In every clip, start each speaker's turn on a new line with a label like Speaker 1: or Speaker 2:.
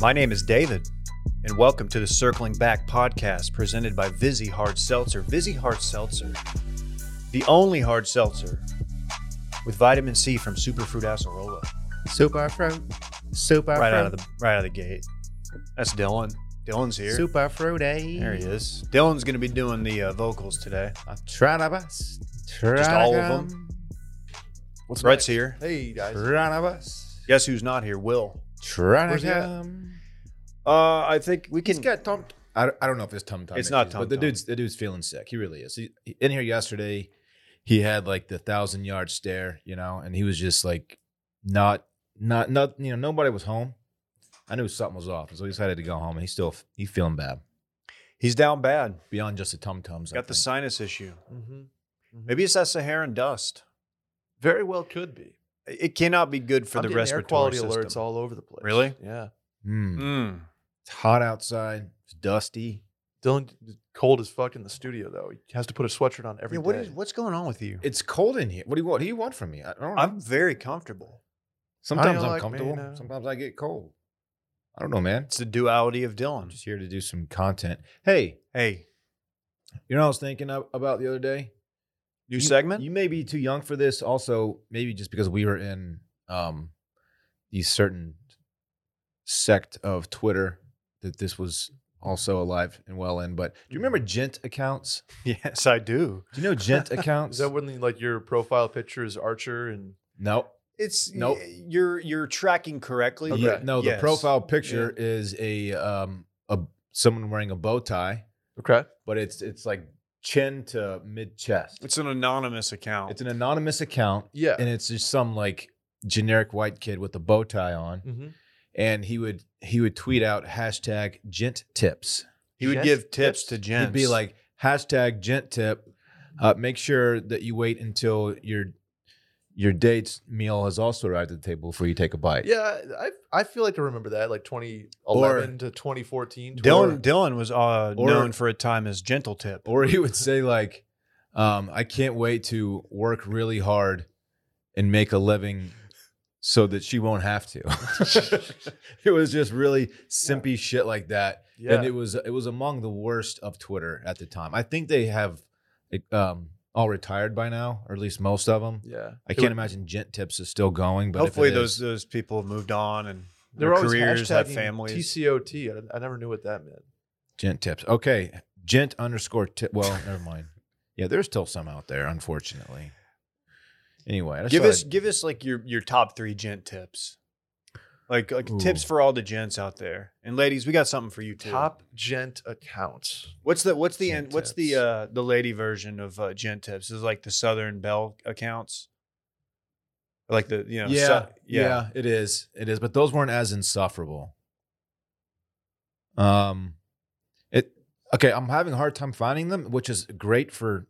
Speaker 1: My name is David, and welcome to the Circling Back podcast presented by Vizzy Hard Seltzer. Vizzy Hard Seltzer, the only hard seltzer with vitamin C from Superfruit Acerola,
Speaker 2: Superfruit. Superfruit.
Speaker 1: right out of the right out of the gate. That's Dylan. Dylan's here.
Speaker 2: Superfruity.
Speaker 1: There he is. Dylan's going to be doing the uh, vocals today.
Speaker 2: I'll try my best. Try
Speaker 1: Just all of
Speaker 2: again.
Speaker 3: What's
Speaker 1: Brett's
Speaker 3: next?
Speaker 1: here.
Speaker 3: Hey guys.
Speaker 2: Try my best.
Speaker 1: Guess who's not here? Will.
Speaker 2: Try
Speaker 3: Where's he at?
Speaker 2: again.
Speaker 1: Uh, I think we can.
Speaker 3: He's got Tom. I, I don't know if it's Tum Tum.
Speaker 1: It's not
Speaker 3: But the
Speaker 1: Tum Tum.
Speaker 3: dude's the dude's feeling sick. He really is. He, he- in here yesterday, he had like the thousand yard stare, you know, and he was just like not not not you know nobody was home. I knew something was off, and so he decided to go home. And he's still he's feeling bad
Speaker 1: He's down bad.
Speaker 3: beyond just the Tum Tums.
Speaker 1: He's got the sinus issue.
Speaker 3: Mm-hmm.
Speaker 1: Maybe it's that Saharan dust.
Speaker 4: Very well could be.
Speaker 1: It cannot be good for
Speaker 4: I'm
Speaker 1: the
Speaker 4: getting
Speaker 1: respiratory
Speaker 4: air quality
Speaker 1: system.
Speaker 4: alerts all over the place.
Speaker 1: Really?
Speaker 4: Yeah.
Speaker 3: Hmm.
Speaker 1: Mm.
Speaker 3: It's hot outside. It's dusty.
Speaker 4: Dylan cold as fuck in the studio though. He has to put a sweatshirt on every
Speaker 1: Yeah,
Speaker 4: day.
Speaker 1: what is what's going on with you?
Speaker 3: It's cold in here. What do you want? What do you want from me? I don't know.
Speaker 1: I'm very comfortable.
Speaker 3: Sometimes
Speaker 4: don't
Speaker 3: I'm
Speaker 4: like
Speaker 3: comfortable.
Speaker 4: being, uh,
Speaker 3: Sometimes I get cold. I don't know, man.
Speaker 1: It's the duality of
Speaker 3: I'm
Speaker 1: Dylan.
Speaker 3: just here to do some content. Hey,
Speaker 1: Hey,
Speaker 3: you know what I was thinking of- about the other day?
Speaker 1: new
Speaker 3: You-
Speaker 1: segment.
Speaker 3: You may be too young for this. Also, maybe just because we were in um these certain sect of Twitter that this was also alive and well in. But do you remember gent accounts?
Speaker 1: yes, I do.
Speaker 3: Do you know gent accounts?
Speaker 4: Is that when like your profile picture is Archer and
Speaker 3: no.
Speaker 1: It's
Speaker 3: Nope.
Speaker 1: You're you're tracking correctly.
Speaker 4: Okay.
Speaker 3: Yeah, no,
Speaker 1: Yes.
Speaker 3: the profile picture is a um a someone wearing a bow tie,
Speaker 4: okay?
Speaker 3: but it's it's like chin to mid chest.
Speaker 1: It's an anonymous account.
Speaker 3: It's an anonymous account,
Speaker 4: Yeah.
Speaker 3: and it's just some like generic white kid with a bow tie on,
Speaker 1: Mm.
Speaker 4: Mhm.
Speaker 3: and he would he would tweet out hashtag gent tips.
Speaker 1: he would
Speaker 4: Yes,
Speaker 1: give tips
Speaker 4: yes.
Speaker 1: to Jen.
Speaker 3: He'd be like hashtag gent tip. Uh, make sure that you wait until your your date's meal has also arrived at the table before you take a bite.
Speaker 4: Yeah, I I feel like I remember that like 2011 to 2014.
Speaker 1: Dylan. Dylan was uh,
Speaker 3: or-
Speaker 1: known for a time as gentle tip.
Speaker 3: Or he would say like, um, I can't wait to work really hard and make a living so that she won't have to. it was just really simpy shit like that.
Speaker 4: Yeah.
Speaker 3: And it was it was among the worst of Twitter at the time. I think they have um, all retired by now, or at least most of them.
Speaker 4: yeah.
Speaker 3: I can't imagine Gent Tips is still going, but if it
Speaker 1: Hopefully,
Speaker 3: is-
Speaker 1: those those people have moved on and
Speaker 4: They're
Speaker 1: their
Speaker 4: always
Speaker 1: careers have
Speaker 4: hashtagging
Speaker 1: families.
Speaker 4: TCOT. I, I never knew what that meant.
Speaker 3: Gent Tips. Okay, Gent underscore tip. Well, never mind. Yeah, there's still some out there, unfortunately. Anyway, that's
Speaker 1: give
Speaker 3: what
Speaker 1: us
Speaker 3: I-
Speaker 1: give us like your your top three gent tips, like like
Speaker 3: Ooh.
Speaker 1: tips for all the gents out there and ladies. We got something for you too.
Speaker 4: Top gent accounts.
Speaker 1: What's the what's the
Speaker 3: Gent
Speaker 1: end, what's the
Speaker 3: tips.
Speaker 1: uh the lady version of uh, gent tips? Is it like the Southern Belle accounts, like the you know
Speaker 3: yeah,
Speaker 1: Sou-
Speaker 3: yeah, it is, it is. But those weren't as insufferable. Um, it okay. I'm having a hard time finding them, which is great for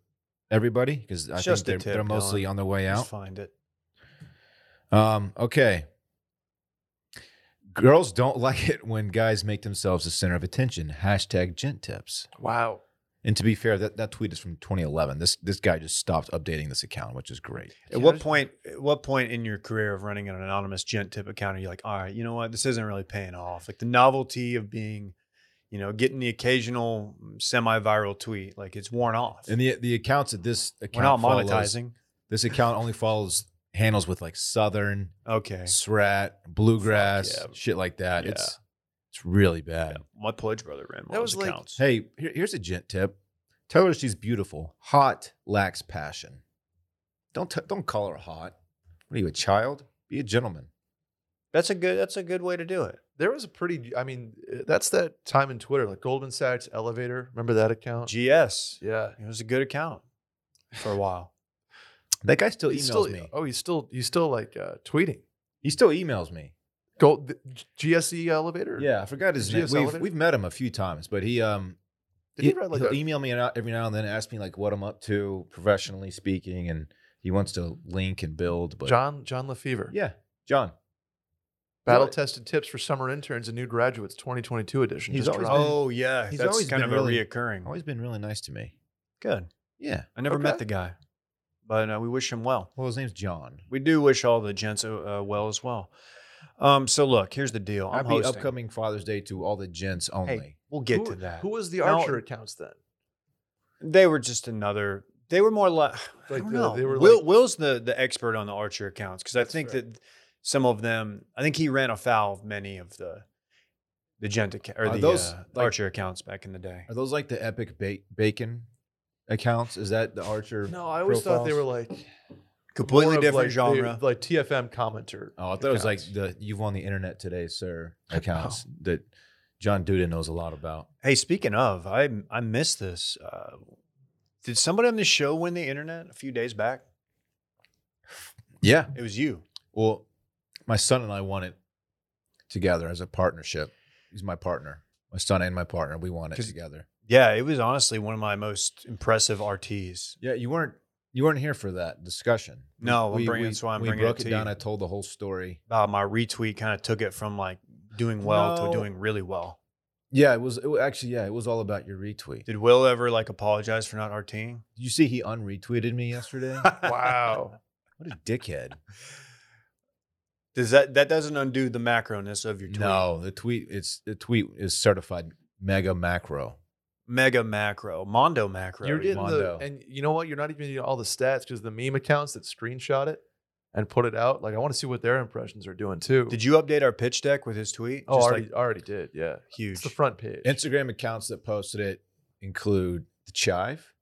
Speaker 3: everybody because I
Speaker 1: It's just a
Speaker 3: think
Speaker 1: tip,
Speaker 3: they're, they're mostly
Speaker 1: Dylan.
Speaker 3: on their way
Speaker 1: Just
Speaker 3: out.
Speaker 1: find it.
Speaker 3: Um, okay. Girls don't like it when guys make themselves the center of attention. Hashtag gent tips.
Speaker 4: Wow.
Speaker 3: And to be fair, that, that tweet is from 2011. This this guy just stopped updating this account, which is great.
Speaker 1: At what point? At what point in your career of running an anonymous gent tip account are you like, all right, you know what, this isn't really paying off? Like the novelty of being, you know, getting the occasional mm, semi-viral tweet, like it's worn off.
Speaker 3: And the the accounts at this
Speaker 1: We're
Speaker 3: account
Speaker 1: not
Speaker 3: follows-
Speaker 1: monetizing.
Speaker 3: This account only follows handles with like Southern,
Speaker 1: Okay.
Speaker 3: Strat, Bluegrass,
Speaker 1: Fuck yeah.
Speaker 3: shit like that.
Speaker 1: Yeah.
Speaker 3: It's it's really bad.
Speaker 1: My pledge brother ran one
Speaker 4: That
Speaker 1: of
Speaker 4: was
Speaker 1: his
Speaker 4: like-
Speaker 1: accounts.
Speaker 3: Hey, here, here's a gent tip. Tell her she's beautiful. Hot lacks passion. Don't t- don't call her hot. What are you, a child? Be a gentleman.
Speaker 1: that's a good that's a good way to do it.
Speaker 4: There was a pretty. I mean, uh, that's that time in Twitter, like Goldman Sachs Elevator. Remember that account?
Speaker 1: GS.
Speaker 4: yeah.
Speaker 1: It was a good account for a while.
Speaker 3: That guy still emails
Speaker 4: He's still,
Speaker 3: me.
Speaker 4: Oh, he's still he's still like uh, tweeting.
Speaker 3: He still emails me.
Speaker 4: Gold G- GSE elevator.
Speaker 3: Yeah, I forgot his
Speaker 4: Is he
Speaker 3: name.
Speaker 4: a
Speaker 3: We've,
Speaker 4: celibate?
Speaker 3: we've met him a few times, but he um
Speaker 4: Did
Speaker 3: he,
Speaker 4: he write like
Speaker 3: will
Speaker 4: a-
Speaker 3: email me and- every now and then, ask me like what I'm up to professionally speaking, and he wants to link and build. But
Speaker 4: John John Lefevre.
Speaker 3: yeah, John,
Speaker 4: Battle tested tips for summer interns and new graduates 2022 edition.
Speaker 3: He's
Speaker 4: just
Speaker 3: always
Speaker 4: dropped.
Speaker 3: been-
Speaker 1: Oh yeah,
Speaker 3: he's
Speaker 1: that's
Speaker 3: always
Speaker 1: kind of
Speaker 3: been
Speaker 1: a
Speaker 3: really-
Speaker 1: reoccurring.
Speaker 3: always been really nice to me.
Speaker 1: Good.
Speaker 3: Yeah,
Speaker 1: I never
Speaker 4: Okay.
Speaker 1: met the guy, but uh, we wish him well.
Speaker 3: well, his name's John.
Speaker 1: We do wish all the gents uh, uh, well as well. Um, so look, here's the deal. I'm
Speaker 3: Happy
Speaker 1: hosting.
Speaker 3: upcoming Father's Day to all the gents only.
Speaker 1: We'll get
Speaker 4: who,
Speaker 1: to that.
Speaker 4: Who was the
Speaker 1: Now-
Speaker 4: Archer accounts then?
Speaker 1: They were just another. They were more like, I
Speaker 4: Like
Speaker 1: don't
Speaker 4: the-
Speaker 1: know.
Speaker 4: they were
Speaker 1: Will,
Speaker 4: like-
Speaker 1: Will's the the expert on the Archer accounts because I
Speaker 4: That's
Speaker 1: think
Speaker 4: fair.
Speaker 1: that some of them. I think he ran afoul of many of the the gent acc- or
Speaker 3: Are
Speaker 1: the
Speaker 3: those,
Speaker 1: uh,
Speaker 3: like-
Speaker 1: Archer accounts back in the day.
Speaker 3: Are those like the epic ba- bacon accounts? Is that the Archer?
Speaker 4: No, I always thought they were
Speaker 3: profiles?
Speaker 4: like more
Speaker 1: Completely
Speaker 4: of,
Speaker 1: different
Speaker 4: like, they-
Speaker 1: genre.
Speaker 4: like TFM commenter.
Speaker 3: Oh, I thought it was like
Speaker 1: accounts.
Speaker 3: the "You've on the internet today, sir" accounts that John Duda knows a lot about.
Speaker 1: hey, speaking of, I I missed this. Uh, did somebody on the show win the internet a few days back?
Speaker 3: Yeah.
Speaker 1: It was you.
Speaker 3: Well, my son and I won it together as a partnership. He's my partner. My son and my partner. We won it
Speaker 1: 'Cause-
Speaker 3: together.
Speaker 1: Yeah, it was honestly one of my most impressive RTs.
Speaker 3: Yeah, you weren't you weren't here for that discussion.
Speaker 1: No, I'm bringing- that's why I'm
Speaker 3: we
Speaker 1: bringing it
Speaker 3: broke it,
Speaker 1: to
Speaker 3: down.
Speaker 1: you.
Speaker 3: I told the whole story.
Speaker 1: Uh, my retweet kind of took it from like doing well
Speaker 3: No.
Speaker 1: to doing really well.
Speaker 3: Yeah, it was, it was actually yeah, it was all about your retweet.
Speaker 1: Did Will ever like apologize for not RTing?
Speaker 3: you see he unretweeted me yesterday?
Speaker 4: Wow.
Speaker 3: what a dickhead.
Speaker 1: Does that that doesn't undo the macroness of your tweet?
Speaker 3: No, the tweet it's the tweet is certified mega macro.
Speaker 1: Mega macro, mondo macro.
Speaker 4: You're getting
Speaker 3: Mondo.
Speaker 4: the and you know what? You're not even getting all the stats because the meme accounts that screenshot it and put it out. Like I want to see what their impressions are doing too.
Speaker 1: Did you update our pitch deck with his tweet?
Speaker 4: Oh, I
Speaker 1: Just
Speaker 4: already,
Speaker 1: like
Speaker 4: I already did. Yeah, it's
Speaker 1: huge.
Speaker 4: the front page.
Speaker 3: Instagram accounts that posted it include the Chive,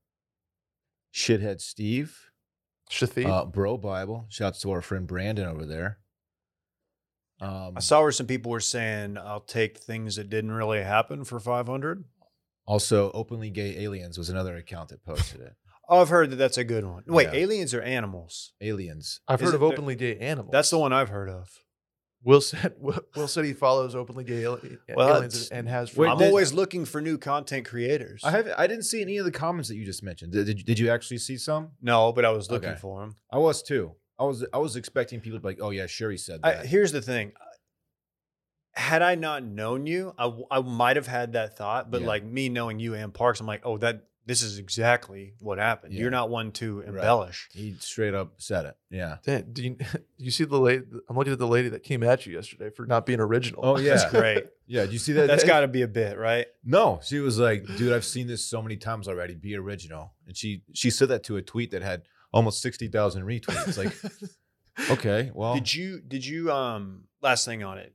Speaker 3: Shithead Steve,
Speaker 4: Shathi,
Speaker 3: uh, Bro Bible. Shouts to our friend Brandon over there. Um,
Speaker 1: I saw where some people were saying, "I'll take things that didn't really happen for 500."
Speaker 3: also openly gay aliens was another account that posted it.
Speaker 1: Oh, I've heard that that's a good one. Wait,
Speaker 3: Yeah.
Speaker 1: aliens are animals.
Speaker 3: Aliens.
Speaker 4: I've
Speaker 1: is
Speaker 4: heard
Speaker 1: it
Speaker 4: of
Speaker 1: the-
Speaker 4: openly gay animals.
Speaker 1: That's the one I've heard of.
Speaker 4: Will said. Will said he follows openly gay al-
Speaker 1: Well,
Speaker 4: aliens
Speaker 1: it's-
Speaker 4: and has. for
Speaker 3: Wait,
Speaker 1: I'm
Speaker 3: did-
Speaker 4: years.
Speaker 1: always looking for new content creators.
Speaker 3: I have I didn't see any of the comments that you just mentioned. Did, did, did you actually see some?
Speaker 1: no, but I was looking
Speaker 3: Okay.
Speaker 1: for them.
Speaker 3: I was too. I was I was expecting people to be like, oh yeah, sure he said
Speaker 1: I,
Speaker 3: that.
Speaker 1: here's the thing. Had I not known you, I, w- I might have had that thought, but
Speaker 3: Yeah.
Speaker 1: like me knowing you and Parks, I'm like, oh, that this is exactly what happened.
Speaker 3: Yeah.
Speaker 1: You're not one to
Speaker 3: Right.
Speaker 1: embellish.
Speaker 3: he straight up said it. Yeah.
Speaker 4: Dan, do you, you see the lady? I'm looking at the lady that came at you yesterday for not being original.
Speaker 3: Oh yeah.
Speaker 1: That's great.
Speaker 3: Yeah. Did you see that?
Speaker 1: That's got to be a bit, right?
Speaker 3: No, she was like, dude, I've seen this so many times already. Be original. And she she said that to a tweet that had almost sixty thousand retweets. Like, okay, well,
Speaker 1: Did you did you um last thing on it?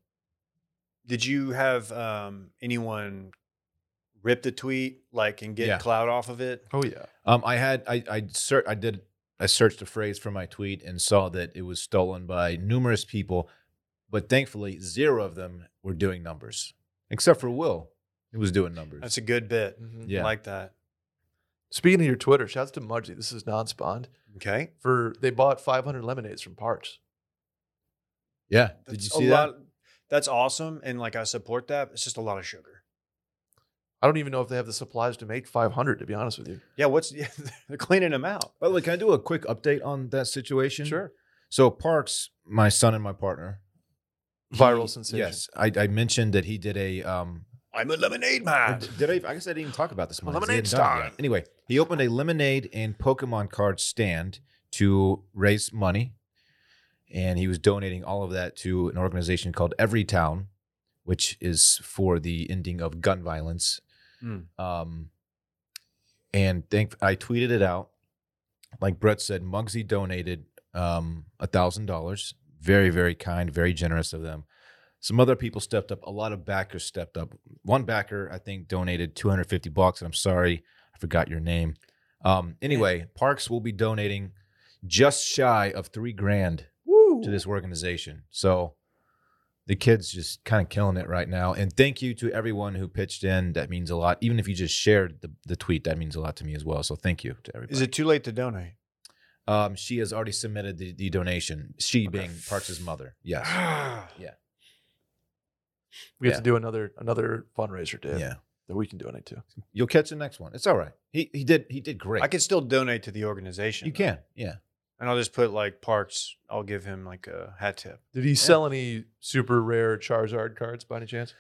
Speaker 1: Did you have um anyone rip the tweet like and get
Speaker 3: Yeah.
Speaker 1: cloud off of it?
Speaker 4: Oh yeah.
Speaker 3: um, I had I I ser- I did I searched a phrase for my tweet and saw that it was stolen by numerous people, but thankfully zero of them were doing numbers, except for Will, who was doing numbers.
Speaker 1: That's a good bit.
Speaker 4: Mhm.
Speaker 1: I
Speaker 3: yeah,
Speaker 1: like that.
Speaker 4: Speaking of your Twitter, shouts to Mudgy. This is non-spawned
Speaker 1: Okay.
Speaker 4: for they bought 500 lemonades from Parks.
Speaker 3: yeah. Did
Speaker 1: That's
Speaker 3: you
Speaker 1: a
Speaker 3: see that?
Speaker 1: lot- that's awesome, and like I support that. It's just a lot of sugar.
Speaker 4: I don't even know if they have the supplies to make 500. To be honest with you,
Speaker 1: Yeah, what's yeah, they're cleaning them out.
Speaker 3: By the way, can I do a quick update on that situation?
Speaker 4: Sure.
Speaker 3: So Parks, my son and my partner,
Speaker 4: viral
Speaker 3: he-
Speaker 4: sensation.
Speaker 3: Yes, I, I mentioned that he did a. Um,
Speaker 1: I'm a lemonade
Speaker 3: I
Speaker 1: man.
Speaker 3: d- did I? I guess I didn't even talk about this. Month. 'cause he
Speaker 4: Lemonade
Speaker 3: hadn't done it yet.
Speaker 4: stand.
Speaker 3: Anyway, he opened a lemonade and Pokemon card stand to raise money, and he was donating all of that to an organization called Every Town, which is for the ending of gun violence.
Speaker 4: Hmm.
Speaker 1: Mm.
Speaker 3: Um, and thank I tweeted it out. Like Brett said, Muggsy donated um a thousand dollars. Very, very kind, very generous of them. Some other people stepped up. A lot of backers stepped up. One backer, I think, donated 250 bucks, and I'm sorry, I forgot your name. Um, anyway, Parks will be donating just shy of three grand
Speaker 4: Woo.
Speaker 3: to this organization. So the kid's just kind of killing it right now. And thank you to everyone who pitched in. That means a lot. Even if you just shared the, the tweet, that means a lot to me as well. So thank you to everybody.
Speaker 1: Is it too late to donate?
Speaker 3: um, she has already submitted the, the donation. She
Speaker 1: Okay.
Speaker 3: being Parks' mother. Yes.
Speaker 4: We have
Speaker 3: Yeah.
Speaker 4: to do another another fundraiser, Dan.
Speaker 3: Yeah.
Speaker 4: That we can donate to.
Speaker 3: You'll catch the next one. It's all right. He he did he did great.
Speaker 1: I can still donate to the organization.
Speaker 3: you
Speaker 1: though.
Speaker 3: can. Yeah.
Speaker 1: and I'll just put like Parks. I'll give him like a hat tip.
Speaker 4: Did he sell any super rare Charizard cards by any chance?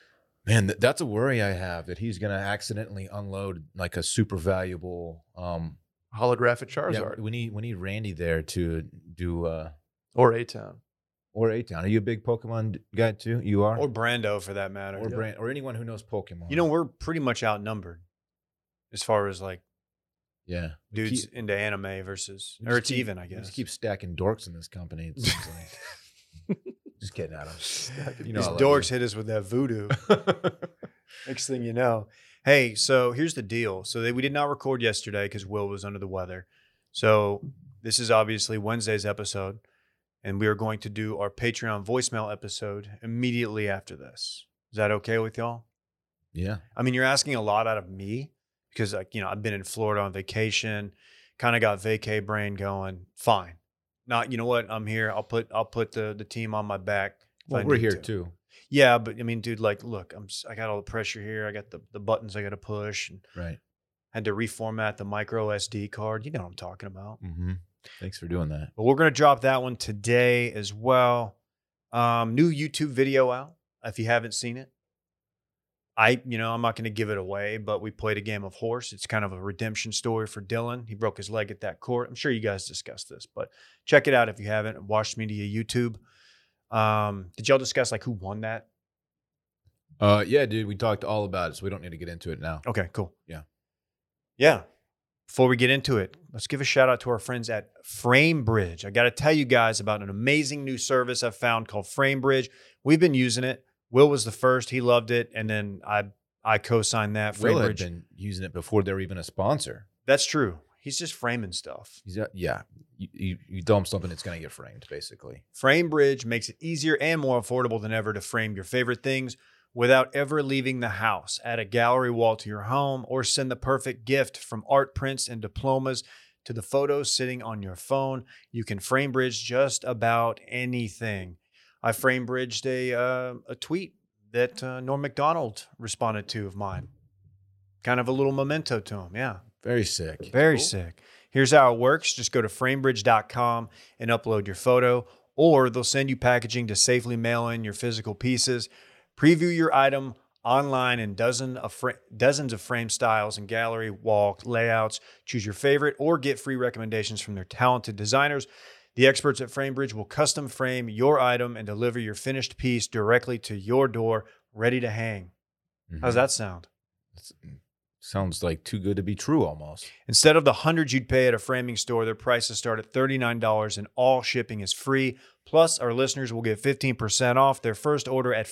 Speaker 3: Man, th- that's a worry I have that he's going to accidentally unload like a super valuable um
Speaker 4: Holographic
Speaker 3: yeah,
Speaker 4: Charizard
Speaker 3: we need we need Randy there to do uh
Speaker 4: or A Town?
Speaker 3: or A Town. Are you a big Pokemon d- guy too? You are,
Speaker 1: or Brando for that matter.
Speaker 3: or Brand, or anyone who knows Pokemon.
Speaker 1: You know, we're pretty much outnumbered as far as like
Speaker 3: yeah, We
Speaker 1: dudes
Speaker 3: keep-
Speaker 1: into anime versus,
Speaker 3: we
Speaker 1: or
Speaker 3: just
Speaker 1: it's
Speaker 3: keep-
Speaker 1: even, I
Speaker 3: we
Speaker 1: guess.
Speaker 3: just keep stacking dorks in this company. It seems like. just kidding, Adam. You know,
Speaker 1: These
Speaker 3: I love
Speaker 1: dorks hit us with that voodoo. Next thing you know, hey, so here's the deal. So they, we did not record yesterday because Will was under the weather. So this is obviously Wednesday's episode, and we are going to do our Patreon voicemail episode immediately after this. Is that okay with y'all?
Speaker 3: Yeah,
Speaker 1: I mean, you're asking a lot out of me because, like, you know, I've been in Florida on vacation, kind of got vacay brain going. Fine, not you know what? I'm here. I'll put I'll put the the team on my back. if
Speaker 3: well,
Speaker 1: I
Speaker 3: we're
Speaker 1: need
Speaker 3: here
Speaker 1: to.
Speaker 3: too,
Speaker 1: Yeah, but I mean, dude, like, look, I'm s- I got all the pressure here. I got the the buttons I got to push, and
Speaker 3: right?
Speaker 1: had to reformat the micro SD card. You know what I'm talking about.
Speaker 3: Mm-hmm. Thanks for doing that.
Speaker 1: But we're gonna drop that one today as well. Um, new YouTube video out if you haven't seen it. I, you know, I'm not gonna give it away, but we played a game of horse. It's kind of a redemption story for Dylan. He broke his leg at that court. I'm sure you guys discussed this, but check it out if you haven't. Watched Media YouTube. Um, did y'all discuss like who won that?
Speaker 3: Uh, yeah, dude, we talked all about it, so we don't need to get into it now.
Speaker 1: Okay, cool.
Speaker 3: Yeah.
Speaker 1: Yeah. Before we get into it, let's give a shout out to our friends at FrameBridge. I got to tell you guys about an amazing new service I found called FrameBridge. We've been using it. Will was the first, he loved it, and then I I co-signed that
Speaker 3: Will had
Speaker 1: FrameBridge.
Speaker 3: been using it before they were even a sponsor.
Speaker 1: That's true. He's just framing stuff.
Speaker 3: He's got- yeah, you, you, you dump something, it's gonna get framed, basically.
Speaker 1: FrameBridge makes it easier and more affordable than ever to frame your favorite things without ever leaving the house. Add a gallery wall to your home or send the perfect gift from art prints and diplomas to the photos sitting on your phone. You can FrameBridge just about anything. I FrameBridged a, uh, a tweet that uh, Norm MacDonald responded to of mine. Kind of a little memento to him, yeah.
Speaker 3: Very sick.
Speaker 1: Very
Speaker 4: cool.
Speaker 1: sick. Here's how it works just go to framebridge.com and upload your photo, or they'll send you packaging to safely mail in your physical pieces. Preview your item online in dozen of fra- dozens of frame styles and gallery wall layouts. Choose your favorite or get free recommendations from their talented designers. The experts at FrameBridge will custom frame your item and deliver your finished piece directly to your door, ready to hang.
Speaker 3: Mhm.
Speaker 1: How does that sound?
Speaker 3: Mm-hmm. It's- mm, sounds like too good to be true, almost.
Speaker 1: Instead of the hundreds you'd pay at a framing store, their prices start at $39 and all shipping is free. Plus, our listeners will get 15% off their first order at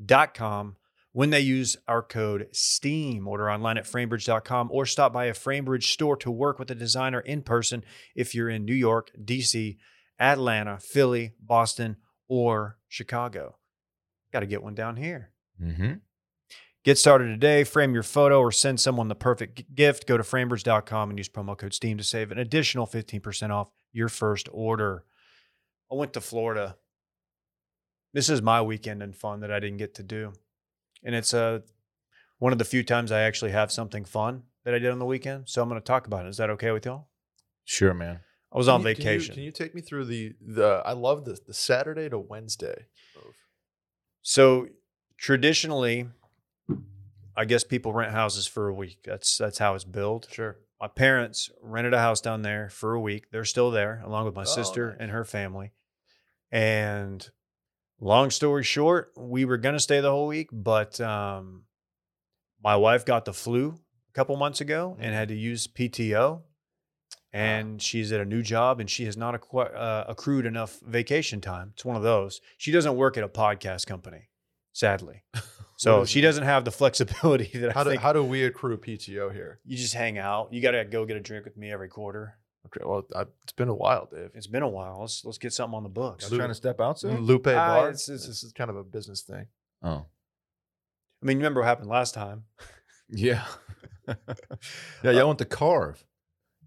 Speaker 1: framebridge.com when they use our code STEAM. Order online at framebridge.com or stop by a Framebridge store to work with a designer in person if you're in New York, DC, Atlanta, Philly, Boston, or Chicago. Got to get one down here.
Speaker 3: Mm-hmm.
Speaker 1: Get started today. Frame your photo or send someone the perfect g- gift. Go to framebridge.com and use promo code STEAM to save an additional 15% off your first order. I went to Florida. This is my weekend and fun that I didn't get to do. And it's uh, one of the few times I actually have something fun that I did on the weekend. So I'm going to talk about it. Is that okay with y'all?
Speaker 3: Sure, man.
Speaker 1: I was
Speaker 4: Can
Speaker 1: on
Speaker 4: you- can you-
Speaker 1: vacation.
Speaker 4: Can you, take me through the the? I love the the Saturday to Wednesday. move.
Speaker 1: So traditionally, I guess people rent houses for a week. That's that's how it's billed.
Speaker 4: Sure.
Speaker 1: my parents rented a house down there for a week. They're still there, along with my
Speaker 4: Oh,
Speaker 1: sister
Speaker 4: nice.
Speaker 1: and her family. And long story short, we were gonna stay the whole week, but um, my wife got the flu a couple months ago and had to
Speaker 4: Mm-hmm.
Speaker 1: use PTO. And she's at a new job, and she has not acqu- uh, accrued enough vacation time. It's one of those. She doesn't work at a podcast company, sadly, so
Speaker 4: is
Speaker 1: she
Speaker 4: it?
Speaker 1: doesn't have the flexibility that
Speaker 4: How
Speaker 1: I
Speaker 4: do
Speaker 1: think
Speaker 4: how do we accrue PTO here?
Speaker 1: you just hang out. You gotta go get a drink with me every quarter.
Speaker 4: Okay. Well, I, it's been a while, Dave.
Speaker 1: It's been a while. Let's let's get something on the books.
Speaker 3: Y'all
Speaker 4: Lou-
Speaker 3: trying to step out soon?
Speaker 4: Hmm? Lupe
Speaker 1: Ah,
Speaker 4: Bar.
Speaker 1: it's- it's-
Speaker 4: this is kind of a business thing.
Speaker 3: Oh,
Speaker 1: I mean, remember what happened last time?
Speaker 3: yeah. yeah, y'all went to carve.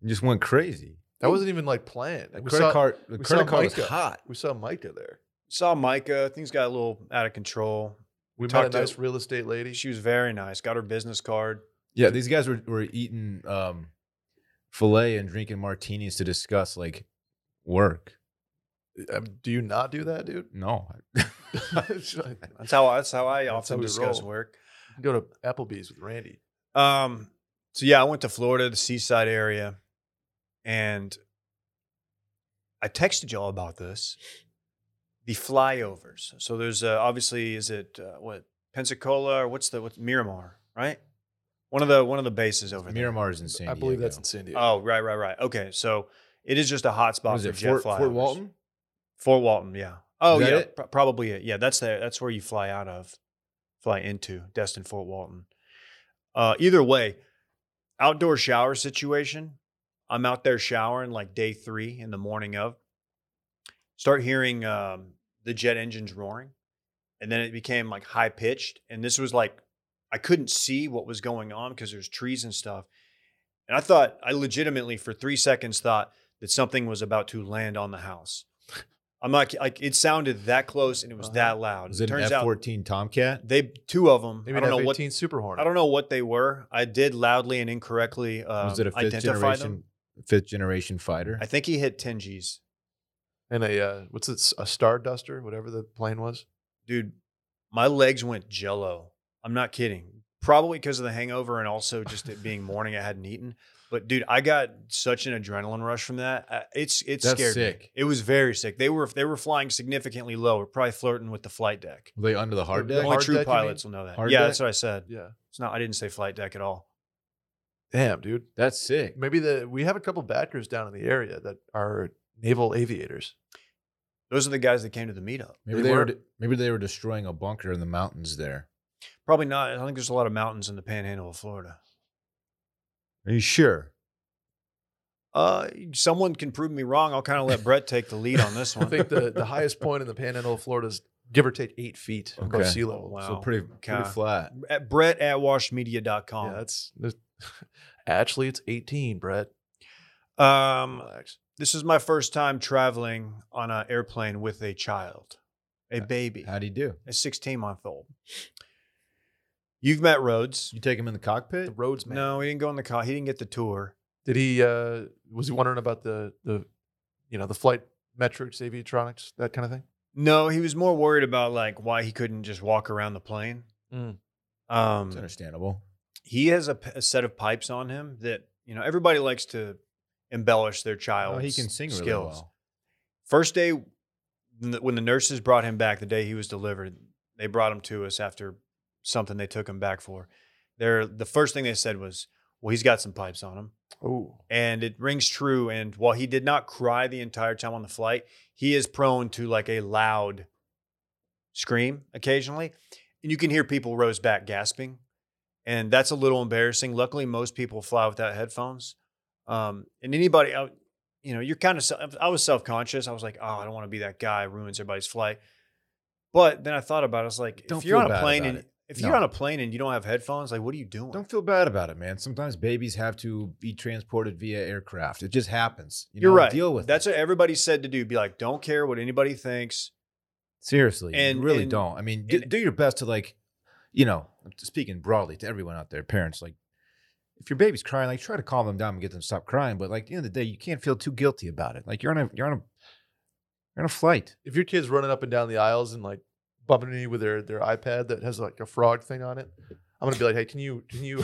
Speaker 3: You just went crazy.
Speaker 4: That wasn't even like planned.
Speaker 3: The
Speaker 4: Like, we
Speaker 3: credit
Speaker 4: saw-
Speaker 3: card, the
Speaker 4: we
Speaker 3: credit
Speaker 4: saw
Speaker 3: card was
Speaker 4: Micah.
Speaker 3: hot.
Speaker 4: We saw Micah there.
Speaker 1: Saw Micah. Things got a little out of control.
Speaker 4: We
Speaker 1: Talked
Speaker 4: met
Speaker 1: to-
Speaker 4: a nice real estate lady.
Speaker 1: She was very nice. Got her business card.
Speaker 3: Yeah, these guys were, were eating um, filet and drinking martinis to discuss like work.
Speaker 4: Um, do you not do that, dude?
Speaker 3: No,
Speaker 1: That's how that's how I
Speaker 4: That's
Speaker 1: often
Speaker 4: how we
Speaker 1: discuss
Speaker 4: roll.
Speaker 1: work.
Speaker 4: Go to Applebee's with Randy.
Speaker 1: Um, so yeah, I went to Florida, the seaside area, and I texted y'all about this. the flyovers. So there's uh, obviously is it uh, what Pensacola or what's the what's Miramar, right? One of the one of the bases over there.
Speaker 3: Miramar is in San
Speaker 4: I believe that's in
Speaker 3: Diego.
Speaker 4: San Diego.
Speaker 1: Oh, right, right, right. Okay, so it is just a hot
Speaker 3: What
Speaker 1: spot
Speaker 3: is
Speaker 1: for
Speaker 3: it
Speaker 1: jet
Speaker 3: Fort,
Speaker 1: flyovers.
Speaker 3: Fort Walton?
Speaker 1: Fort Walton, yeah. Oh,
Speaker 3: that
Speaker 1: yeah,
Speaker 3: it?
Speaker 1: pro- probably it. Yeah, that's there. That's where you fly out of, fly into Destin Fort Walton. Uh, either way, outdoor shower situation. I'm out there showering like day three in the morning of. Start hearing um, the jet engines roaring, and then it became like high pitched. And this was like I couldn't see what was going on because there's trees and stuff. And I thought I legitimately for three seconds thought that something was about to land on the house. I'm not ki- like it sounded that close and it was
Speaker 4: Uh-huh.
Speaker 1: that loud.
Speaker 3: Is it an
Speaker 1: turns
Speaker 3: F
Speaker 1: out
Speaker 3: fourteen Tomcat?
Speaker 1: they two of them.
Speaker 4: Maybe
Speaker 1: I don't know what
Speaker 4: 18 Super Hornet.
Speaker 1: I don't know what they were. I did loudly and incorrectly um,
Speaker 3: was it a fifth
Speaker 1: identify
Speaker 3: generation
Speaker 1: them.
Speaker 3: fifth generation fighter?
Speaker 1: I think he hit 10 G's.
Speaker 4: And a uh, what's it? A Star Duster, whatever the plane was.
Speaker 1: Dude, my legs went jello. I'm not kidding. Probably because of the hangover and also just it being morning, I hadn't eaten. But dude, I got such an adrenaline rush from that. I, it's it
Speaker 3: That's
Speaker 1: scared me.
Speaker 3: sick.
Speaker 1: It was very sick. They were they were flying significantly low. We're probably flirting with the flight deck.
Speaker 3: Were they under the hard
Speaker 4: The
Speaker 3: deck?
Speaker 1: Only
Speaker 4: hard
Speaker 1: true
Speaker 4: deck, you mean?
Speaker 1: pilots will know that.
Speaker 3: Hard
Speaker 1: yeah,
Speaker 3: deck?
Speaker 1: that's what I said.
Speaker 4: Yeah.
Speaker 1: It's not. I didn't say flight deck at all.
Speaker 4: Damn, dude.
Speaker 3: That's sick.
Speaker 4: Maybe the we have a couple bad crews down in the area that are naval aviators.
Speaker 1: Those are the guys that came to the meetup.
Speaker 3: Maybe
Speaker 4: They
Speaker 3: they, were
Speaker 4: were-
Speaker 3: de- maybe they were destroying a bunker in the mountains there.
Speaker 1: Probably not. I think there's a lot of mountains in the Panhandle of Florida.
Speaker 3: Are you sure?
Speaker 1: Uh, someone can prove me wrong. I'll kind of let Brett take the lead on this
Speaker 4: I
Speaker 1: one.
Speaker 4: think the, the highest point in the Panhandle of Florida is give or take eight feet above
Speaker 3: Okay.
Speaker 4: sea
Speaker 1: Oh,
Speaker 4: level.
Speaker 1: wow.
Speaker 3: So pretty
Speaker 1: Okay.
Speaker 3: pretty flat.
Speaker 1: at Brett at washmedia.com.
Speaker 4: Yeah, that's that's- actually it's eighteen, Brett.
Speaker 1: um,
Speaker 4: Relax.
Speaker 1: this is my first time traveling on an airplane with a child, a baby,
Speaker 3: How do you do?
Speaker 1: a 16 month old. You've met Rhodes.
Speaker 3: You take him in the
Speaker 4: The
Speaker 3: cockpit?
Speaker 4: roads man.
Speaker 1: No, he didn't go in the car. He didn't get the tour.
Speaker 4: Did he? Uh, was he wondering about the the, you know, the flight metrics, aviatronics, that kind of thing?
Speaker 1: No, he was more worried about like why he couldn't just walk around the plane.
Speaker 4: Mm.
Speaker 1: Um,
Speaker 3: It's understandable.
Speaker 1: he has a, p- a set of pipes on him that you know everybody likes to embellish their child's
Speaker 3: Oh, he can sing really
Speaker 1: skills.
Speaker 3: well.
Speaker 1: First day when the- when the nurses brought him back, the day he was delivered, they brought him to us after something they took him back for. They're, the first thing they said was, "Well, he's got some pipes on him."
Speaker 4: Oh,
Speaker 1: and it rings true. And while he did not cry the entire time on the flight, he is prone to like a loud scream occasionally, and you can hear people rows back gasping, and that's a little embarrassing. Luckily, most people fly without headphones, um, and anybody out. You know, you're kind of. I was self conscious. I was like, "Oh, I don't want to be that guy. Ruins everybody's flight." But then I thought about. it. I was like,
Speaker 3: Don't
Speaker 1: "If you're
Speaker 3: feel
Speaker 1: on a
Speaker 3: bad
Speaker 1: plane
Speaker 3: about
Speaker 1: and
Speaker 3: it.
Speaker 1: if you're
Speaker 3: No.
Speaker 1: on a plane and you don't have headphones, like, what are you doing?"
Speaker 3: Don't feel bad about it, man. Sometimes babies have to be transported via aircraft. It just happens. You
Speaker 1: You're
Speaker 3: know,
Speaker 1: right.
Speaker 3: Deal with
Speaker 1: That's
Speaker 3: it.
Speaker 1: what everybody said to do. Be like, don't care what anybody thinks.
Speaker 3: Seriously,
Speaker 1: And-
Speaker 3: you really
Speaker 1: and-
Speaker 3: don't. I mean, do,
Speaker 1: and-
Speaker 3: do your best to like, you know, speaking broadly to everyone out there, parents, like, if your baby's crying, like, try to calm them down and get them to stop crying. But like, at the end of the day, you can't feel too guilty about it. Like, you're on a you're on a you're on a flight.
Speaker 4: if your kid's running up and down the aisles and like bumping into you with their their iPad that has like a frog thing on it, I'm gonna be like, hey, can you can you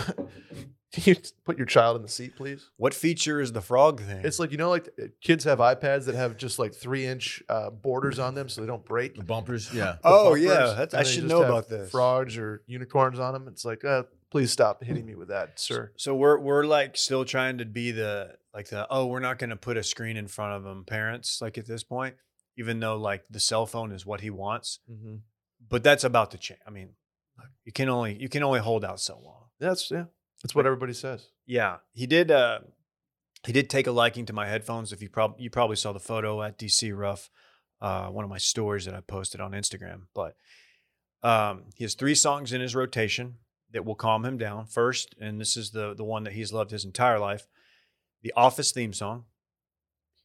Speaker 4: can you put your child in the seat, please?
Speaker 1: What feature is the frog thing?
Speaker 4: It's like you know, like uh, kids have iPads that have just like three inch uh, borders on them so they don't break. The
Speaker 3: bumpers, yeah.
Speaker 1: oh
Speaker 4: bumpers,
Speaker 1: yeah, that's,
Speaker 4: and
Speaker 1: I
Speaker 4: they
Speaker 1: should
Speaker 4: just
Speaker 1: know
Speaker 4: have
Speaker 1: about this.
Speaker 4: Frogs or unicorns on them. It's like, uh, please stop hitting me with that, sir.
Speaker 1: So we're we're like still trying to be the like the oh we're not going to put a screen in front of him parents like at this point even though like the cell phone is what he wants
Speaker 4: Mm-hmm.
Speaker 1: but that's about to change. I mean, you can only you can only hold out so long.
Speaker 4: That's yeah. That's what everybody says.
Speaker 1: Yeah, he did. Uh, he did take a liking to my headphones. If you probably you probably saw the photo at DC Rough, uh, one of my stories that I posted on Instagram. But um, he has three songs in his rotation that will calm him down. First, and this is the the one that he's loved his entire life, the Office theme song.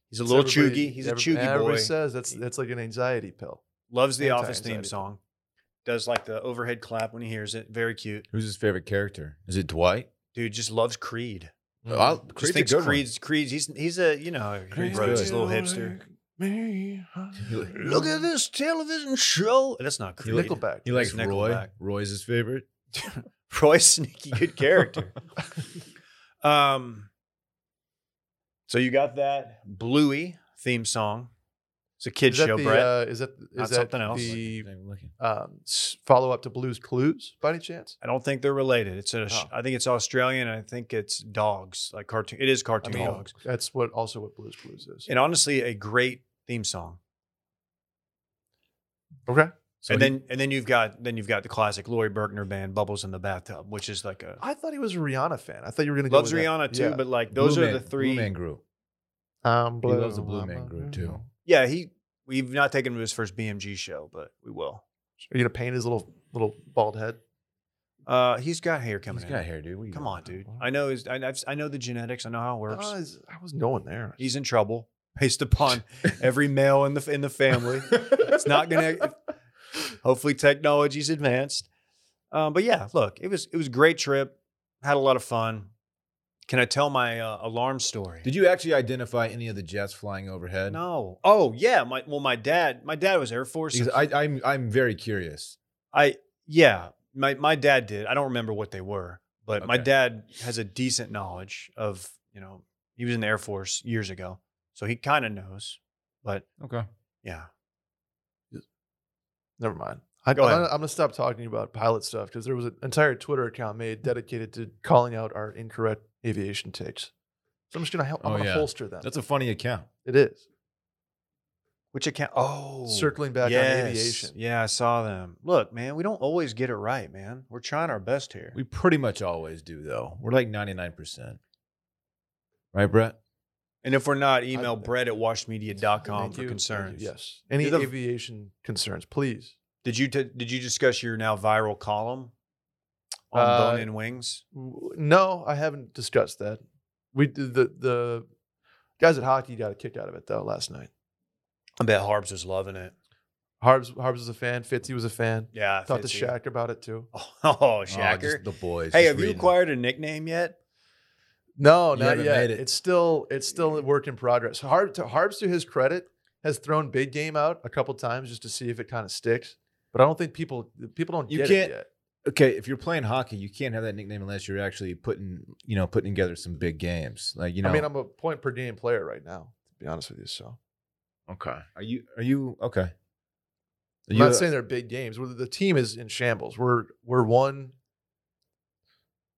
Speaker 1: He's a
Speaker 4: It's
Speaker 1: little
Speaker 4: everybody-
Speaker 1: chuggy. He's a
Speaker 4: every-
Speaker 1: chuggy boy.
Speaker 4: Everybody says that's that's like an anxiety pill.
Speaker 1: Loves the Office theme
Speaker 4: Anti-anxiety.
Speaker 1: song. Does like the overhead clap when he hears it. Very cute,
Speaker 3: Who's his favorite character? Is it Dwight?
Speaker 1: dude. Just loves Creed.
Speaker 3: I'll-
Speaker 1: Mm, Just
Speaker 3: Creed's a
Speaker 1: thinks
Speaker 3: good one.
Speaker 1: Creed's Creed's. He's he's a you know
Speaker 3: Creed's
Speaker 1: Rhodes,
Speaker 3: good.
Speaker 1: he's a little hipster.
Speaker 4: Me.
Speaker 1: Look at this television show. That's not Creed.
Speaker 4: Nickelback.
Speaker 3: He likes
Speaker 1: It's
Speaker 3: Roy.
Speaker 1: Nickelback.
Speaker 3: Roy's his favorite.
Speaker 1: Roy's sneaky good character. um, so you got that Bluey theme song. It's a kids
Speaker 4: Is that
Speaker 1: show,
Speaker 4: the,
Speaker 1: Brett.
Speaker 4: uh, is that is
Speaker 1: Not
Speaker 4: that
Speaker 1: something else.
Speaker 4: the
Speaker 3: I'm looking.
Speaker 4: um, follow up to Blue's Clues by any chance?
Speaker 1: I don't think they're related. It's a, I
Speaker 4: Oh.
Speaker 1: think it's Australian. and I think it's dogs, like cartoon. It is
Speaker 4: I
Speaker 1: cartoon
Speaker 4: mean,
Speaker 1: dogs.
Speaker 4: that's what also what Blue's Clues is.
Speaker 1: And honestly, a great theme song.
Speaker 4: Okay,
Speaker 3: So
Speaker 1: and
Speaker 3: he-
Speaker 1: then and then you've got then you've got the classic Lori Berkner band, Bubbles in the Bathtub, which is like a
Speaker 4: I thought he was a Rihanna fan. I thought you were gonna go
Speaker 1: loves
Speaker 4: with that.
Speaker 1: Rihanna too,
Speaker 4: Yeah.
Speaker 1: but like
Speaker 3: Blue
Speaker 1: those are
Speaker 3: Man-
Speaker 1: the three.
Speaker 3: Blue Man Group.
Speaker 4: Um,
Speaker 3: He loves the Blue
Speaker 4: I'm
Speaker 3: Man
Speaker 4: a-
Speaker 3: Group, too.
Speaker 1: Yeah, he we've not taken him to his first BMG show, but we will.
Speaker 4: Are you gonna paint his little little bald head?
Speaker 1: Uh, he's got hair coming
Speaker 3: He's
Speaker 1: in.
Speaker 3: got hair, dude. What Oh. are you
Speaker 1: Come
Speaker 3: doing?
Speaker 1: on, dude. I know his, I, I've, I know the genetics. I know how it
Speaker 4: I
Speaker 1: works.
Speaker 4: was, I was going there.
Speaker 1: He's in trouble based upon every male in the in the family.
Speaker 4: it's
Speaker 1: not gonna- Hopefully, technology's advanced. Um, but yeah, look, it was it was a great trip. Had a lot of fun. Can I tell my uh, alarm story?
Speaker 3: Did you actually identify any of the jets flying overhead?
Speaker 1: No. Oh yeah. My well, my dad. My dad was Air Force.
Speaker 3: Because I, I'm I'm very curious.
Speaker 1: I yeah, my my dad did. I don't remember what they were, but my
Speaker 3: Okay.
Speaker 1: dad has a decent knowledge of, you know, he was in the Air Force years ago. So he kind of knows, but
Speaker 3: Okay.
Speaker 1: yeah.
Speaker 4: Never mind. I,
Speaker 1: Go
Speaker 4: I'm
Speaker 1: ahead.
Speaker 4: gonna- I'm gonna stop talking about pilot stuff because there was an entire Twitter account made dedicated to calling out our incorrect aviation takes. So I'm just gonna help. I'm
Speaker 3: Oh,
Speaker 4: gonna
Speaker 3: yeah.
Speaker 4: holster them.
Speaker 3: That's a funny account.
Speaker 4: it is
Speaker 1: Which account? Oh,
Speaker 4: circling back
Speaker 1: yes.
Speaker 4: on aviation.
Speaker 1: Yeah, I saw them. Look, man, we don't always get it right, man. We're trying our best here.
Speaker 3: We pretty much always do, though. We're like 99%. Right, Brett? Oh,
Speaker 1: and if we're not, email
Speaker 4: I-
Speaker 1: Brett at washmedia.com
Speaker 4: Thank
Speaker 1: for
Speaker 4: you. Thank you.
Speaker 1: concerns.
Speaker 4: Yes. Any
Speaker 1: the-
Speaker 4: aviation concerns, please.
Speaker 1: Did you t- did you discuss your now viral column on
Speaker 4: Uh,
Speaker 1: bone and wings?
Speaker 4: W- No, I haven't discussed that. We did the the guys at hockey got a kick out of it though last night.
Speaker 1: I bet Harbs was loving it.
Speaker 4: Harbs Harbs was a fan. Fitzy was a fan.
Speaker 1: Yeah,
Speaker 4: Talked to
Speaker 1: Fitzy.
Speaker 4: Shaq about it too.
Speaker 1: Oh,
Speaker 3: Oh,
Speaker 1: Shacker.
Speaker 3: just the boys.
Speaker 1: hey,
Speaker 3: just
Speaker 1: have you
Speaker 3: reading.
Speaker 1: acquired a nickname yet?
Speaker 4: No,
Speaker 3: You
Speaker 4: not
Speaker 3: haven't
Speaker 4: yet.
Speaker 3: made it.
Speaker 4: It's still it's still a work in progress. Harb to Harbs to his credit has thrown big game out a couple times just to see if it kind of sticks. But I don't think people people don't
Speaker 3: You
Speaker 4: get
Speaker 3: can't-
Speaker 4: it yet.
Speaker 3: Okay, if you're playing hockey, you can't have that nickname unless you're actually putting, you know, putting together some big games. Like, you know,
Speaker 4: I mean, I'm a point per game player right now, to be honest with you. So
Speaker 3: okay. Are you? Are you okay? Are
Speaker 4: I'm
Speaker 3: you uh,
Speaker 4: not
Speaker 3: a-
Speaker 4: saying they're big games. We're, the team is in shambles. We're we're one,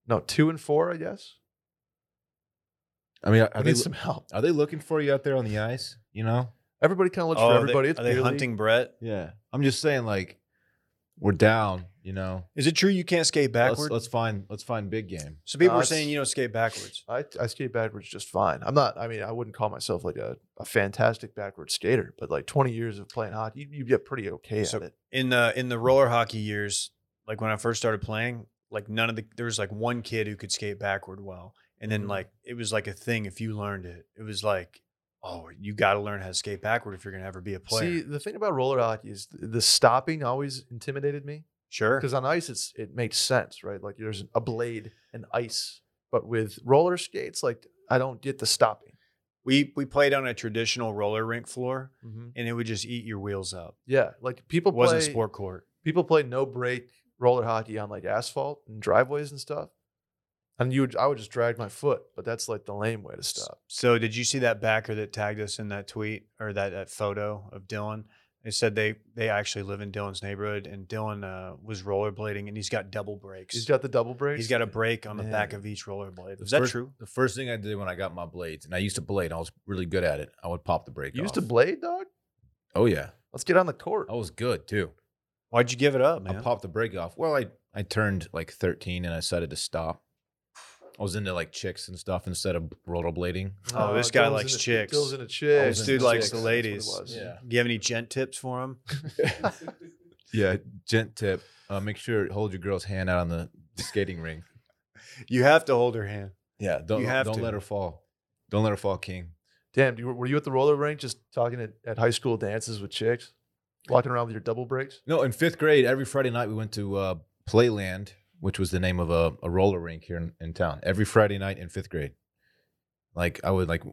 Speaker 4: no two and four, I guess.
Speaker 3: I mean, are,
Speaker 4: I
Speaker 3: they,
Speaker 4: need some help.
Speaker 3: are they looking for you out there on the ice? You know?
Speaker 4: Everybody kind of
Speaker 3: Oh,
Speaker 4: looks for
Speaker 1: are
Speaker 4: everybody.
Speaker 1: They,
Speaker 4: it's
Speaker 1: are they
Speaker 4: beer league.
Speaker 1: Oh, hunting Brett?
Speaker 3: Yeah. I'm just saying, like, we're down. You know,
Speaker 1: Is it true you can't skate
Speaker 3: let's,
Speaker 1: backwards?
Speaker 3: let's find let's find big game.
Speaker 1: so people
Speaker 4: No,
Speaker 1: were
Speaker 4: it's-
Speaker 1: saying you don't skate backwards.
Speaker 4: I, I skate backwards just fine. I'm not, I mean, I wouldn't call myself like a, a fantastic backwards skater, but like 20 years of playing hockey, you, you get pretty okay
Speaker 1: So-
Speaker 4: at it.
Speaker 1: In the in the roller hockey years, like when I first started playing, like none of the there was like one kid who could skate backward well, and
Speaker 4: Mm-hmm.
Speaker 1: then like it was like a thing if you learned it. It was like, oh, you got to learn how to skate backward if you're gonna ever be a player.
Speaker 4: See, the thing about roller hockey is th- the stopping always intimidated me
Speaker 1: sure.
Speaker 4: because on ice, it's it makes sense, right? Like there's a blade and ice, but with roller skates, like I don't get the stopping.
Speaker 1: We we played on a traditional roller rink floor,
Speaker 4: Mm-hmm.
Speaker 1: and it would just eat your wheels up.
Speaker 4: Yeah, like people
Speaker 1: It wasn't
Speaker 4: play,
Speaker 1: sport court.
Speaker 4: people play no brake roller hockey on like asphalt and driveways and stuff. And you would, I would just drag my foot, but that's like the lame way to stop.
Speaker 1: So did you see that backer that tagged us in that tweet or that, that photo of Dylan? They said they they actually live in Dylan's neighborhood, and Dylan uh, was rollerblading, and he's got double brakes.
Speaker 4: He's got the double brakes.
Speaker 1: he's got a brake on the back
Speaker 4: Man.
Speaker 1: of each rollerblade.
Speaker 3: The
Speaker 1: Is that
Speaker 3: first-
Speaker 1: true?
Speaker 3: The first thing I did when I got my blades, and I used to blade, I was really good at it. I would pop the brake.
Speaker 4: You used to
Speaker 3: off.
Speaker 4: blade, dog.
Speaker 3: Oh yeah,
Speaker 4: Let's get on the court.
Speaker 3: I was good too.
Speaker 1: Why'd you give it up, man?
Speaker 3: I popped the brake off. Well, I I turned like 13 and I decided to stop. I was into like chicks and stuff instead of rollerblading.
Speaker 1: Oh, this guy
Speaker 4: Dylan's
Speaker 1: likes
Speaker 4: into-
Speaker 1: chicks.
Speaker 4: Dylan's into chicks.
Speaker 3: This dude likes the
Speaker 4: That's what it
Speaker 1: ladies.
Speaker 4: was.
Speaker 3: Yeah.
Speaker 1: Do you have any gent tips for him?
Speaker 3: Yeah, gent tip. Uh, make sure hold your girl's hand out on the skating ring.
Speaker 1: You have to hold her hand.
Speaker 3: Yeah, don't
Speaker 1: You have
Speaker 3: don't
Speaker 1: to.
Speaker 3: let her fall. Don't let her fall, King.
Speaker 4: Damn, do you, were you at the roller rink just talking at, at high school dances with chicks, walking around with your double brakes?
Speaker 3: No, in fifth grade, every Friday night we went to uh, Playland, which was the name of a, a roller rink here in, in town. Every Friday night in fifth grade, like I would like,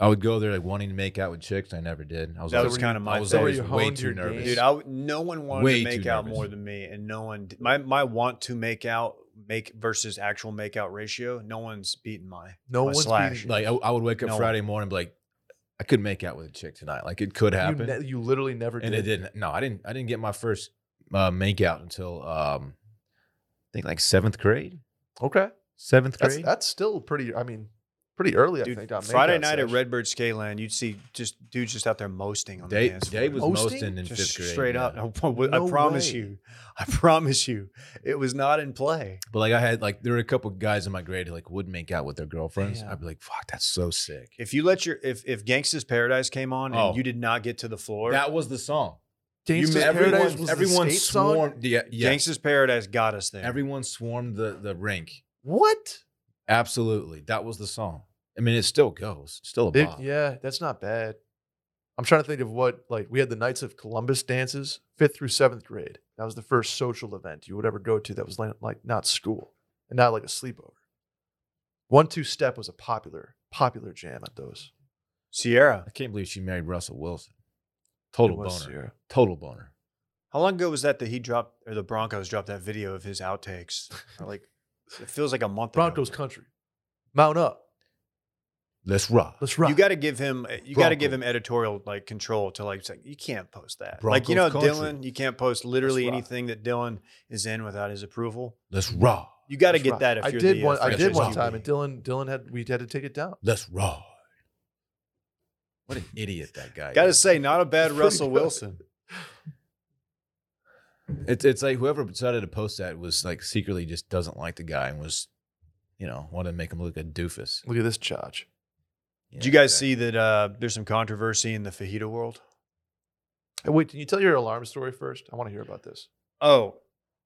Speaker 3: I would go there like wanting to make out with chicks. I never did. I was
Speaker 1: That
Speaker 3: always-
Speaker 1: was kinda my
Speaker 3: I was
Speaker 1: thing.
Speaker 3: always
Speaker 4: That's where you
Speaker 3: way
Speaker 4: honed
Speaker 3: too
Speaker 4: your
Speaker 3: nervous,
Speaker 4: game.
Speaker 1: Dude, I, would- no one wanted
Speaker 3: Way
Speaker 1: to make
Speaker 3: too
Speaker 1: out
Speaker 3: nervous.
Speaker 1: more than me, and no one. My my want to make out make versus actual make out ratio. No one's beating my
Speaker 4: No
Speaker 1: my
Speaker 4: one's
Speaker 1: slash.
Speaker 4: beating.
Speaker 3: Like I, I would wake up
Speaker 1: No.
Speaker 3: Friday morning, and be like, I could make out with a chick tonight. Like it could happen.
Speaker 4: You, ne- you literally never
Speaker 3: and
Speaker 4: did.
Speaker 3: it didn't. No, I didn't. I didn't get my first uh, make out until um, I think like seventh grade.
Speaker 4: Okay,
Speaker 3: Seventh
Speaker 4: that's
Speaker 3: grade.
Speaker 4: that's still pretty. I mean, pretty early. I
Speaker 1: Dude,
Speaker 4: think. on
Speaker 1: Friday
Speaker 4: makeout
Speaker 1: night at
Speaker 4: session.
Speaker 1: Redbird Skate Land, you'd see just dudes just out there mosting on the
Speaker 3: Dave,
Speaker 1: dance floor. Oh,
Speaker 3: Dave was
Speaker 4: Mosting?
Speaker 3: mosting in
Speaker 1: just
Speaker 3: fifth grade.
Speaker 1: straight
Speaker 3: yeah.
Speaker 1: up. I,
Speaker 4: No
Speaker 1: promise
Speaker 4: way.
Speaker 1: you, I promise you, it was not in play.
Speaker 3: But like I had like there were a couple guys in my grade who like would make out with their girlfriends.
Speaker 1: Damn.
Speaker 3: I'd be like, "Fuck, that's so sick."
Speaker 1: If you let your if if Gangsta's Paradise came on
Speaker 3: Oh.
Speaker 1: and you did not get to the floor,
Speaker 3: that was the song.
Speaker 4: Gangsta's
Speaker 3: you,
Speaker 4: Paradise was
Speaker 3: everyone,
Speaker 4: the
Speaker 3: everyone
Speaker 4: skate song?
Speaker 3: swarmed. Yeah, yes.
Speaker 1: Gangsta's Paradise got us there.
Speaker 3: Everyone swarmed the the rink.
Speaker 4: What?
Speaker 3: Absolutely, that was the song. I mean, it still goes. It's still a
Speaker 4: It-
Speaker 3: bop.
Speaker 4: yeah, that's not bad. I'm trying to think of what like we had the Knights of Columbus dances, fifth through seventh grade. That was the first social event you would ever go to that was like, like not school and not like a sleepover. One two step was a popular popular jam at those.
Speaker 1: Sierra.
Speaker 3: I can't believe she married Russell Wilson. Total
Speaker 4: It was,
Speaker 3: boner.
Speaker 4: yeah.
Speaker 3: Total boner.
Speaker 1: How long ago was that that he dropped or the Broncos dropped that video of his outtakes? like it feels like a month
Speaker 4: Broncos
Speaker 1: ago.
Speaker 4: country, mount up,
Speaker 3: Let's rock.
Speaker 4: let's rock.
Speaker 1: You got to give him eh, you got to
Speaker 3: Bronco.
Speaker 1: give him editorial like control to like say you can't post that. like
Speaker 3: Broncos
Speaker 1: you know
Speaker 3: country.
Speaker 1: Dylan, you can't post literally
Speaker 4: That's right.
Speaker 1: anything that Dylan is in without his approval.
Speaker 3: Let's rock.
Speaker 1: You got to
Speaker 4: Let's
Speaker 1: get
Speaker 4: rock.
Speaker 1: that if
Speaker 4: I
Speaker 1: you're
Speaker 4: did
Speaker 1: the uh,
Speaker 4: one. I did
Speaker 1: franchise
Speaker 4: one
Speaker 1: QB.
Speaker 4: time, and Dylan Dylan had we had to take it down.
Speaker 3: Let's rock. What an idiot that guy.
Speaker 1: Got to
Speaker 3: is.
Speaker 1: say, not a bad
Speaker 4: Pretty
Speaker 1: Russell
Speaker 4: good.
Speaker 1: Wilson.
Speaker 3: It's it's like whoever decided to post that was like secretly just doesn't like the guy and was, you know, wanted to make him look a doofus.
Speaker 4: Look at this charge.
Speaker 1: Did you guys see that uh, there's some controversy in the fajita world?
Speaker 4: Hey, wait, can you tell your alarm story first? I want to hear about this.
Speaker 1: Oh,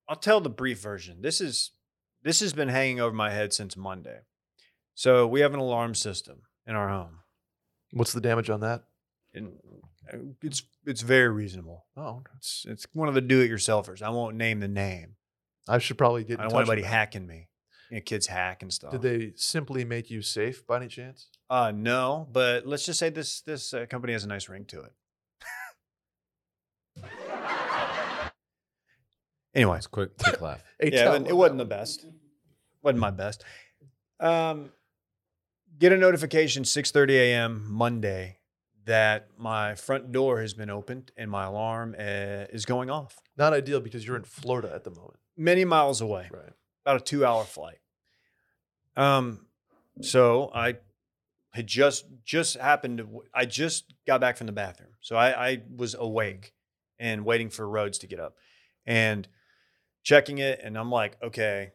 Speaker 1: I'll tell the brief version. This is this has been hanging over my head since Monday. So we have an alarm system in our home.
Speaker 4: What's the damage on that?
Speaker 1: And uh, it's it's very reasonable.
Speaker 4: Oh, okay.
Speaker 1: It's it's one of the do-it-yourselfers. I won't name the name.
Speaker 4: I should probably get.
Speaker 1: I
Speaker 4: in
Speaker 1: don't want
Speaker 4: touch with
Speaker 1: anybody
Speaker 4: them.
Speaker 1: hacking me. You know, kids hack and stuff.
Speaker 4: Did they simply make you safe by any chance?
Speaker 1: Uh, no, but let's just say this this uh, company has a nice ring to it. anyway,
Speaker 3: That's quick, quick laugh.
Speaker 4: Hey,
Speaker 1: yeah, it
Speaker 4: tell
Speaker 1: wasn't- it
Speaker 4: them.
Speaker 1: wasn't the best. wasn't my best. Um, get a notification 6:30 a.m. Monday that my front door has been opened and my alarm uh, is going off.
Speaker 4: Not ideal because you're in Florida at the moment,
Speaker 1: Many miles away
Speaker 4: right?
Speaker 1: about a two hour flight. Um, so I had just just happened to I just got back from the bathroom, so I, I was awake and waiting for Rhodes to get up and checking it, and I'm like, okay,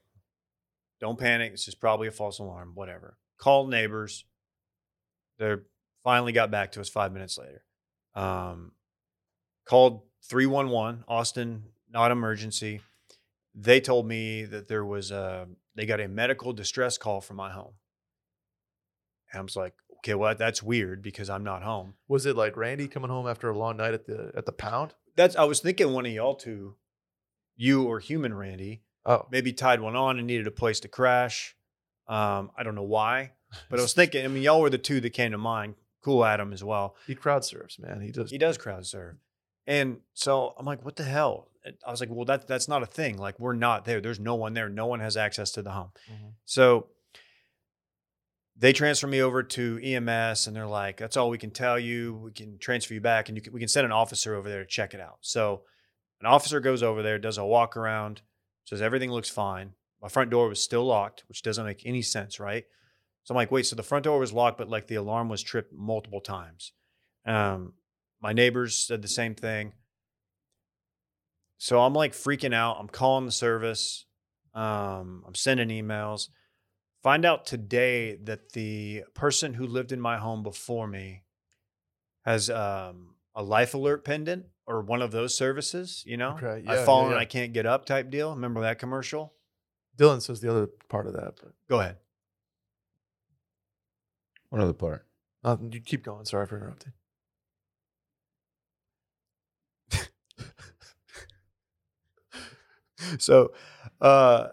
Speaker 1: don't panic. This is probably a false alarm. Whatever. Called neighbors. They finally got back to us five minutes later. Um, called 311 Austin, not emergency they told me that there was a they got a medical distress call from my home. And I was like, okay, well that's weird because I'm not home.
Speaker 4: Was it like Randy coming home after a long night at the at the pound?
Speaker 1: That's I was thinking one of y'all two, you or human Randy,
Speaker 4: Oh,
Speaker 1: maybe tied one on and needed a place to crash. Um, I don't know why, but I was thinking. I mean, y'all were the two that came to mind. Cool Adam as well.
Speaker 4: he crowd surfs, man. He does.
Speaker 1: He does crowd serve. And so I'm like, what the hell? And I was like, well, that that's not a thing. Like we're not there. There's no one there. No one has access to the home.
Speaker 4: Mhm.
Speaker 1: So they transfer me over to EMS and they're like, that's all we can tell you. We can transfer you back and you can, we can send an officer over there to check it out. So an officer goes over there, does a walk around, says everything looks fine. My front door was still locked, which doesn't make any sense, right? So I'm like, wait, so the front door was locked, but like the alarm was tripped multiple times. Um, my neighbors said the same thing. So I'm like freaking out. I'm calling the service. Um, I'm sending emails. Find out today that the person who lived in my home before me has um, a life alert pendant or one of those services. You know,
Speaker 4: Okay, yeah,
Speaker 1: I've
Speaker 4: yeah,
Speaker 1: fallen and
Speaker 4: yeah.
Speaker 1: I can't get up type deal. Remember that commercial?
Speaker 4: Dylan says the other part of that, but
Speaker 1: Go ahead.
Speaker 3: One other part.
Speaker 4: nothing. You keep going. Sorry for interrupting.
Speaker 1: So, uh,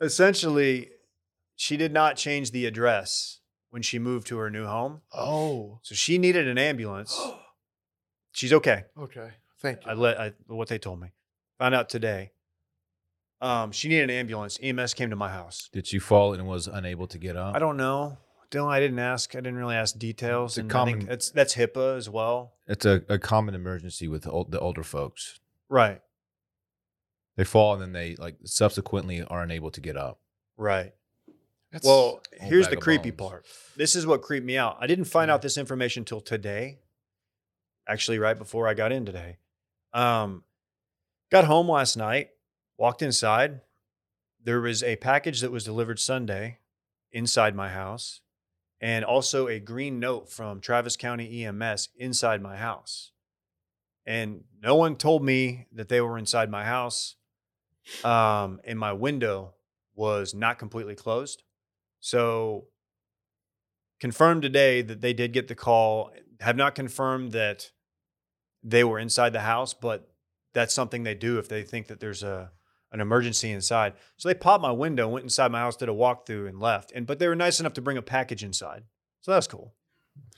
Speaker 1: essentially, she did not change the address when she moved to her new home.
Speaker 4: Oh,
Speaker 1: So she needed an ambulance. She's okay.
Speaker 4: okay. Thank you.
Speaker 1: I let I, what they told me. Found out today. Um, she needed an ambulance. EMS came to my house.
Speaker 3: Did she fall and was unable to get up?
Speaker 1: I don't know. Dylan, I didn't ask. I didn't really ask details.
Speaker 3: It's a
Speaker 1: and I think
Speaker 3: common-
Speaker 1: that's that's HIPAA as well.
Speaker 3: It's a, a common emergency with the, old, the older folks.
Speaker 1: Right.
Speaker 3: They fall and then they like subsequently are unable to get up.
Speaker 1: Right.
Speaker 4: That's,
Speaker 1: Well,
Speaker 3: Whole
Speaker 1: here's
Speaker 3: bag
Speaker 1: the
Speaker 3: of
Speaker 1: creepy
Speaker 3: bones.
Speaker 1: part. This is what creeped me out. I didn't find
Speaker 4: Yeah.
Speaker 1: out this information till today. Actually, right before I got in today. Um, got home last night, walked inside. There was a package that was delivered Sunday inside my house, and also a green note from Travis County EMS inside my house. And no one told me that they were inside my house. Um, and my window was not completely closed. So confirmed today that they did get the call. Have not confirmed that they were inside the house, but that's something they do if they think that there's a an emergency inside. So they popped my window, went inside my house, did a walkthrough, and left. And but they were nice enough to bring a package inside, so that's cool.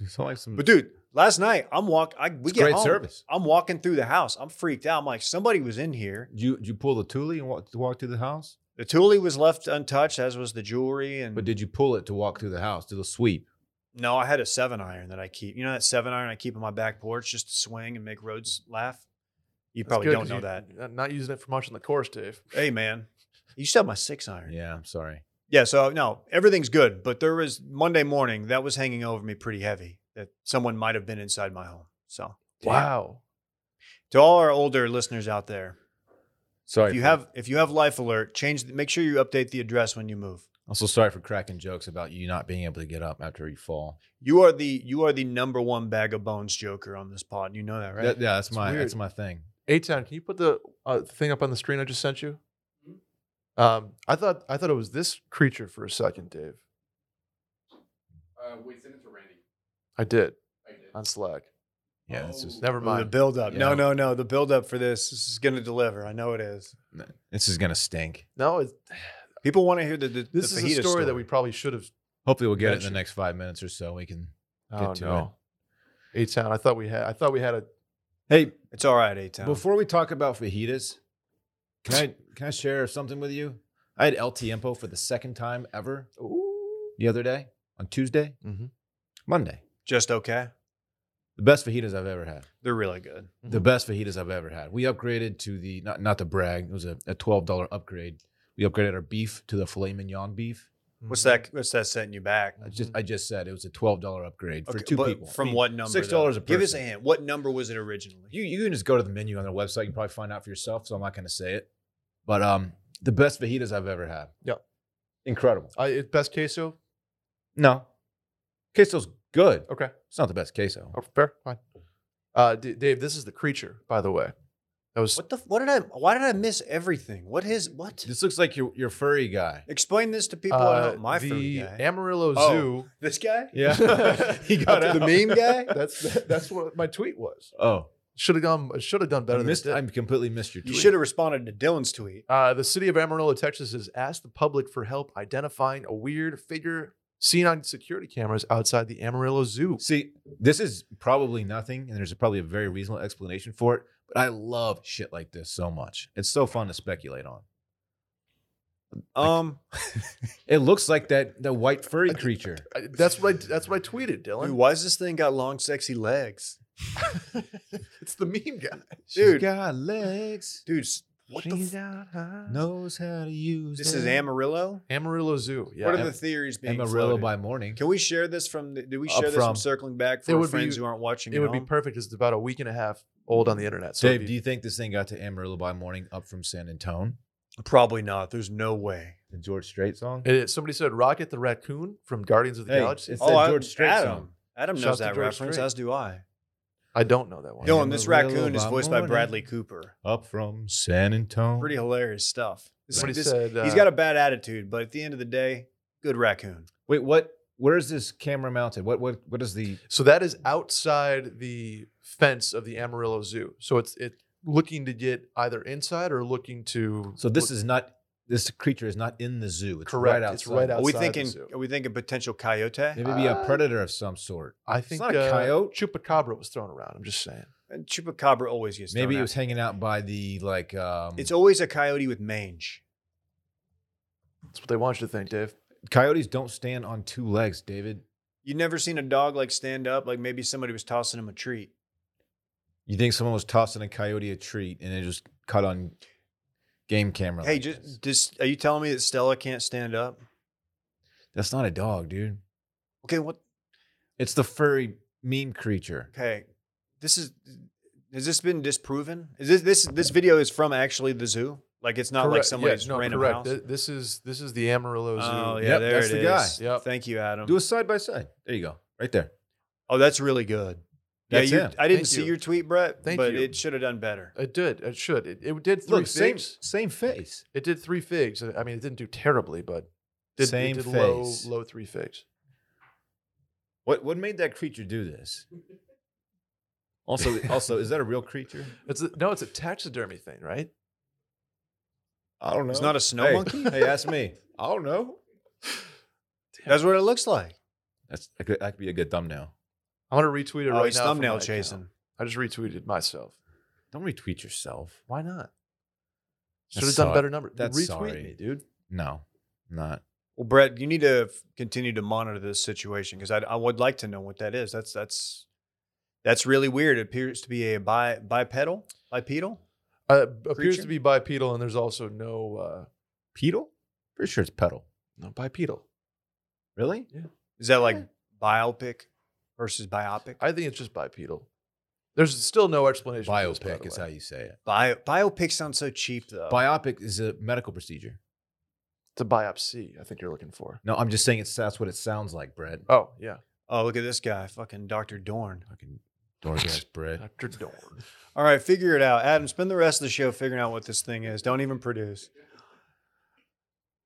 Speaker 3: It's not like some
Speaker 1: But dude, last night I'm walk. I, we
Speaker 3: Hmm. it's
Speaker 1: get
Speaker 3: great
Speaker 1: home.
Speaker 3: service.
Speaker 1: I'm walking through the house. I'm freaked out. I'm like, somebody was in here.
Speaker 3: You you pull the tule and walk walk through the house,
Speaker 1: The tule was left untouched, as was the jewelry. And
Speaker 3: but did you pull it to walk through the house? Did a sweep?
Speaker 1: No, I had a seven iron that I keep. You know that seven iron I keep on my back porch just to swing and make roads laugh. You probably
Speaker 4: good
Speaker 1: don't
Speaker 4: 'cause
Speaker 1: know
Speaker 4: you-
Speaker 1: that.
Speaker 4: you're Not using it for much on the course, Dave.
Speaker 1: Hey man, you still have my six iron.
Speaker 3: Yeah, I'm sorry.
Speaker 1: Yeah, so no, everything's good. But there was Monday morning that was hanging over me pretty heavy that someone might have been inside my home. So
Speaker 4: Wow.
Speaker 1: to all our older listeners out there,
Speaker 3: Sorry.
Speaker 1: if you
Speaker 3: for-
Speaker 1: have if you have life alert, change make sure you update the address when you move.
Speaker 3: I'm so sorry for cracking jokes about you not being able to get up after you fall.
Speaker 1: You are the you are the number one bag of bones joker on this pod. You know that, right?
Speaker 3: That- yeah, that's my
Speaker 4: weird.
Speaker 3: that's my thing.
Speaker 4: A Town, can you put the uh, thing up on the screen I just sent you?
Speaker 1: Mm-hmm.
Speaker 4: Um, I thought I thought it was this creature for a second, Dave.
Speaker 5: Uh, wait, send it to Randy.
Speaker 4: I did
Speaker 5: I did.
Speaker 4: on Slack.
Speaker 3: Yeah, it's just
Speaker 4: Never
Speaker 1: the
Speaker 4: mind.
Speaker 1: build up. No,
Speaker 3: Yeah.
Speaker 1: no, no. The build up for this, this is going to deliver. I know it is.
Speaker 3: this is gonna stink.
Speaker 4: No, it,
Speaker 1: People want to hear the, the
Speaker 4: this
Speaker 1: the
Speaker 4: is a
Speaker 1: fajita
Speaker 4: story, that we probably should have.
Speaker 3: Hopefully, we'll get it in the
Speaker 4: Gotcha.
Speaker 3: next five minutes or so. We can.
Speaker 4: Oh
Speaker 3: to
Speaker 4: no, A Town. I thought we had. I thought we had a.
Speaker 3: Hey,
Speaker 1: It's all right, A Town.
Speaker 3: before we talk about fajitas, can I can I share something with you? I had El Tiempo for the second time ever the other day on Tuesday,
Speaker 1: Mm-hmm.
Speaker 4: Mhm.
Speaker 3: Monday.
Speaker 1: Just okay.
Speaker 3: The best fajitas I've ever had.
Speaker 1: They're really good.
Speaker 3: the
Speaker 4: Mhm.
Speaker 3: best fajitas I've ever had. We upgraded to the not not the brag. It was a, a twelve dollar upgrade. We upgraded our beef to the filet mignon beef.
Speaker 4: Mm-hmm.
Speaker 1: What's that? What's that setting you back?
Speaker 3: I just I just said it was a twelve dollar upgrade for
Speaker 1: Mm-hmm. Okay,
Speaker 3: two
Speaker 1: but
Speaker 3: people. I
Speaker 1: From
Speaker 3: mean,
Speaker 1: what number?
Speaker 3: Six
Speaker 1: though?
Speaker 3: dollars a person.
Speaker 1: Give us a hint. What number was it originally?
Speaker 3: You you can just go to the menu on their website. You can probably find out for yourself. So I'm not going to say it. But um, the best fajitas I've ever had.
Speaker 4: Yeah.
Speaker 3: incredible.
Speaker 4: I, it, best queso.
Speaker 3: No, queso's good.
Speaker 4: Okay.
Speaker 3: It's not the best queso.
Speaker 4: Oh, fair. Fine. Uh, D- Dave, this is the creature, by the way. That was
Speaker 1: what the? What did I? Why did I miss everything? What is what?
Speaker 3: This looks like your your furry guy.
Speaker 1: Explain this to people.
Speaker 4: uh,
Speaker 1: at home. My
Speaker 4: the
Speaker 1: furry guy.
Speaker 4: Amarillo
Speaker 1: Oh.
Speaker 4: Zoo.
Speaker 1: this guy.
Speaker 3: Yeah, he got
Speaker 1: After
Speaker 3: out.
Speaker 1: the meme guy.
Speaker 4: That's that's what my tweet was.
Speaker 3: Oh,
Speaker 4: Should have gone. Should have done better
Speaker 3: I,
Speaker 4: than
Speaker 3: missed,
Speaker 4: it did.
Speaker 3: I completely missed your.
Speaker 1: You
Speaker 3: Tweet.
Speaker 1: should have responded to Dylan's tweet.
Speaker 4: Uh, the city of Amarillo, Texas, has asked the public for help identifying a weird figure seen on security cameras outside the Amarillo Zoo.
Speaker 3: See, this is probably nothing, and there's probably a very reasonable explanation for it. But I love shit like this so much. It's so fun to speculate on.
Speaker 1: Um,
Speaker 3: It looks like that the white furry creature.
Speaker 4: I- That's what I, that's what I tweeted, Dylan.
Speaker 1: dude, why has this thing got long, sexy legs?
Speaker 4: It's the meme guy.
Speaker 1: Dude.
Speaker 3: She's got legs,
Speaker 1: Dude, s- what the?
Speaker 4: She's
Speaker 1: F-
Speaker 4: out high.
Speaker 3: knows how to use.
Speaker 1: this is
Speaker 3: them.
Speaker 1: Amarillo.
Speaker 4: Amarillo Zoo. Yeah.
Speaker 1: what are
Speaker 3: Am-
Speaker 1: the theories being
Speaker 3: Amarillo
Speaker 1: floated?
Speaker 3: by morning.
Speaker 1: Can we share this from? The, do we
Speaker 3: Up
Speaker 1: share this from
Speaker 3: from.
Speaker 1: circling back
Speaker 4: It
Speaker 1: for our
Speaker 4: Uh, would be-
Speaker 1: friends who aren't watching?
Speaker 4: it
Speaker 1: at
Speaker 4: would be
Speaker 1: home?
Speaker 4: perfect. 'cause It's about a week and a half old
Speaker 1: Mm.
Speaker 4: on the internet. So
Speaker 3: Dave,
Speaker 4: it'd
Speaker 3: do
Speaker 4: be-
Speaker 3: you think this thing got to Amarillo by morning up from San Antone?
Speaker 1: Probably not. There's no way.
Speaker 3: The George Strait song.
Speaker 4: it is- somebody said Rocket the Raccoon from Guardians of the
Speaker 3: Hey,
Speaker 4: Galaxy.
Speaker 3: it's- that George Strait
Speaker 1: Oh, Adam.
Speaker 3: song.
Speaker 1: Adam
Speaker 4: Shout out
Speaker 1: knows
Speaker 4: to
Speaker 1: that
Speaker 4: George
Speaker 1: reference,
Speaker 4: Strait.
Speaker 1: as do I.
Speaker 4: I don't know that one.
Speaker 3: Don't-
Speaker 1: Dylan, this
Speaker 3: Amarillo
Speaker 1: raccoon is
Speaker 3: by
Speaker 1: voiced by
Speaker 3: morning.
Speaker 1: Bradley Cooper.
Speaker 3: Up from San Antone.
Speaker 1: Pretty hilarious stuff. This-
Speaker 4: Somebody
Speaker 1: this-
Speaker 4: said
Speaker 1: he's
Speaker 4: uh,
Speaker 1: got a bad attitude, but at the end of the day, good raccoon.
Speaker 3: Wait, what? Where is this camera mounted? What? What? What is the?
Speaker 4: So that is outside the fence of the Amarillo Zoo. So it's it looking to get either inside or looking to.
Speaker 3: So this is not. This creature is not in the zoo. It's
Speaker 4: Correct.
Speaker 3: Right outside.
Speaker 4: It's right
Speaker 1: Are we
Speaker 4: Outside the
Speaker 1: thinking?
Speaker 4: zoo.
Speaker 1: Are we thinking potential coyote?
Speaker 3: It may be a
Speaker 4: Uh,
Speaker 3: predator of some sort.
Speaker 4: I think
Speaker 3: not a
Speaker 4: uh,
Speaker 3: coyote.
Speaker 4: Chupacabra was thrown around. I'm just saying.
Speaker 1: And Chupacabra always gets.
Speaker 3: Maybe
Speaker 1: thrown
Speaker 3: it
Speaker 1: out.
Speaker 3: was hanging out by the like. Um,
Speaker 1: It's always a coyote with mange.
Speaker 4: That's what they want you to think, Dave.
Speaker 3: coyotes don't stand on two legs, David.
Speaker 1: You never seen a dog like stand up? Like maybe somebody was tossing him a treat.
Speaker 3: You think someone was tossing a coyote a treat and it just caught on game camera?
Speaker 1: Hey,
Speaker 3: like this?
Speaker 1: just, just are you telling me that Stella can't stand up?
Speaker 3: that's not a dog, dude.
Speaker 1: Okay, what?
Speaker 3: It's the furry mean creature.
Speaker 1: Okay, this is has this been disproven? Is this this this video is from actually the zoo? Like it's not like
Speaker 4: Correct.
Speaker 1: somebody's random house.
Speaker 4: Th- This is this is the Amarillo Zoo.
Speaker 1: Oh yeah,
Speaker 3: Yep,
Speaker 1: there
Speaker 3: that's
Speaker 1: it
Speaker 3: the guy.
Speaker 1: is.
Speaker 4: Yep.
Speaker 1: Thank you, Adam.
Speaker 3: Do a side by side. There you go, right there.
Speaker 1: oh, that's really good.
Speaker 3: That's
Speaker 1: yeah, you,
Speaker 3: him.
Speaker 1: I didn't
Speaker 4: Thank
Speaker 1: see
Speaker 4: you.
Speaker 1: your tweet, Brett.
Speaker 4: Thank
Speaker 1: but
Speaker 4: you.
Speaker 1: it should have done better.
Speaker 4: It did. It should. It, it did three
Speaker 3: Look, same
Speaker 4: figs.
Speaker 3: same face.
Speaker 4: It did three figs. I mean, it didn't do terribly, but did,
Speaker 3: Same
Speaker 4: it did low
Speaker 3: face.
Speaker 4: low three figs.
Speaker 3: What what made that creature do this? Also, also, is that a real creature?
Speaker 4: It's a, no, it's a taxidermy thing, right?
Speaker 3: I don't know.
Speaker 1: It's not a snow
Speaker 3: Hey,
Speaker 1: monkey.
Speaker 3: Hey, ask me. I don't know.
Speaker 1: That's what it looks like.
Speaker 3: That's that could, that could be a good thumbnail.
Speaker 4: I'm gonna retweet it
Speaker 1: Oh,
Speaker 4: right
Speaker 1: he's
Speaker 4: now. from my
Speaker 1: thumbnail
Speaker 4: account.
Speaker 1: chasing.
Speaker 4: I just retweeted myself.
Speaker 3: Don't retweet yourself.
Speaker 4: Why not? Should
Speaker 3: That's
Speaker 4: have done
Speaker 3: sorry.
Speaker 4: better number.
Speaker 3: That's
Speaker 4: retweet
Speaker 3: sorry.
Speaker 4: me, dude.
Speaker 3: No, not.
Speaker 1: Well, Brett, you need to f- continue to monitor this situation because I, I would like to know what that is. That's that's that's really weird. It appears to be a bi, bipedal, bipedal.
Speaker 4: Uh, appears
Speaker 1: Creature?
Speaker 4: to be bipedal, and there's also no uh,
Speaker 3: Pedal? Pretty sure it's pedal.
Speaker 4: no bipedal.
Speaker 3: Really?
Speaker 1: Is that like
Speaker 3: Yeah.
Speaker 1: biopic versus biopic?
Speaker 4: I think it's just bipedal. There's still no explanation. for this, by
Speaker 3: Biopic
Speaker 4: the
Speaker 3: is
Speaker 4: way.
Speaker 3: how you say it.
Speaker 1: Bio, biopic sounds so cheap though.
Speaker 3: Biopic is a medical procedure.
Speaker 4: It's a biopsy. I think you're looking for.
Speaker 3: No, I'm just saying it's that's what it sounds like, Brett.
Speaker 4: Oh yeah,
Speaker 1: oh, look at this guy, fucking Doctor Dorn.
Speaker 3: Fucking dork Brett.
Speaker 4: Dr. Dorn.
Speaker 1: All right, figure it out, Adam. Spend the rest of the show figuring out what this thing is. Don't even produce.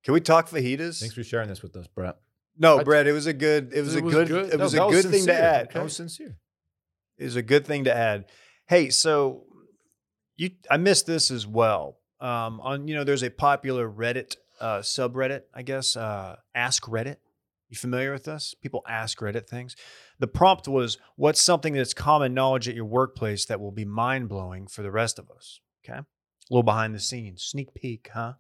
Speaker 1: Can we talk fajitas?
Speaker 3: Thanks for sharing this with us, Brett.
Speaker 1: no,
Speaker 4: I-
Speaker 1: Brett. It was a good. It was, a good. It
Speaker 3: No,
Speaker 1: was
Speaker 3: that
Speaker 1: a good thing to
Speaker 3: sincere.
Speaker 1: add.
Speaker 3: That was sincere.
Speaker 1: is a good thing to add. Hey, so you, I missed this as well. Um, on you know, there's a popular Reddit uh, subreddit, I guess. Uh, ask Reddit. You familiar with this? People ask Reddit things. The prompt was, "What's something that's common knowledge at your workplace that will be mind blowing for the rest of us?" Okay, a little behind the scenes, sneak peek, huh?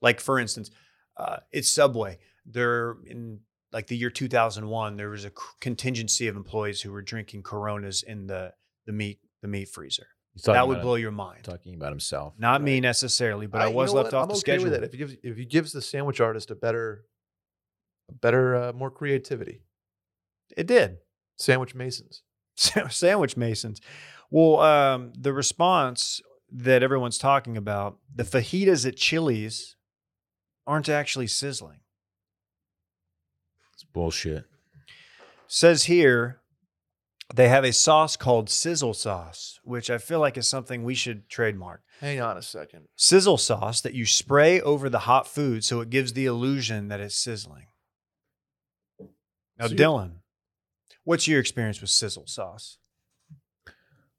Speaker 1: Like for instance, uh, it's Subway. They're in like the year 2001 there was a c- contingency of employees who were drinking coronas in the the meat the meat freezer
Speaker 3: He's talking
Speaker 1: that would
Speaker 3: about
Speaker 1: blow
Speaker 3: him-
Speaker 1: your mind
Speaker 3: Talking about himself.
Speaker 1: not me necessarily but i,
Speaker 4: you
Speaker 1: was
Speaker 4: know
Speaker 1: left
Speaker 4: what?
Speaker 1: off
Speaker 4: I'm
Speaker 1: the
Speaker 4: okay
Speaker 1: schedule
Speaker 4: With that. If he gives if he gives the sandwich artist a better, a better, uh, more creativity,
Speaker 1: it did
Speaker 4: sandwich masons.
Speaker 1: Sa- sandwich masons well um, the response that everyone's talking about the fajitas at chili's aren't actually sizzling
Speaker 3: It's bullshit.
Speaker 1: says here they have a sauce called sizzle sauce which i feel like is something we should trademark
Speaker 4: Hang on a second.
Speaker 1: sizzle sauce that you spray over the hot food so it gives the illusion that it's sizzling. Now,
Speaker 3: So you-
Speaker 1: Dylan, what's your experience with sizzle sauce?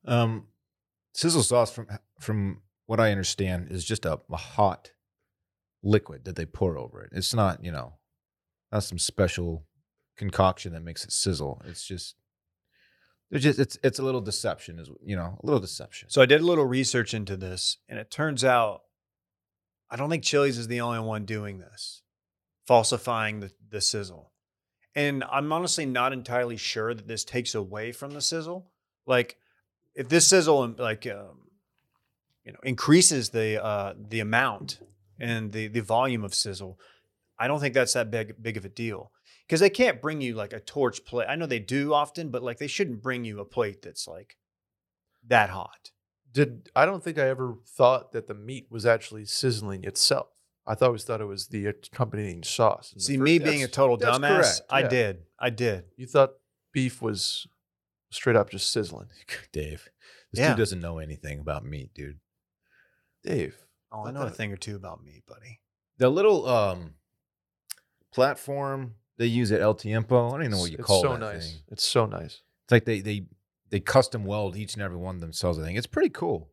Speaker 3: Um, sizzle sauce, from from what I understand, is just a, a hot liquid that they pour over it. It's not, you know, not some special concoction that makes it sizzle. It's just, there's just it's it's a little deception, is you know, a little deception.
Speaker 1: So, I did a little research into this, and it turns out I don't think Chili's is the only one doing this, falsifying the, the sizzle. And I'm honestly not entirely sure that this takes away from the sizzle. Like, if this sizzle like um, you know increases the uh, the amount and the the volume of sizzle, I don't think that's that big big of a deal because they can't bring you like a torch plate. I know they do often, but like they shouldn't bring you a plate that's like that hot.
Speaker 4: Did I don't think I ever thought that the meat was actually sizzling itself. I thought- always thought it was the accompanying sauce. in the
Speaker 1: See,
Speaker 4: first-
Speaker 1: me being a
Speaker 4: That's-
Speaker 1: total
Speaker 3: that's
Speaker 1: dumbass,
Speaker 3: correct,
Speaker 1: I
Speaker 4: yeah.
Speaker 1: did, I did.
Speaker 4: you thought beef was straight up just sizzling.
Speaker 3: Dave, this
Speaker 1: Yeah.
Speaker 3: dude doesn't know anything about meat, dude.
Speaker 4: Dave,
Speaker 1: Oh, I
Speaker 4: Not
Speaker 1: know a
Speaker 4: that-
Speaker 1: thing or two about me, buddy.
Speaker 3: The little um platform they use at El Tiempo, I don't even know what
Speaker 4: it's-
Speaker 3: you
Speaker 4: it's
Speaker 3: call
Speaker 4: so
Speaker 3: that
Speaker 4: nice.
Speaker 3: thing.
Speaker 4: It's so nice.
Speaker 3: It's like they they they custom weld each and every one themselves. I think it's pretty cool.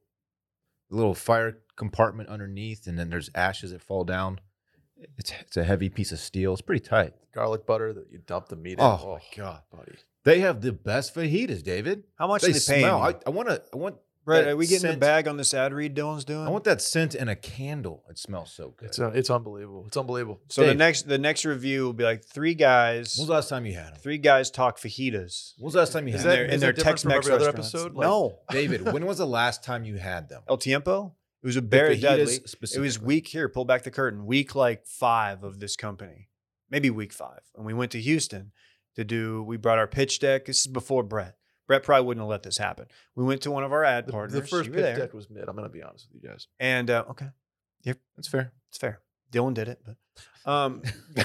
Speaker 3: The little fire compartment underneath, and then there's ashes that fall down. It's it's a heavy piece of steel. It's pretty tight.
Speaker 4: Garlic butter that you dump the meat in.
Speaker 3: Oh, my god,
Speaker 4: buddy.
Speaker 3: they have the best fajitas, David.
Speaker 1: How much
Speaker 3: They
Speaker 1: are they paying?
Speaker 3: smell.
Speaker 1: you?
Speaker 3: I, I want to. I want
Speaker 1: Brett,
Speaker 3: that
Speaker 1: are we getting a
Speaker 3: scent-
Speaker 1: bag on this ad read Dylan's doing?
Speaker 3: I want that scent in a candle. It smells so good.
Speaker 4: It's uh, it's unbelievable. It's unbelievable.
Speaker 1: so the
Speaker 3: Dave.
Speaker 1: next the next review will be like three guys.
Speaker 3: when was the last time you had them?
Speaker 1: Three guys talk fajitas.
Speaker 3: When was the last time you
Speaker 1: in
Speaker 4: Is
Speaker 3: had
Speaker 4: that-
Speaker 1: their,
Speaker 3: them?
Speaker 1: in
Speaker 4: is
Speaker 1: their
Speaker 4: that different
Speaker 1: Tex
Speaker 4: from
Speaker 1: Mex
Speaker 4: every other
Speaker 1: restaurant.
Speaker 4: episode? Like-
Speaker 1: no,
Speaker 3: David, when was the last time you had them?
Speaker 1: El Tiempo. It was a
Speaker 3: The
Speaker 1: Barrett
Speaker 3: fajitas
Speaker 1: Dudley. Oh, It was
Speaker 3: specifically.
Speaker 1: week here. Pull back the curtain. Week like five of this company, maybe week five, and we went to Houston to do. We brought our pitch deck. This is before Brett. Brett probably wouldn't have let this happen. We went to one of our ad
Speaker 4: The,
Speaker 1: partners.
Speaker 4: the first
Speaker 1: You
Speaker 4: pitch
Speaker 1: were there.
Speaker 4: deck was mid. I'm gonna be honest with you guys.
Speaker 1: and uh, okay,
Speaker 3: That's fair.
Speaker 1: it's fair. Dylan did it, but um,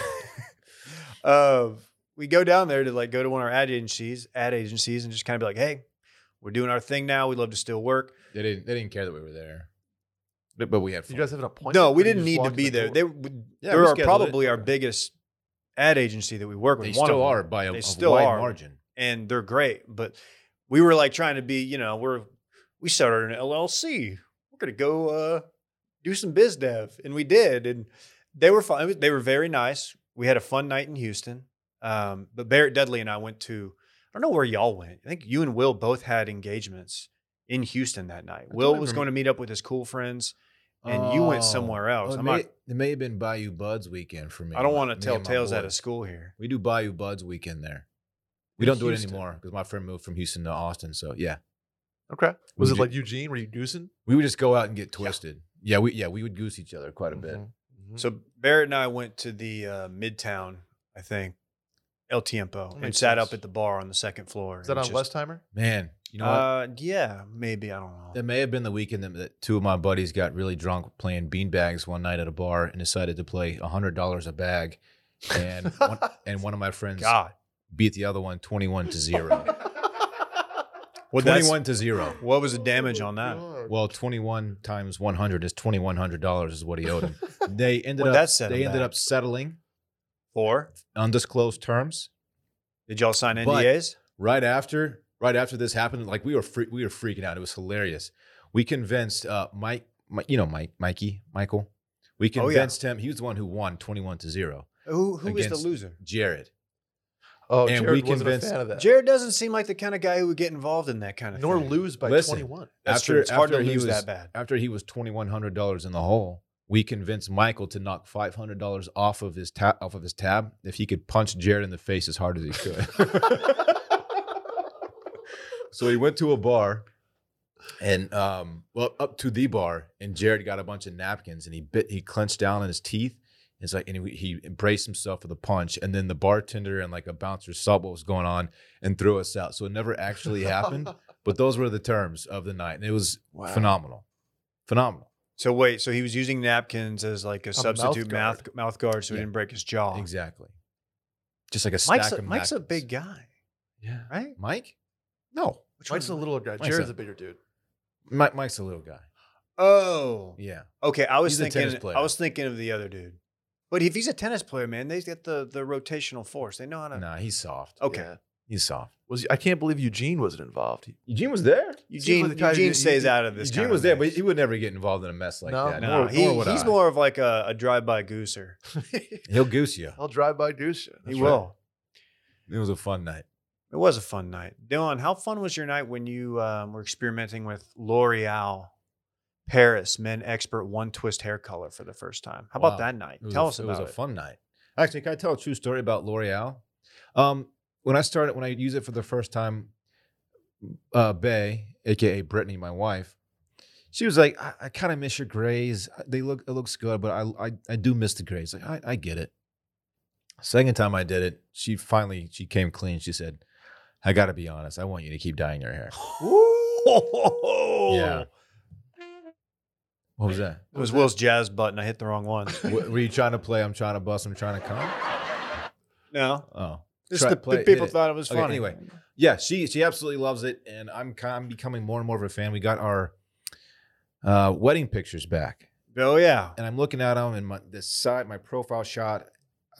Speaker 1: uh, we go down there to like go to one of our ad agencies, ad agencies, and just kind of be like, "Hey, we're doing our thing now. We'd love to still work."
Speaker 3: They didn't. They didn't care that we were there, but, but we had
Speaker 4: Did
Speaker 3: fun.
Speaker 4: you guys have an appointment?
Speaker 1: no,
Speaker 4: or
Speaker 1: we
Speaker 4: you
Speaker 1: didn't
Speaker 4: just
Speaker 1: need to
Speaker 4: walked in
Speaker 1: be
Speaker 4: the
Speaker 1: there.
Speaker 4: door?
Speaker 1: They, w-
Speaker 3: Yeah,
Speaker 1: they
Speaker 3: we
Speaker 1: were
Speaker 3: scheduled it.
Speaker 1: probably our
Speaker 3: Okay.
Speaker 1: biggest ad agency that we work with.
Speaker 3: they
Speaker 1: one
Speaker 3: still
Speaker 1: of them.
Speaker 3: are by a,
Speaker 1: They
Speaker 3: a
Speaker 1: still
Speaker 3: wide
Speaker 1: are.
Speaker 3: margin.
Speaker 1: and they're great. But we were like trying to be, you know, we're we started an LLC. We're gonna go uh, do some biz dev, and we did. And they were fun. They were very nice. We had a fun night in Houston. Um, but Barrett Dudley and I went to. I don't know where y'all went. I think you and Will both had engagements in Houston that night.
Speaker 3: I
Speaker 1: Will
Speaker 3: don't
Speaker 1: was
Speaker 3: remem-
Speaker 1: going to meet up with his cool friends, and you
Speaker 3: Oh.
Speaker 1: went somewhere else.
Speaker 3: Oh, it,
Speaker 1: I'm
Speaker 3: may,
Speaker 1: not,
Speaker 3: it may have been Bayou Buds weekend for me.
Speaker 1: I don't
Speaker 3: my-
Speaker 1: want to
Speaker 3: me
Speaker 1: tell
Speaker 3: and my
Speaker 1: tales out
Speaker 3: boys.
Speaker 1: of school here.
Speaker 3: We do Bayou Buds weekend there. We
Speaker 4: In
Speaker 3: don't do it
Speaker 4: Houston.
Speaker 3: anymore because my friend moved from Houston to Austin. So yeah,
Speaker 4: Okay. Was
Speaker 3: We
Speaker 4: it
Speaker 3: ju-
Speaker 4: like Eugene? Were you deucing?
Speaker 3: we would just go out and get twisted. Yeah, we yeah we would goose each other quite a bit.
Speaker 1: Mm-hmm.
Speaker 4: Mm-hmm.
Speaker 3: Mm-hmm.
Speaker 4: So
Speaker 1: So Barrett and I went to the uh, Midtown, I think, El Tiempo, and
Speaker 4: makes
Speaker 1: sat up
Speaker 4: sense.
Speaker 1: at the bar on the second floor.
Speaker 4: is that
Speaker 1: and
Speaker 4: on
Speaker 1: just-
Speaker 4: Westheimer?
Speaker 3: Man, you know what?
Speaker 1: uh, yeah, maybe I don't know.
Speaker 3: That may have been the weekend that, that two of my buddies got really drunk playing beanbags one night at a bar and decided to play hundred dollars a bag, and one, and one of my friends
Speaker 1: God,
Speaker 3: beat the other one 21 to zero.
Speaker 1: what
Speaker 3: Twenty-one to zero.
Speaker 1: What was the damage on that?
Speaker 3: Well, twenty-one times one hundred is twenty-one hundred dollars is what he owed him. They ended
Speaker 1: Well,
Speaker 3: up
Speaker 1: that set him
Speaker 3: they ended
Speaker 1: back.
Speaker 3: up settling
Speaker 1: Four?
Speaker 3: undisclosed terms
Speaker 1: Did y'all sign
Speaker 3: But-
Speaker 1: NDAs?
Speaker 3: right after right after this happened. Like we were fre- we were freaking out. It was hilarious. We convinced uh, Mike, Mike, you know Mike, Mikey, Michael. We
Speaker 1: Oh, yeah.
Speaker 3: convinced him. He was the one who won twenty-one to zero.
Speaker 1: Who who was the
Speaker 3: Against-
Speaker 1: loser?
Speaker 3: Jared.
Speaker 4: oh,
Speaker 3: and
Speaker 4: Jared
Speaker 3: we
Speaker 4: wasn't
Speaker 3: convinced-
Speaker 4: a fan of that.
Speaker 1: Jared doesn't seem like the kind of guy who would get involved in that kind of
Speaker 4: nor
Speaker 1: thing.
Speaker 4: lose by
Speaker 3: Listen.
Speaker 4: 21.
Speaker 1: That's
Speaker 3: after,
Speaker 1: true. It's hard to
Speaker 3: after he
Speaker 1: lose
Speaker 3: was,
Speaker 1: that bad.
Speaker 3: After he was twenty one hundred dollars in the hole, we convinced Michael to knock five hundred dollars off of his tab off of his tab if he could punch Jared in the face as hard as he could. so he went to a bar, and um, well, up to the bar, and Jared got a bunch of napkins, and he bit, he clenched down on his teeth. It's like, and he, he embraced himself with a punch, and then the bartender and like a bouncer saw what was going on and threw us out. So it never actually happened, but those were the terms of the night, and it was
Speaker 4: Wow.
Speaker 3: phenomenal, phenomenal.
Speaker 1: So wait, so he was using napkins as like a,
Speaker 4: mouth
Speaker 1: substitute mouth
Speaker 4: guard.
Speaker 1: mouth guard, so he
Speaker 3: Yeah.
Speaker 1: didn't break his jaw.
Speaker 3: Exactly. Just like a stack
Speaker 1: Mike's a,
Speaker 3: of
Speaker 1: Mike's a
Speaker 3: napkins.
Speaker 1: big guy,
Speaker 4: Yeah.
Speaker 1: right?
Speaker 3: Mike. No,
Speaker 1: Which
Speaker 4: Mike's a
Speaker 1: one-
Speaker 4: little guy.
Speaker 3: Mike's
Speaker 4: Jared's
Speaker 3: a-
Speaker 4: a bigger dude.
Speaker 3: Mike, Mike's a little guy.
Speaker 1: Oh,
Speaker 3: Yeah,
Speaker 1: Okay, I was
Speaker 3: He's a tennis
Speaker 1: thinking.
Speaker 3: player.
Speaker 1: I was thinking of the other dude. But if he's a tennis player, man, they got the the rotational force. They know how to.
Speaker 3: nah, he's soft.
Speaker 1: Okay,
Speaker 4: Yeah.
Speaker 3: He's soft.
Speaker 4: Was I can't believe Eugene wasn't involved. He-
Speaker 3: Eugene was there.
Speaker 1: Eugene.
Speaker 4: Seems like the guy who-
Speaker 1: Eugene stays
Speaker 4: you-
Speaker 1: out of this.
Speaker 3: Eugene
Speaker 1: kind
Speaker 3: was
Speaker 1: of
Speaker 3: there, but
Speaker 1: mix.
Speaker 3: he would never get involved in a mess like
Speaker 4: No,
Speaker 3: that.
Speaker 1: no,
Speaker 3: nor,
Speaker 1: he,
Speaker 3: nor would
Speaker 1: he's
Speaker 3: I.
Speaker 1: more of like a, a drive-by gooser.
Speaker 3: He'll goose you.
Speaker 4: I'll drive by Deuce. you.
Speaker 1: He
Speaker 4: That's right.
Speaker 1: will.
Speaker 3: It was a fun night.
Speaker 1: It was a fun night, Dylan. How fun was your night when you um, were experimenting with L'Oreal Paris Men Expert One Twist Hair Color for the first time? How about
Speaker 3: Wow.
Speaker 1: that night?
Speaker 3: It was
Speaker 1: Tell
Speaker 3: a,
Speaker 1: us
Speaker 3: it
Speaker 1: about
Speaker 3: was a
Speaker 1: it.
Speaker 3: fun night. Actually, can I tell a true story about L'Oreal? Um, when I started, when I used it for the first time, uh, Bay, aka Brittany, my wife, she was like, "I, I kind of miss your grays. They look, it looks good, but I, I, I do miss the grays. Like, I, I get it." Second time I did it, she finally she came clean. She said, "I got to be honest. I want you to keep dyeing your hair."
Speaker 1: Ooh.
Speaker 3: Yeah. What was that?
Speaker 1: It was Will's jazz button. I hit the wrong one.
Speaker 3: What, were you trying to play? I'm trying to bust. I'm trying to come.
Speaker 1: no.
Speaker 3: Oh,
Speaker 1: Just
Speaker 3: Try-
Speaker 1: the,
Speaker 3: play-
Speaker 1: the
Speaker 3: hit
Speaker 1: people
Speaker 3: it.
Speaker 1: thought it was
Speaker 3: Okay,
Speaker 1: funny.
Speaker 3: anyway. yeah, she she absolutely loves it, and I'm ki- I'm becoming more and more of a fan. We got our uh, wedding pictures back,
Speaker 1: Oh yeah.
Speaker 3: and I'm looking at them, and my this side, my profile shot,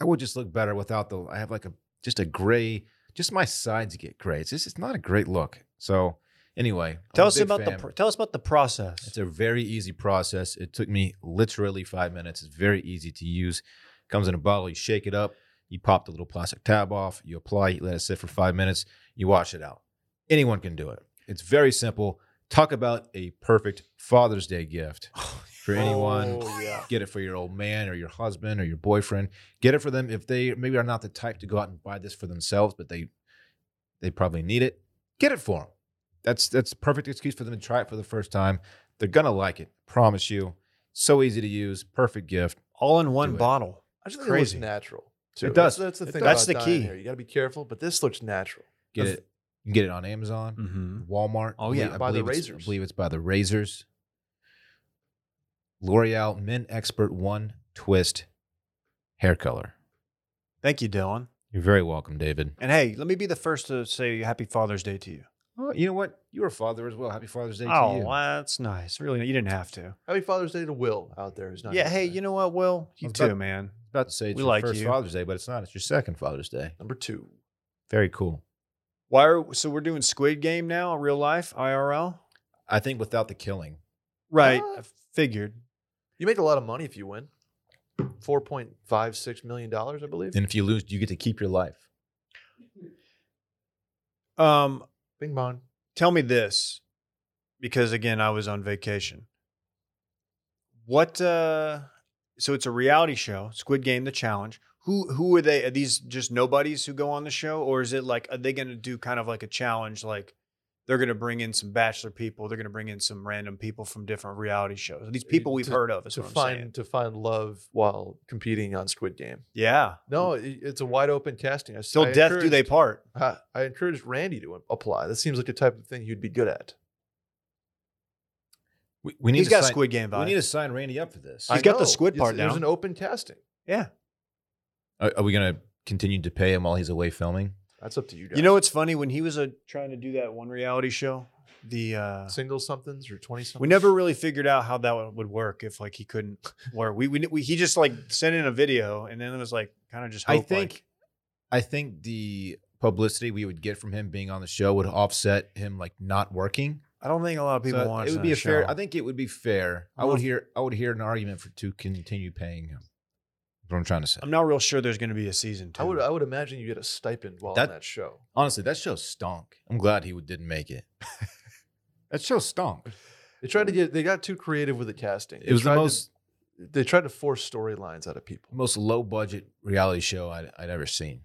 Speaker 3: I would just look better without the. I have like a just a gray, just my sides get gray. It's just it's not a great look. So anyway, I'm
Speaker 1: Tell
Speaker 3: a
Speaker 1: us
Speaker 3: big
Speaker 1: about the
Speaker 3: fan.
Speaker 1: pro- tell us about the process.
Speaker 3: It's a very easy process. It took me literally five minutes. It's very easy to use. Comes in a bottle. You shake it up. You pop the little plastic tab off. You apply. You let it sit for five minutes. You wash it out. Anyone can do it. It's very simple. Talk about a perfect Father's Day gift for anyone.
Speaker 4: Oh, yeah.
Speaker 3: Get it for your old man or your husband or your boyfriend. Get it for them if they maybe are not the type to go out and buy this for themselves, but they they probably need it. Get it for them. That's that's a perfect excuse for them to try it for the first time. They're gonna like it. Promise you. So easy to use. Perfect gift.
Speaker 1: all in one
Speaker 3: Do it.
Speaker 1: bottle.
Speaker 4: I just think
Speaker 1: Crazy.
Speaker 4: it looks natural. Too.
Speaker 3: It does.
Speaker 4: That's, that's the
Speaker 3: It
Speaker 4: thing.
Speaker 1: does.
Speaker 4: about
Speaker 1: That's the
Speaker 4: dyeing
Speaker 1: key.
Speaker 4: Hair. You got to be careful, but this looks natural.
Speaker 3: Get
Speaker 1: The f-
Speaker 3: it. You can get it on Amazon.
Speaker 1: Mm-hmm.
Speaker 3: Walmart.
Speaker 1: Oh,
Speaker 3: I
Speaker 1: yeah,
Speaker 3: believe- I
Speaker 4: by the
Speaker 3: believe it's- I
Speaker 4: razors.
Speaker 3: believe it's by the razors. L'Oreal Men Expert One Twist Hair Color.
Speaker 1: Thank you, Dylan.
Speaker 3: You're very welcome, David.
Speaker 1: And hey, let me be the first to say Happy Father's Day to you.
Speaker 3: Oh, you know what? You're a father as well. Happy Father's Day to you.
Speaker 1: Oh, that's nice. Really, you didn't have to.
Speaker 4: Happy Father's Day to Will out there who's not.
Speaker 1: yeah.
Speaker 4: here
Speaker 1: Hey,
Speaker 4: tonight.
Speaker 1: you know what, Will? You
Speaker 3: Well,
Speaker 1: too,
Speaker 3: that-
Speaker 1: man.
Speaker 3: I was about to say it's
Speaker 1: We
Speaker 3: your
Speaker 1: like
Speaker 3: first
Speaker 1: you.
Speaker 3: Father's Day, but it's not. It's your second Father's Day.
Speaker 4: number two.
Speaker 3: Very cool.
Speaker 1: Why are so we're doing Squid Game now, real life, IRL?
Speaker 3: I think without the killing,
Speaker 1: Right.
Speaker 4: Ah.
Speaker 1: I figured.
Speaker 4: You make a lot of money if you win. Four point five six million dollars, I believe.
Speaker 3: and if you lose, you get to keep your life.
Speaker 1: Um,
Speaker 4: Bing bong.
Speaker 1: tell me this, because again, I was on vacation. What uh so it's a reality show, Squid Game the Challenge. Who who are they? Are these just nobodies who go on the show? Or is it like are they gonna do kind of like a challenge like they're gonna bring in some bachelor people, they're gonna bring in some random people from different reality shows. These people we've
Speaker 4: To-
Speaker 1: heard of is
Speaker 4: to
Speaker 1: what I'm
Speaker 4: find
Speaker 1: saying.
Speaker 4: to find love while competing on Squid Game.
Speaker 1: Yeah.
Speaker 4: No, it- it's a wide open casting. I,
Speaker 1: Hmm. Till
Speaker 4: I
Speaker 1: death do they
Speaker 4: encouraged-
Speaker 1: part.
Speaker 4: I, I encouraged Randy to apply. That seems like the type of thing he'd be good at.
Speaker 3: We, we need
Speaker 1: He's
Speaker 3: to
Speaker 1: got
Speaker 3: sign,
Speaker 1: Squid Game vibes.
Speaker 3: We need to sign Randy up for this.
Speaker 1: He's
Speaker 4: I
Speaker 1: got the
Speaker 4: know.
Speaker 1: squid part
Speaker 4: There's
Speaker 1: down.
Speaker 4: an open casting.
Speaker 1: yeah.
Speaker 3: Are, are we going to continue to pay him while he's away filming?
Speaker 4: That's up to you guys.
Speaker 1: You know what's funny? When he was uh, trying to do that one reality show, the uh,
Speaker 4: single somethings or twenty somethings.
Speaker 1: we never really figured out how that would- would work. If like he couldn't, or we, we, we he just like sent in a video, and then it was like kind of just.
Speaker 3: I
Speaker 1: Hope,
Speaker 3: think,
Speaker 1: like,
Speaker 3: I think the publicity we would get from him being on the show would offset him like not working.
Speaker 1: I don't think a lot of people
Speaker 3: So
Speaker 1: watch.
Speaker 3: it would
Speaker 1: that
Speaker 3: be a
Speaker 1: show.
Speaker 3: fair. I think it would be fair. I
Speaker 1: Well-
Speaker 3: would hear. I would hear an argument for to continue paying him. That's what I'm trying to say.
Speaker 1: I'm not real sure there's going to be a season two.
Speaker 4: I would uh, I would imagine you get a stipend while
Speaker 3: That-
Speaker 4: on that show.
Speaker 3: Honestly, that show stunk. I'm glad he would- didn't make it. that show stunk.
Speaker 4: They tried to get they got too creative with the casting.
Speaker 3: It was
Speaker 4: They
Speaker 3: the
Speaker 4: tried to-
Speaker 3: most
Speaker 4: they tried to force storylines out of people.
Speaker 3: most low budget reality show I'd, I'd ever seen.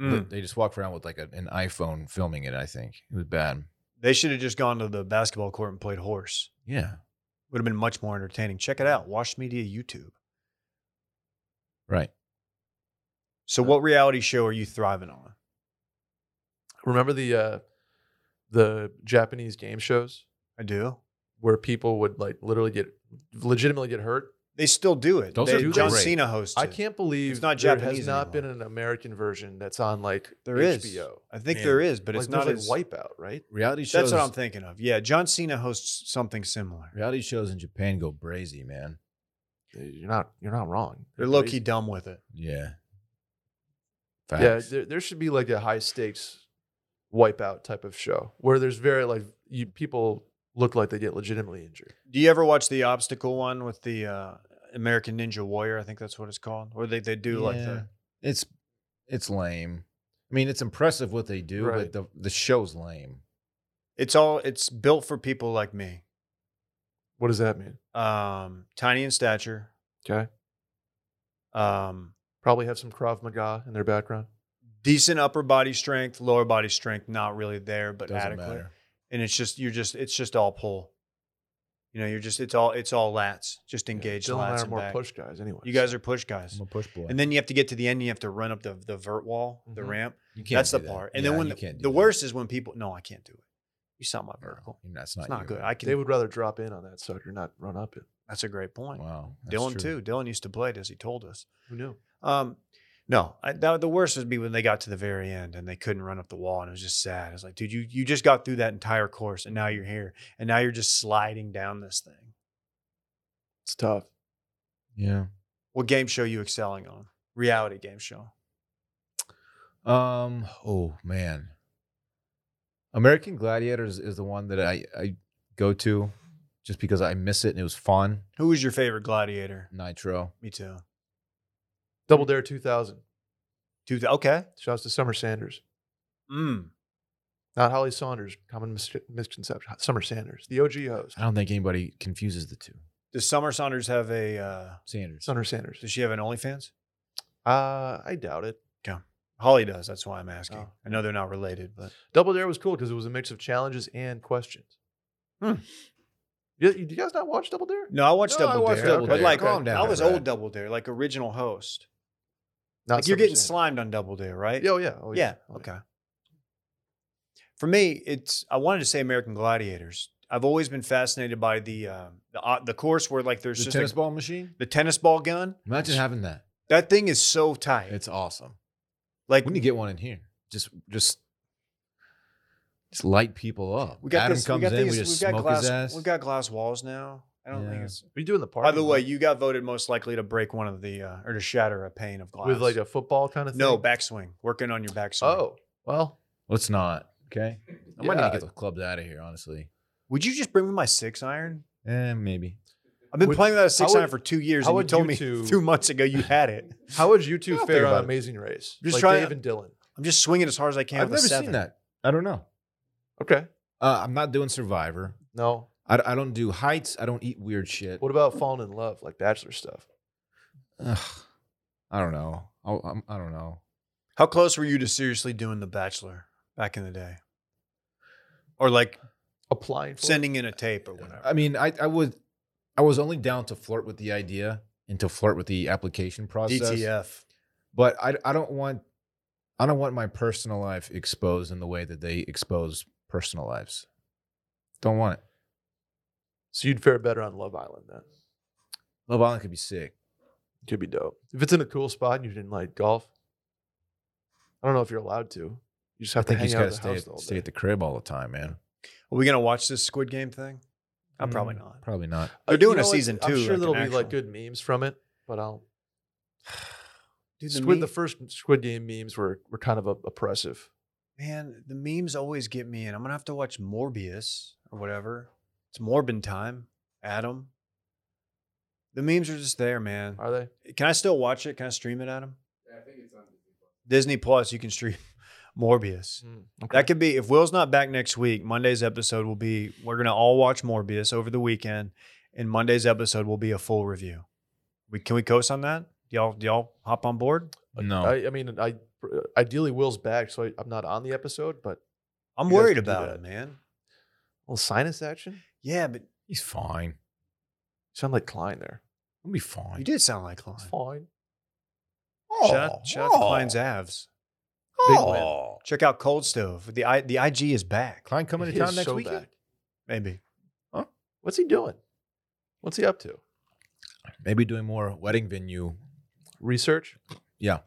Speaker 1: Mm.
Speaker 3: They just walked around with like a, an iPhone filming it. I think it was bad.
Speaker 1: They should have just gone to the basketball court and played horse.
Speaker 3: Yeah.
Speaker 1: Would have been much more entertaining. Check it out. Wash Media YouTube.
Speaker 3: Right.
Speaker 1: So, what reality show are you thriving on?
Speaker 4: Remember the uh, the Japanese game shows
Speaker 1: I do.
Speaker 4: where people would like literally get legitimately get hurt.
Speaker 1: They still do it.
Speaker 3: Those
Speaker 1: They-
Speaker 3: are
Speaker 1: John
Speaker 3: great.
Speaker 1: Cena hosts.
Speaker 4: I
Speaker 1: it.
Speaker 4: can't believe
Speaker 1: It's not
Speaker 4: there
Speaker 1: Japanese
Speaker 4: has not
Speaker 1: anymore.
Speaker 4: been an American version that's on like
Speaker 1: There
Speaker 4: HBO.
Speaker 1: is. I think
Speaker 3: Man.
Speaker 1: there is, but
Speaker 4: Like,
Speaker 1: it's not
Speaker 4: there's,
Speaker 1: as
Speaker 4: like Wipeout, right?
Speaker 3: Reality shows.
Speaker 1: That's what I'm thinking of. Yeah, John Cena hosts something similar.
Speaker 3: Reality shows in Japan go brazy, man.
Speaker 1: Uh,
Speaker 4: You're not you're not wrong.
Speaker 1: They're low key dumb with it.
Speaker 3: Yeah.
Speaker 4: Yeah,
Speaker 3: Facts.
Speaker 4: there, there should be like a high stakes wipeout type of show where there's very like you people look like they get legitimately injured.
Speaker 1: Do you ever watch the obstacle one with the uh, American Ninja Warrior? I think that's what it's called. Or they, they do like
Speaker 3: Yeah.
Speaker 1: the
Speaker 3: it's it's lame. I mean, it's impressive what they do,
Speaker 4: Right.
Speaker 3: but the the show's lame.
Speaker 1: it's all it's built for people like me.
Speaker 4: What does that mean?
Speaker 1: Um, tiny in stature.
Speaker 4: Okay.
Speaker 1: Um,
Speaker 4: Probably have some Krav Maga in their background.
Speaker 1: decent upper body strength, lower body strength, not really there, but
Speaker 3: Doesn't
Speaker 1: adequate.
Speaker 3: matter.
Speaker 1: And it's just you're just it's just all pull. You know, you're just it's all it's all lats, just
Speaker 4: Yeah,
Speaker 1: engaged
Speaker 4: Dylan and I
Speaker 1: lats
Speaker 4: are
Speaker 1: and
Speaker 4: more
Speaker 1: back.
Speaker 4: push guys anyway.
Speaker 1: You guys are push guys.
Speaker 3: I'm a Mm-hmm. push boy.
Speaker 1: And then you have to get to the end. and You have to run up the the vert wall, the
Speaker 4: Mhm.
Speaker 1: ramp.
Speaker 3: you can't
Speaker 1: That's
Speaker 3: do
Speaker 1: the
Speaker 3: that.
Speaker 1: part. And
Speaker 3: Yeah,
Speaker 1: then when
Speaker 3: you
Speaker 1: the,
Speaker 3: can't do
Speaker 1: the
Speaker 3: that.
Speaker 1: worst is when people. No, I can't do it. You saw my
Speaker 3: No,
Speaker 1: vertical.
Speaker 3: you know, it's not,
Speaker 1: It's not
Speaker 3: you,
Speaker 1: good.
Speaker 3: man.
Speaker 1: I can.
Speaker 4: they would rather drop in on that sucker, not run up it.
Speaker 1: that's a great point.
Speaker 3: Wow. that's
Speaker 1: Dylan
Speaker 3: true.
Speaker 1: too. Dylan used to play it as he told us.
Speaker 4: Who knew?
Speaker 1: Um, no, I, that, the worst would be when they got to the very end and they couldn't run up the wall, and it was just sad. It's like, dude, you you just got through that entire course, and now you're here, and now you're just sliding down this thing.
Speaker 4: It's tough.
Speaker 3: Yeah.
Speaker 1: What game show you excelling on? Reality game show.
Speaker 3: Um. Oh man. American Gladiators is the one that I I go to, just because I miss it and it was fun.
Speaker 1: Who was your favorite
Speaker 3: Mm.
Speaker 1: gladiator?
Speaker 3: Nitro.
Speaker 1: Me too.
Speaker 4: Double Dare 2000.
Speaker 1: Two. Okay.
Speaker 4: Shouts to Summer Sanders.
Speaker 1: Mm.
Speaker 4: Not Holly Saunders, common mis- misconception. Summer Sanders, the OG host.
Speaker 3: I don't think anybody confuses the two.
Speaker 1: Does Summer Saunders have a? Uh,
Speaker 3: Sanders.
Speaker 4: Summer Sanders.
Speaker 1: does she have an OnlyFans?
Speaker 4: Uh, I doubt it.
Speaker 1: Holly does. That's why I'm asking.
Speaker 4: Oh.
Speaker 1: I know they're not related, but
Speaker 4: Double Dare was cool because it was a mix of challenges and questions.
Speaker 1: Hmm.
Speaker 4: You, you guys not watch Double Dare?
Speaker 1: no, I watched
Speaker 3: No, I
Speaker 1: Double
Speaker 3: watched
Speaker 1: Dare.
Speaker 3: Double
Speaker 1: but
Speaker 3: Dare.
Speaker 1: like,
Speaker 3: Calm down
Speaker 1: I was
Speaker 3: about
Speaker 1: old
Speaker 3: that.
Speaker 1: Double Dare, like original host.
Speaker 4: Not
Speaker 1: like you're
Speaker 4: Summer
Speaker 1: getting
Speaker 4: Sanders.
Speaker 1: slimed on Double Dare, right?
Speaker 4: Yeah, Oh yeah. Oh,
Speaker 1: yeah.
Speaker 4: Oh,
Speaker 1: Okay. For me, it's I wanted to say American Gladiators. I've always been fascinated by the uh, the, uh, the course where like there's
Speaker 3: The
Speaker 1: just
Speaker 3: tennis
Speaker 1: a-
Speaker 3: ball machine.
Speaker 1: the tennis ball gun.
Speaker 3: Imagine having that.
Speaker 1: That thing is so tight.
Speaker 3: It's awesome.
Speaker 1: like
Speaker 3: We need to get one in here. Just, just, just light people up.
Speaker 1: we got
Speaker 3: Adam
Speaker 1: this.
Speaker 3: comes
Speaker 1: we got
Speaker 3: in.
Speaker 1: these,
Speaker 3: we just
Speaker 1: we've got
Speaker 3: smoke
Speaker 1: glass.
Speaker 3: his ass.
Speaker 1: We've got glass walls now. I don't think
Speaker 3: Yeah.
Speaker 1: it's.
Speaker 4: What do you do in the park?
Speaker 1: By the way, you got voted most likely to break one of the uh, or to shatter a pane of glass
Speaker 4: with like a football kind of thing.
Speaker 1: no backswing. Working on your backswing.
Speaker 4: Oh well,
Speaker 3: Let's not. Okay. I might
Speaker 4: Yeah.
Speaker 3: need to get the clubs out of here. Honestly.
Speaker 1: Would you just bring me my six iron?
Speaker 3: Eh, maybe.
Speaker 1: I've been
Speaker 4: Would-
Speaker 1: playing with that
Speaker 4: how
Speaker 1: six
Speaker 4: would-
Speaker 1: iron for two years,
Speaker 4: how
Speaker 1: and you
Speaker 4: would
Speaker 1: told
Speaker 4: you
Speaker 1: me
Speaker 4: two-
Speaker 1: two months ago you had it.
Speaker 4: how would you two
Speaker 3: I'll
Speaker 4: fare
Speaker 3: think
Speaker 4: on
Speaker 3: about it.
Speaker 4: Amazing Race?
Speaker 1: Just
Speaker 4: like
Speaker 1: try-
Speaker 4: Dave and Dylan.
Speaker 1: I'm just swinging as hard as I can.
Speaker 3: I've
Speaker 1: with
Speaker 3: never
Speaker 1: a seven.
Speaker 3: seen that. I don't know.
Speaker 4: Okay.
Speaker 3: Uh, I'm not doing Survivor.
Speaker 4: No.
Speaker 3: I, I don't do heights. I don't eat weird shit.
Speaker 4: What about falling in love, like Bachelor stuff?
Speaker 3: Ugh, I don't know. I'll, I'm, I don't know.
Speaker 1: How close were you to seriously doing The Bachelor back in the day? Or like
Speaker 4: Applying for. it?
Speaker 1: sending in a tape or whatever?
Speaker 3: I mean, I, I would. I was only down to flirt with the idea and to flirt with the application process.
Speaker 1: DTF.
Speaker 3: But I, I don't want. I don't want my personal life exposed in the way that they expose personal lives. Don't want it.
Speaker 4: So you'd fare better on Love Island then.
Speaker 3: Love Island could be sick.
Speaker 4: Could be dope if it's in a cool spot and you didn't like golf. I don't know if you're allowed to. You just
Speaker 3: I
Speaker 4: have to
Speaker 3: think you
Speaker 4: hang
Speaker 3: just
Speaker 4: out
Speaker 3: gotta stay
Speaker 4: at the house
Speaker 3: at,
Speaker 4: all
Speaker 3: stay
Speaker 4: day.
Speaker 3: at the crib all the time, man.
Speaker 1: Are we gonna watch this Squid Game thing? I'm probably
Speaker 3: Mm,
Speaker 1: not.
Speaker 3: Probably not.
Speaker 4: Uh,
Speaker 1: They're
Speaker 4: you
Speaker 1: doing a
Speaker 4: know what?
Speaker 1: season
Speaker 4: I'm
Speaker 1: two,
Speaker 4: sure
Speaker 1: like
Speaker 4: there'll
Speaker 1: an
Speaker 4: be like
Speaker 1: actual-
Speaker 4: good memes from it, but I'll.
Speaker 1: Dude, the
Speaker 4: Squid,
Speaker 1: meme-
Speaker 4: the first Squid Game memes were were kind of op- oppressive.
Speaker 1: man, the memes always get me, and I'm gonna have to watch Morbius or whatever. It's Morbin time, Adam. The memes are just there, man.
Speaker 4: Are they?
Speaker 1: Can I still watch it? Can I stream it, Adam?
Speaker 5: Yeah, I think it's on Disney Plus.
Speaker 1: Disney Plus, you can stream
Speaker 4: Mm-hmm.
Speaker 1: Morbius.
Speaker 4: Okay.
Speaker 1: Hmm. That could be if Will's not back next week. Monday's episode will be we're gonna all watch Morbius over the weekend, and Monday's episode will be a full review. We can we coast on that? Y'all do y'all hop on board?
Speaker 3: No,
Speaker 4: I, I mean, I ideally Will's back, so I, I'm not on the episode, but
Speaker 1: I'm
Speaker 4: You guys
Speaker 1: worried
Speaker 4: can do
Speaker 1: about
Speaker 4: that.
Speaker 1: it, man.
Speaker 4: well, sinus action.
Speaker 1: Yeah, but
Speaker 3: he's fine.
Speaker 4: Sound like Klein there.
Speaker 3: He'll be fine.
Speaker 1: you did sound like Klein.
Speaker 4: It's fine.
Speaker 1: Shout out, shout out to Klein's abs.
Speaker 4: Big win.
Speaker 3: Oh.
Speaker 1: Check out Cold Stove. The I, the IG is back.
Speaker 3: Klein coming
Speaker 4: He
Speaker 3: to town
Speaker 4: is
Speaker 3: next
Speaker 4: so
Speaker 3: week.
Speaker 4: back.
Speaker 1: Maybe.
Speaker 4: What's he doing? What's he up to?
Speaker 3: Maybe doing more wedding venue.
Speaker 4: Research.
Speaker 3: Yeah.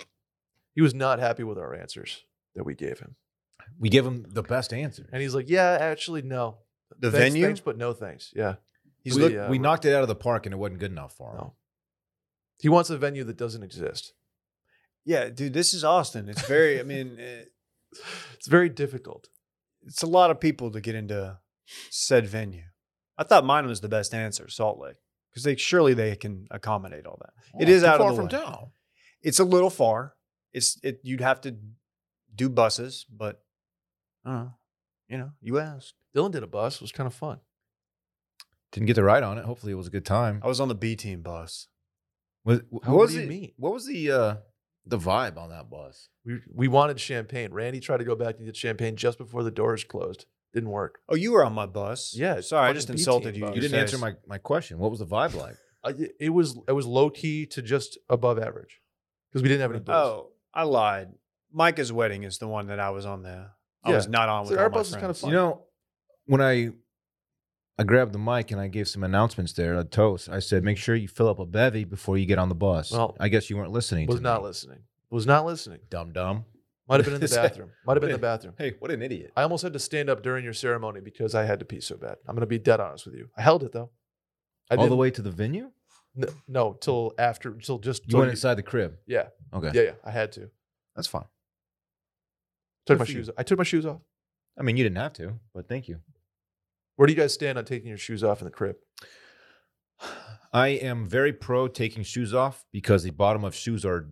Speaker 4: He was not happy with our answers that we gave him,
Speaker 3: We give him the best answer.
Speaker 4: and he's like, "Yeah, actually, no.
Speaker 1: The
Speaker 4: Thanks,
Speaker 1: venue.
Speaker 4: thanks, but no thanks. Yeah,
Speaker 1: He's
Speaker 3: we,
Speaker 1: look-
Speaker 4: yeah,
Speaker 3: we
Speaker 4: we-
Speaker 3: knocked it out of the park and it wasn't good enough for him.
Speaker 4: no." He wants a venue that doesn't exist.
Speaker 1: yeah, dude. This is Austin. It's very. I mean, eh,
Speaker 4: It's very difficult.
Speaker 1: it's a lot of people to get into said venue. I thought mine was the best answer, Salt Lake, because they surely they can accommodate all that. It is
Speaker 3: too
Speaker 1: out of
Speaker 3: far
Speaker 1: the
Speaker 3: from
Speaker 1: way.
Speaker 3: town.
Speaker 1: It's a little far. It's it. You'd have to do buses, but I don't know. You know, you asked.
Speaker 4: Dylan did a bus. It was kind of fun.
Speaker 3: Didn't get the ride on it. Hopefully it was a good time.
Speaker 1: I was on the B team bus.
Speaker 3: Was,
Speaker 4: How-
Speaker 3: what
Speaker 4: what
Speaker 3: was
Speaker 4: do you
Speaker 3: the-
Speaker 4: mean?
Speaker 3: What was the uh, the vibe on that bus?
Speaker 4: We we wanted champagne. Randy tried to go back and get champagne just before the doors closed. Didn't work.
Speaker 1: Oh, you were on my bus.
Speaker 4: Yeah, it's
Speaker 1: Sorry, I
Speaker 4: fucking
Speaker 1: just
Speaker 4: B-team
Speaker 1: insulted you.
Speaker 4: bus.
Speaker 3: You didn't answer my, my question. What was the vibe like?
Speaker 4: I, it was it was low key to just above average because we didn't have any doors.
Speaker 1: Oh, I lied. Micah's wedding is the one that I was on there. I
Speaker 4: Yeah.
Speaker 1: was not on
Speaker 4: So
Speaker 1: with
Speaker 4: our
Speaker 1: all my
Speaker 4: bus is kind of
Speaker 1: friends.
Speaker 4: fun.
Speaker 3: You know, when I I grabbed the mic and I gave some announcements there, a toast. I said, make sure you fill up a bevy before you get on the bus.
Speaker 4: Well,
Speaker 3: I guess you weren't listening.
Speaker 4: was
Speaker 3: to
Speaker 4: not
Speaker 3: me.
Speaker 4: listening. Was not listening.
Speaker 3: Dumb dumb.
Speaker 4: Might have been in the
Speaker 3: Is that-
Speaker 4: bathroom. Might have been in the bathroom.
Speaker 3: Hey, what an idiot.
Speaker 4: I almost had to stand up during your ceremony because I had to pee so bad. I'm gonna be dead honest with you. I held it though. I
Speaker 3: All the
Speaker 4: didn't-
Speaker 3: way to the venue?
Speaker 4: n- no till after till just
Speaker 3: You
Speaker 4: till
Speaker 3: went inside the crib.
Speaker 4: yeah
Speaker 3: Okay.
Speaker 4: yeah yeah I had to
Speaker 3: That's fine.
Speaker 4: took my
Speaker 3: for you.
Speaker 4: shoes. I took my shoes off.
Speaker 3: I mean, you didn't have to, but thank you.
Speaker 4: Where do you guys stand on taking your shoes off in the crib?
Speaker 3: I am very pro taking shoes off because the bottom of shoes are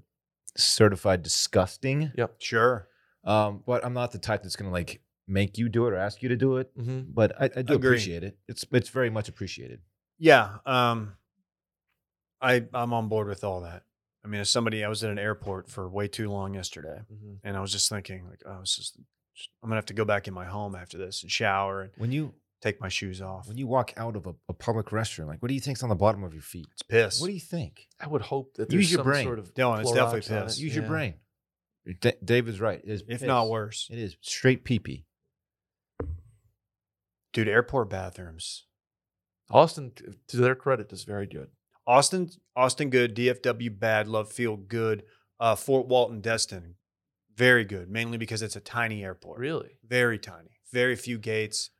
Speaker 3: certified disgusting.
Speaker 1: Sure.
Speaker 3: Um, but I'm not the type that's gonna like make you do it or ask you to do it,
Speaker 4: Mm-hmm.
Speaker 3: but I, I do
Speaker 1: Agree.
Speaker 3: appreciate it. It's it's very much appreciated.
Speaker 1: Yeah, um, I I'm on board with all that. I mean, as somebody, I was at an airport for way too long yesterday,
Speaker 4: Mm-hmm.
Speaker 1: and I was just thinking, like, oh, this is, I'm gonna have to go back in my home after this and shower and
Speaker 3: When you
Speaker 1: take my shoes off.
Speaker 3: when you walk out of a, a public restroom, like what do you think's on the bottom of your feet?
Speaker 1: It's piss.
Speaker 3: What do you think?
Speaker 4: I would hope that there's
Speaker 3: Use your
Speaker 4: some
Speaker 3: brain.
Speaker 4: sort of
Speaker 1: Dylan, it's definitely
Speaker 4: Clorox on it.
Speaker 1: piss.
Speaker 3: Use your
Speaker 4: Yeah.
Speaker 3: brain. Da- David's right. It is
Speaker 1: if
Speaker 3: piss.
Speaker 1: not worse,
Speaker 3: it is straight pee pee.
Speaker 1: dude. Airport bathrooms.
Speaker 4: Austin, t- to their credit, is very good.
Speaker 1: Austin, Austin, good. DFW, bad. Love Field, good. Uh, Fort Walton, Destin, very good. Mainly because it's a tiny airport.
Speaker 4: Really?
Speaker 1: Very tiny. Very few gates.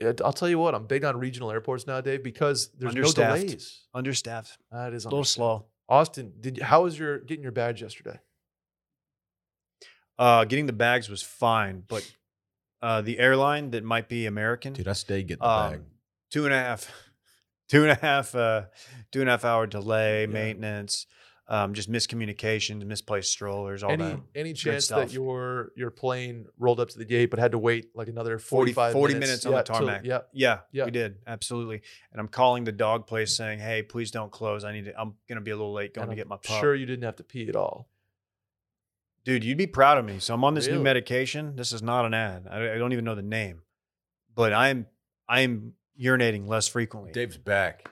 Speaker 4: Yeah, I'll tell you what, I'm big on regional airports nowadays because there's no
Speaker 1: Understaffed.
Speaker 4: delays.
Speaker 1: Understaffed.
Speaker 4: That is
Speaker 1: A little
Speaker 4: understaffed.
Speaker 1: slow.
Speaker 4: Austin, did you- how was your getting your badge yesterday?
Speaker 1: Uh, getting the bags was fine, but uh, the airline that might be American,
Speaker 3: Dude, I stayed getting the bag.
Speaker 1: um, two and a half, two and a half, uh, two and a half hour delay,
Speaker 4: Yeah.
Speaker 1: maintenance, um, just miscommunications, misplaced strollers, all
Speaker 4: Any
Speaker 1: that.
Speaker 4: any chance
Speaker 1: stuff.
Speaker 4: that your your plane rolled up to the gate but had to wait like another
Speaker 1: 40,
Speaker 4: 45
Speaker 1: 40
Speaker 4: minutes,
Speaker 1: minutes on
Speaker 4: yeah,
Speaker 1: the
Speaker 4: till-
Speaker 1: tarmac.
Speaker 4: yeah.
Speaker 1: yeah,
Speaker 4: Yeah. Mm.
Speaker 1: we did absolutely. And I'm calling the dog place saying, "Hey, please don't close. I need to. I'm gonna be a little late going
Speaker 4: and
Speaker 1: to
Speaker 4: I'm
Speaker 1: get my pup."
Speaker 4: Sure you didn't have to pee at all.
Speaker 1: dude, you'd be proud of me. So I'm on this new
Speaker 4: Really?
Speaker 1: medication. This is not an ad. I, I don't even know the name, but I'm I'm urinating less frequently.
Speaker 3: Dave's back.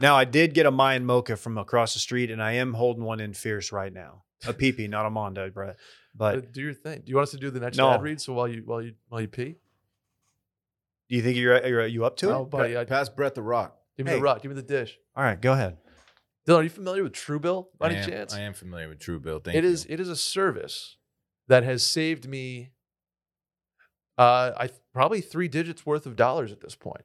Speaker 1: Now I did get a Mayan mocha from across the street, and I am holding one in fierce right now. A peepee, not a mondo, Brett. But
Speaker 4: But do your thing. Do you want us to do the next
Speaker 1: No.
Speaker 4: ad read so while you while you while you pee?
Speaker 1: do you think you're, you're you up to it?
Speaker 4: Oh, buddy, I,
Speaker 3: Pass Brett the rock.
Speaker 4: give me
Speaker 1: hey.
Speaker 4: the rock, give me the dish.
Speaker 1: All right, go ahead.
Speaker 4: Dylan, are you familiar with Truebill by
Speaker 3: I
Speaker 4: any
Speaker 3: am,
Speaker 4: chance?
Speaker 3: I am familiar with True Bill. Thank
Speaker 4: It
Speaker 3: you.
Speaker 4: is it is a service that has saved me uh I th- probably 3 digits worth of dollars at this point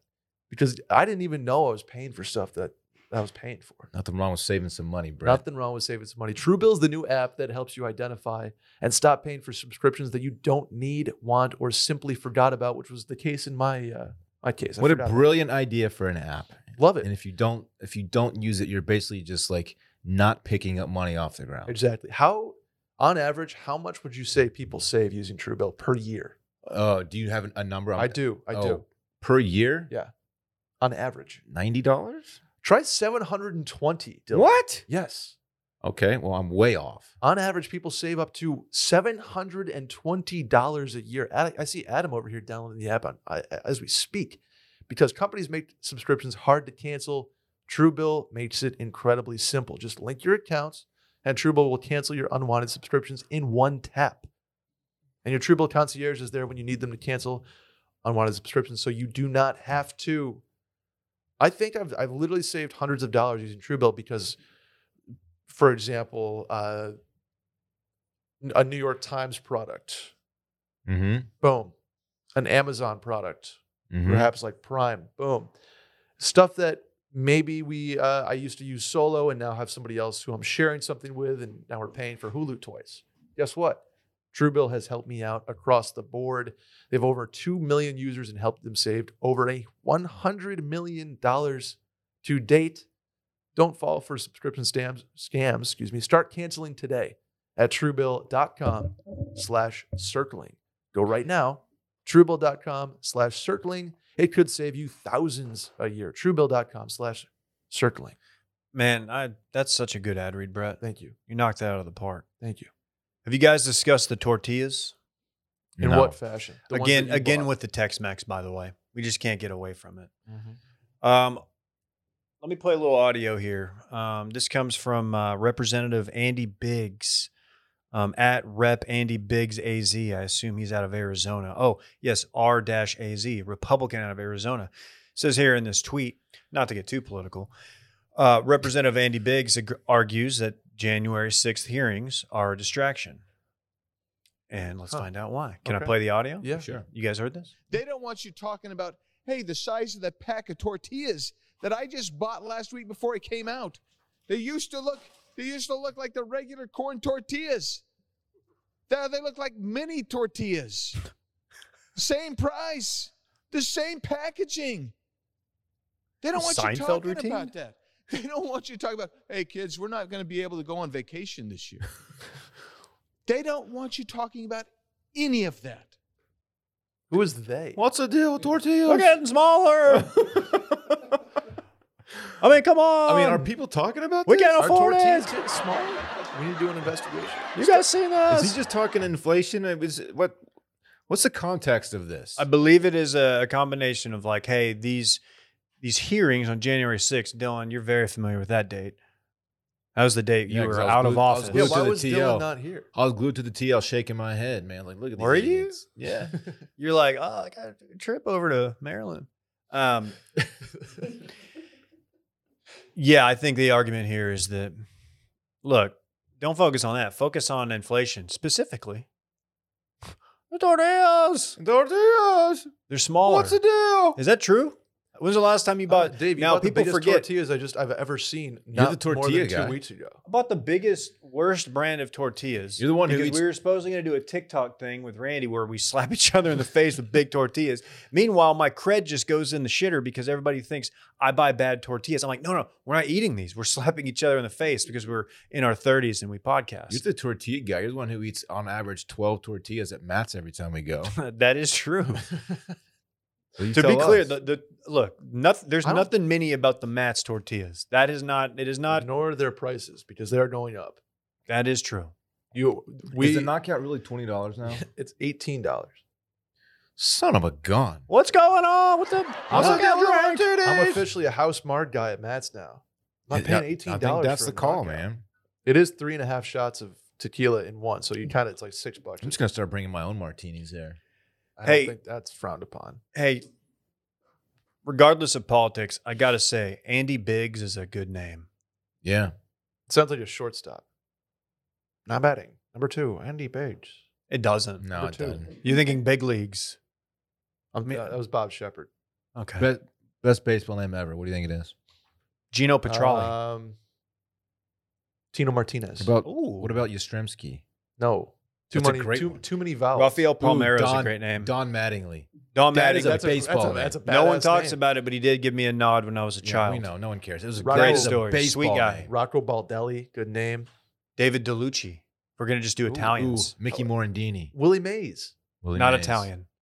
Speaker 4: because I didn't even know I was paying for stuff that I was paying for.
Speaker 3: nothing wrong with saving some money, Brett.
Speaker 4: Nothing wrong with saving some money. Truebill is the new app that helps you identify and stop paying for subscriptions that you don't need, want, or simply forgot about, which was the case in my uh, my case. I
Speaker 3: what a
Speaker 4: forgot about
Speaker 3: brilliant idea for an app.
Speaker 4: it. love
Speaker 3: And
Speaker 4: it
Speaker 3: if you don't if you don't use it, you're basically just like not picking up money off the ground.
Speaker 4: exactly. How on average, how much would you say people save using Truebill per year?
Speaker 3: Uh, do you have an- a number? on
Speaker 4: I
Speaker 3: that?
Speaker 4: do, I do,
Speaker 3: Oh, per year.
Speaker 4: Yeah. on average.
Speaker 3: ninety dollars.
Speaker 4: Try 720. Dylan.
Speaker 3: What?
Speaker 4: Yes.
Speaker 3: Okay, well I'm way off.
Speaker 4: On average, people save up to $720 a year. Ad- I see Adam over here downloading the app on, I, as we speak because companies make subscriptions hard to cancel. Truebill makes it incredibly simple. Just link your accounts, and Truebill will cancel your unwanted subscriptions in one tap. And your Truebill concierge is there when you need them to cancel unwanted subscriptions, so you do not have to. I think I've, I've literally saved hundreds of dollars using Truebill because for example, uh, a New York Times product,
Speaker 3: Mm-hmm.
Speaker 4: boom, an Amazon product, perhaps like Prime, boom, stuff that maybe we uh, I used to use solo and now have somebody else who I'm sharing something with, and now we're paying for Hulu toys. Guess what? Truebill has helped me out across the board. They have over 2 million users and helped them save over a $100 million to date. Don't fall for subscription scams, scams, excuse me. Start canceling today at truebill.com slash circling. Go right now, truebill.com slash circling. It could save you thousands a year. Truebill.com slash circling.
Speaker 1: Man, I that's such a good ad read, Brett.
Speaker 4: Thank you.
Speaker 1: You knocked that out of the park.
Speaker 4: Thank you.
Speaker 1: Have you guys discussed the tortillas?
Speaker 4: In what fashion? The ones
Speaker 1: again,
Speaker 4: that you
Speaker 1: again
Speaker 4: bought.
Speaker 1: with the Tex Mex, by the way. We just can't get away from it. Um, let me play a little audio here. Um, this comes from uh, Representative Andy Biggs um, at Rep Andy Biggs AZ. I assume he's out of Arizona. Oh, yes, R AZ, Republican out of Arizona. Says here in this tweet, not to get too political, uh, Representative Andy Biggs ag- argues that January 6th hearings are a distraction. And let's
Speaker 4: Huh.
Speaker 1: find out why. Can I
Speaker 4: Okay.
Speaker 1: play the audio?
Speaker 4: Yeah.
Speaker 3: Sure.
Speaker 1: You guys heard this?
Speaker 6: They don't want you talking about, hey, the size of that pack of tortillas that I just bought last week before it came out. They used to look, they used to look like the regular corn tortillas. Now they look like mini tortillas. same price, the same packaging. They don't want
Speaker 1: Seinfeld
Speaker 6: you talking
Speaker 1: routine?
Speaker 6: about that. They don't want you talking about, hey kids, we're not going to be able to go on vacation this year. they don't want you talking about any of that.
Speaker 4: Who is they?
Speaker 3: What's the deal with tortillas?
Speaker 1: They're getting smaller. I mean, come on.
Speaker 3: I mean,
Speaker 4: Um,
Speaker 3: are people talking about
Speaker 1: We
Speaker 3: this?
Speaker 1: can't
Speaker 3: Are
Speaker 1: afford it.
Speaker 3: tortillas-
Speaker 4: Get smaller. We need to do an investigation.
Speaker 1: you guys seen uh, us?
Speaker 3: Is he just talking inflation? It was what? What's the context of this?
Speaker 1: I believe it is a, a combination of like, hey, these these hearings on January 6th, Dylan, you're very familiar with that date. That was the date you
Speaker 3: Yeah, 'cause
Speaker 1: were
Speaker 3: I was
Speaker 1: out of
Speaker 3: glued- I was
Speaker 1: office.
Speaker 3: glued
Speaker 4: Yeah,
Speaker 3: Go to
Speaker 4: why
Speaker 3: the
Speaker 4: was
Speaker 3: TL.
Speaker 4: Dylan not here?
Speaker 3: I was glued to the TL, shaking my head, man. Like, look at these.
Speaker 1: Were you?
Speaker 3: idiots. Yeah.
Speaker 1: You're like, oh, I got a trip over to Maryland. Um, yeah, I think the argument here is that look, don't focus on that. Focus on inflation specifically. The tortillas,
Speaker 3: tortillas.
Speaker 1: they're smaller.
Speaker 3: What's the deal?
Speaker 1: is that true? When's the last time you bought?
Speaker 4: Uh, Dave, you
Speaker 1: now
Speaker 4: bought the
Speaker 1: people
Speaker 4: biggest
Speaker 1: forget.
Speaker 4: tortillas I just I've ever seen.
Speaker 3: You're
Speaker 4: Not
Speaker 3: the
Speaker 4: more
Speaker 3: tortilla
Speaker 4: than
Speaker 3: guy.
Speaker 4: two weeks ago.
Speaker 1: I bought the biggest, worst brand of tortillas.
Speaker 3: You're the one who
Speaker 1: because
Speaker 3: eats-
Speaker 1: we were supposedly going to do a TikTok thing with Randy where we slap each other in the face with big tortillas. Meanwhile, my cred just goes in the shitter because everybody thinks I buy bad tortillas. I'm like, no, no, we're not eating these. We're slapping each other in the face because we're in our 30s and we
Speaker 3: You're
Speaker 1: podcast.
Speaker 3: the tortilla guy. You're the one who eats on average 12 tortillas at Matt's every time we go.
Speaker 1: that is true.
Speaker 3: So you
Speaker 1: to be
Speaker 3: tell
Speaker 1: clear,
Speaker 3: us.
Speaker 1: the, the look, noth- there's
Speaker 4: I don't-
Speaker 1: nothing mini about the Matt's tortillas. That is not. It is not.
Speaker 4: Ignore their prices because they are going up.
Speaker 1: That is true.
Speaker 4: You
Speaker 3: is
Speaker 4: we
Speaker 3: the knockout really $20 now?
Speaker 4: it's eighteen dollars.
Speaker 3: Son of a gun.
Speaker 1: What's going on? What's up?
Speaker 3: I'm
Speaker 1: Look
Speaker 3: not
Speaker 1: out,
Speaker 3: drunk
Speaker 1: Ryan.
Speaker 3: today.
Speaker 4: I'm officially a house mart guy at Matt's now. I'm not
Speaker 3: Yeah,
Speaker 4: paying eighteen
Speaker 3: I
Speaker 4: dollars.
Speaker 3: think that's the call, man.
Speaker 4: It is three and a half shots of tequila in one, so you kind of it's like six bucks.
Speaker 3: I'm just going to start bringing my own martinis there.
Speaker 4: I
Speaker 1: Hey.
Speaker 4: don't think that's frowned upon.
Speaker 1: hey, regardless of politics, I gotta say, Andy Biggs is a good name.
Speaker 3: Yeah.
Speaker 4: It sounds like a shortstop. Not batting. Number two, Andy Page.
Speaker 1: It doesn't.
Speaker 3: No,
Speaker 4: Number
Speaker 3: it
Speaker 4: two.
Speaker 3: doesn't.
Speaker 1: You're thinking big leagues.
Speaker 4: I'm,
Speaker 1: Me-
Speaker 4: uh, that was Bob Shepard.
Speaker 1: Okay.
Speaker 3: Best, best baseball name ever. What do you think it is?
Speaker 1: Gino Petrali.
Speaker 4: Um, Tino Martinez.
Speaker 3: What about,
Speaker 1: Ooh.
Speaker 3: what about Yastrzemski?
Speaker 4: no, too
Speaker 3: That's a
Speaker 4: many.
Speaker 3: great
Speaker 4: too,
Speaker 3: one.
Speaker 4: too many vowels.
Speaker 1: Rafael Palmeiras is a
Speaker 3: Don-
Speaker 1: great name. Don,
Speaker 3: Don Mattingly. that
Speaker 1: Mattingly.
Speaker 3: is a
Speaker 4: That's
Speaker 3: baseball
Speaker 4: That's a,
Speaker 3: name.
Speaker 4: that's a
Speaker 1: no one
Speaker 4: badass
Speaker 1: talks
Speaker 4: name.
Speaker 1: about it, but he did give me a nod when I was a
Speaker 3: Yeah,
Speaker 1: child.
Speaker 3: we know. No one cares. It was a
Speaker 4: Right.
Speaker 3: great
Speaker 4: Great
Speaker 1: story.
Speaker 3: Baseball
Speaker 1: Sweet guy.
Speaker 3: name.
Speaker 4: Rocco Baldelli. Good name.
Speaker 1: David DeLucci. We're gonna just do
Speaker 4: Ooh,
Speaker 1: Italians.
Speaker 3: Ooh, Mickey Morandini.
Speaker 4: Willie Mays.
Speaker 3: Willie
Speaker 1: Not
Speaker 3: Mays.
Speaker 1: Italian.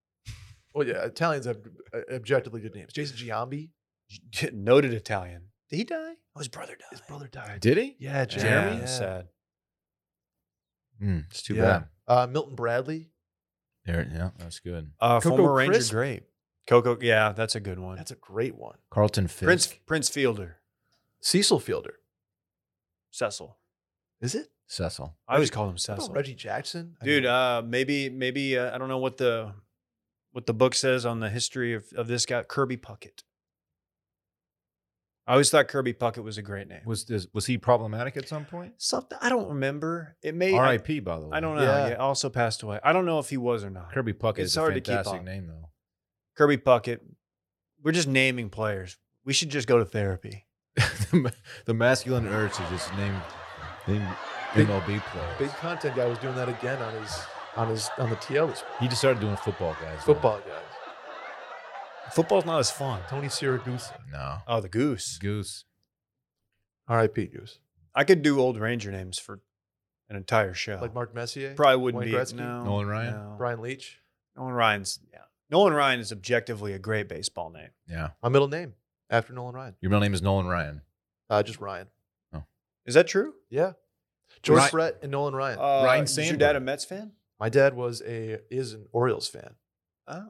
Speaker 4: Well, yeah, Italians have uh, objectively good names. Jason Giambi.
Speaker 1: Noted Italian. Did he die? Oh, his brother died. His brother died.
Speaker 3: Did he?
Speaker 4: Yeah,
Speaker 1: Jeremy?
Speaker 4: Jeremy. Yeah.
Speaker 1: Sad.
Speaker 3: Mm, it's too
Speaker 4: Yeah.
Speaker 3: bad.
Speaker 4: Uh, Milton Bradley.
Speaker 3: There, yeah, that's good.
Speaker 1: Uh,
Speaker 4: Coco
Speaker 1: former Ranger
Speaker 4: Crisp?
Speaker 1: great. Coco, yeah, that's a good one.
Speaker 4: That's a great one.
Speaker 3: Carlton Fisk.
Speaker 1: Prince Prince Fielder.
Speaker 4: Cecil Fielder.
Speaker 1: Cecil.
Speaker 4: Is it?
Speaker 3: Cecil.
Speaker 1: I always call him
Speaker 4: What about
Speaker 1: Cecil.
Speaker 4: Reggie Jackson. I
Speaker 1: Dude,
Speaker 4: mean,
Speaker 1: uh, maybe maybe uh, I don't know what the what the book says on the history of, of this guy Kirby Puckett. I always thought Kirby Puckett was a great name.
Speaker 3: Was this was he problematic at some point?
Speaker 1: Something I don't remember. It may I,
Speaker 3: R.I.P. By the way,
Speaker 1: I don't know.
Speaker 4: Yeah.
Speaker 1: Yeah. also passed away. I don't know if he was or not.
Speaker 3: Kirby Puckett
Speaker 1: It's
Speaker 3: is a
Speaker 1: hard to keep
Speaker 3: fantastic
Speaker 1: on.
Speaker 3: name though.
Speaker 1: Kirby Puckett. We're just naming players. We should just go to therapy.
Speaker 3: the, ma- the masculine urge to just name name
Speaker 4: Big-
Speaker 3: MLB player.
Speaker 4: big content guy was doing that again on his on his on the TL this
Speaker 3: he just started doing football guys. though.
Speaker 4: football guys.
Speaker 1: Football's not as fun.
Speaker 4: Tony Siragusa.
Speaker 3: No.
Speaker 1: Oh, the goose.
Speaker 3: Goose.
Speaker 4: R.I.P. Goose.
Speaker 1: I could do old Ranger names for an entire show.
Speaker 4: Like Mark Messier.
Speaker 1: Probably wouldn't
Speaker 4: Wayne
Speaker 1: be
Speaker 4: Gretzky?
Speaker 1: no,
Speaker 3: Nolan Ryan?
Speaker 1: no.
Speaker 4: Brian Leach.
Speaker 1: Nolan Ryan's yeah. Nolan Ryan is objectively a great baseball name.
Speaker 3: Yeah.
Speaker 4: My middle name after Nolan Ryan.
Speaker 3: Your middle name is Nolan Ryan.
Speaker 4: Uh, just Ryan.
Speaker 1: Is that true?
Speaker 4: Yeah. George
Speaker 3: Ryan-
Speaker 4: Brett and Nolan Ryan.
Speaker 1: Uh,
Speaker 3: Ryan
Speaker 1: is your
Speaker 3: Sandberg.
Speaker 1: dad a Mets fan?
Speaker 4: My dad was a is an Orioles fan.
Speaker 1: Oh,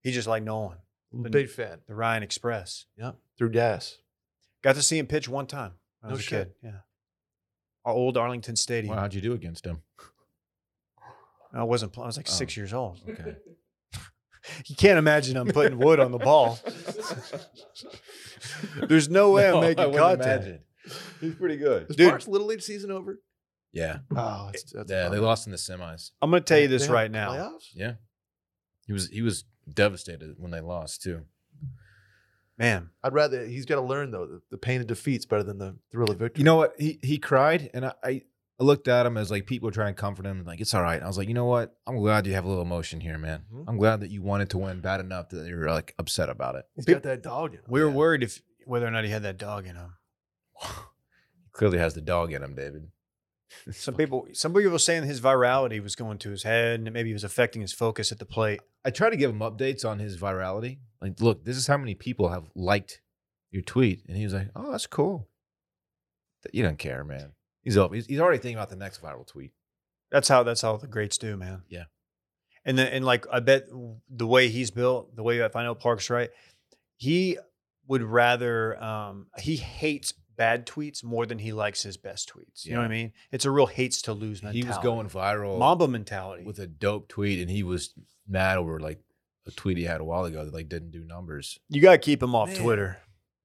Speaker 1: he just like Nolan, Been-
Speaker 4: Big fan.
Speaker 1: the Ryan Express.
Speaker 4: Yeah. Through gas.
Speaker 1: Got to see him pitch one time. When I
Speaker 4: No
Speaker 1: was a
Speaker 4: shit.
Speaker 1: kid. Yeah, our old Arlington Stadium.
Speaker 3: Well, how'd you do against him?
Speaker 1: I wasn't. pl- I was like six
Speaker 3: Oh.
Speaker 1: years old.
Speaker 3: Okay.
Speaker 1: You can't imagine I'm putting wood on the ball. There's no way I'm making contact.
Speaker 3: He's pretty good.
Speaker 4: Is
Speaker 1: Dude.
Speaker 4: Mark's Little League season over?
Speaker 3: Yeah.
Speaker 4: Oh, it's, that's a
Speaker 3: yeah. They
Speaker 4: bummer.
Speaker 3: lost in the semis.
Speaker 1: I'm going to tell you
Speaker 4: They
Speaker 1: this
Speaker 4: have
Speaker 1: right now.
Speaker 4: Playoffs?
Speaker 3: Yeah. He was he was devastated when they lost too.
Speaker 1: Man,
Speaker 4: I'd rather he's got to learn though the, the pain of defeat's better than the thrill of victory.
Speaker 3: You know what? He he cried, and I, I I looked at him as like people were trying to comfort him, like it's all right. I was like, you know what? I'm glad you have a little emotion here, man.
Speaker 4: Mhm.
Speaker 3: I'm glad that you wanted to win bad enough that you're like upset about it.
Speaker 4: he's got that dog in him.
Speaker 1: we were
Speaker 3: Yeah.
Speaker 1: worried if whether or not he had that dog in him.
Speaker 3: Clearly has the dog in him, David.
Speaker 1: Some people, some people were saying his virality was going to his head, and maybe it was affecting his focus at the plate.
Speaker 3: I try to give him updates on his virality. Like, look, this is how many people have liked your tweet, and he was like, "Oh, that's cool." Th- You don't care, man. He's up. He's, he's already thinking about the next viral tweet.
Speaker 1: That's how that's how the greats do, man.
Speaker 3: Yeah.
Speaker 1: And then and like I bet the way he's built, the way if I know Park's right, he would rather um he hates bad tweets more than he likes his best tweets. You know what I mean? It's a real hates to lose mentality.
Speaker 3: He was going viral
Speaker 1: Mamba mentality.
Speaker 3: with a dope tweet, and he was mad over like a tweet he had a while ago that like didn't do numbers.
Speaker 1: you gotta keep him off
Speaker 3: Man.
Speaker 1: Twitter.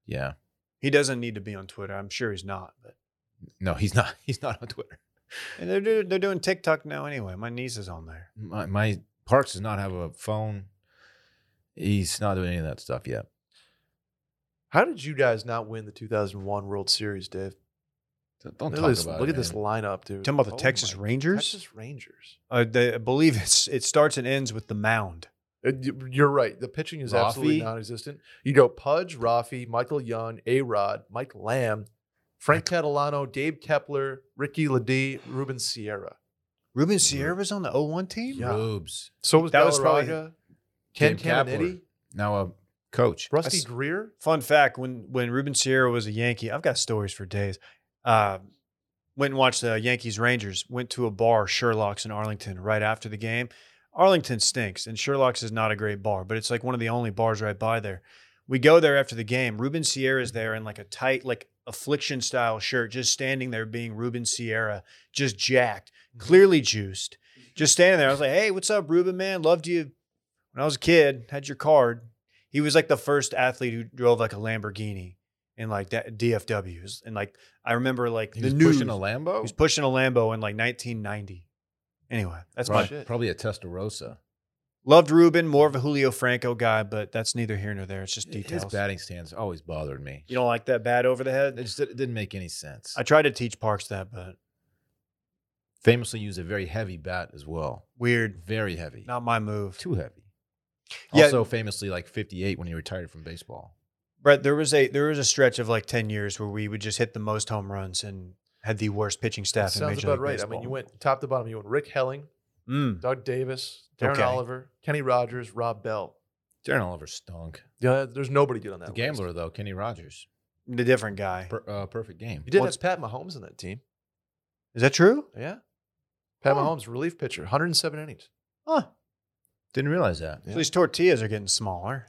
Speaker 3: Yeah,
Speaker 1: He doesn't need to be on Twitter. I'm sure he's not, but
Speaker 3: no, he's not. He's not on Twitter.
Speaker 1: and they're do- they're doing TikTok now anyway. My niece is on there.
Speaker 3: My, my Parks does not have a phone. He's not doing any of that stuff yet.
Speaker 4: How did you guys not win the 2001 World Series, Dave?
Speaker 3: Don't
Speaker 4: Look
Speaker 3: talk
Speaker 4: at
Speaker 3: about
Speaker 4: this,
Speaker 3: it.
Speaker 4: look at this
Speaker 3: man.
Speaker 4: lineup, dude.
Speaker 1: Talking about the
Speaker 4: Oh
Speaker 1: Texas
Speaker 4: my-
Speaker 1: Rangers.
Speaker 4: Texas Rangers.
Speaker 1: Uh, they, I believe it's it starts and ends with the mound.
Speaker 4: Uh, you- You're right. The pitching is absolutely
Speaker 3: Rafi?
Speaker 4: non-existent. You go Pudge, Rafi, Michael Young, A. Rod, Mike Lamb, Frank Catalano, Dave Kepler, Ricky Ladee, Ruben Sierra.
Speaker 1: Ruben Sierra's on the 01 team.
Speaker 4: Mm-hmm. Yeah.
Speaker 3: Rubes.
Speaker 4: So was
Speaker 1: That
Speaker 4: that
Speaker 1: was probably-
Speaker 4: Ken
Speaker 3: Gabe Kapler.
Speaker 4: Caminiti,
Speaker 3: Now a coach.
Speaker 4: Rusty
Speaker 1: That's-
Speaker 4: Greer.
Speaker 1: Fun fact: when when Ruben Sierra was a Yankee, I've got stories for days. Uh, went and watched the Yankees Rangers. Went to a bar, Sherlock's in Arlington, right after the game. Arlington stinks, and Sherlock's is not a great bar, but it's like one of the only bars right by there. We go there after the game. Ruben Sierra's there in like a tight, like affliction style shirt, just standing there, being Ruben Sierra, just jacked,
Speaker 3: Mm-hmm.
Speaker 1: clearly juiced, just standing there. I was like, "Hey, what's up, Ruben? Man, loved you when I was a kid. Had your card." he was like the first athlete who drove like a Lamborghini and like that DFWs. And like I remember like
Speaker 3: He
Speaker 1: the
Speaker 3: was
Speaker 1: news
Speaker 3: pushing a Lambo.
Speaker 4: Oh.
Speaker 1: he was pushing a Lambo in like 1990. Anyway, that's
Speaker 3: probably,
Speaker 1: my
Speaker 4: shit.
Speaker 3: probably a Testarossa.
Speaker 1: loved Ruben, more of a Julio Franco guy, but that's neither here nor there. It's just
Speaker 3: His
Speaker 1: details.
Speaker 3: batting stance always bothered me.
Speaker 1: You don't like that bat over the
Speaker 3: It
Speaker 1: head?
Speaker 3: just it didn't make any sense.
Speaker 1: I
Speaker 3: I
Speaker 1: tried to teach Parks that, but
Speaker 3: famously used a very heavy bat as well.
Speaker 1: weird.
Speaker 3: Very heavy.
Speaker 1: Not my move.
Speaker 3: Too heavy.
Speaker 1: Yeah.
Speaker 3: Also famously like 58 when he retired from baseball.
Speaker 1: Brett, there was a there was a stretch of like 10 years where we would just hit the most home runs and had the worst pitching staff in
Speaker 4: Sounds
Speaker 1: Major
Speaker 4: about
Speaker 1: League
Speaker 4: right. I
Speaker 1: Baseball.
Speaker 4: mean, you went top to bottom. You went Rick Helling,
Speaker 1: Mm.
Speaker 4: Doug Davis, Darren
Speaker 1: Okay.
Speaker 4: Oliver, Kenny Rogers, Rob Bell.
Speaker 3: Darren Oliver stunk.
Speaker 4: Yeah, there's nobody good on that.
Speaker 3: The
Speaker 4: list.
Speaker 3: gambler though, Kenny Rogers.
Speaker 1: The different guy.
Speaker 3: Per, uh, perfect game.
Speaker 4: You did
Speaker 1: What's-
Speaker 4: have Pat Mahomes on that team.
Speaker 1: Is that true?
Speaker 4: Yeah. Pat
Speaker 1: Oh.
Speaker 4: Mahomes, relief pitcher, 107 innings.
Speaker 1: Huh.
Speaker 3: Didn't realize that.
Speaker 1: So these tortillas are getting smaller.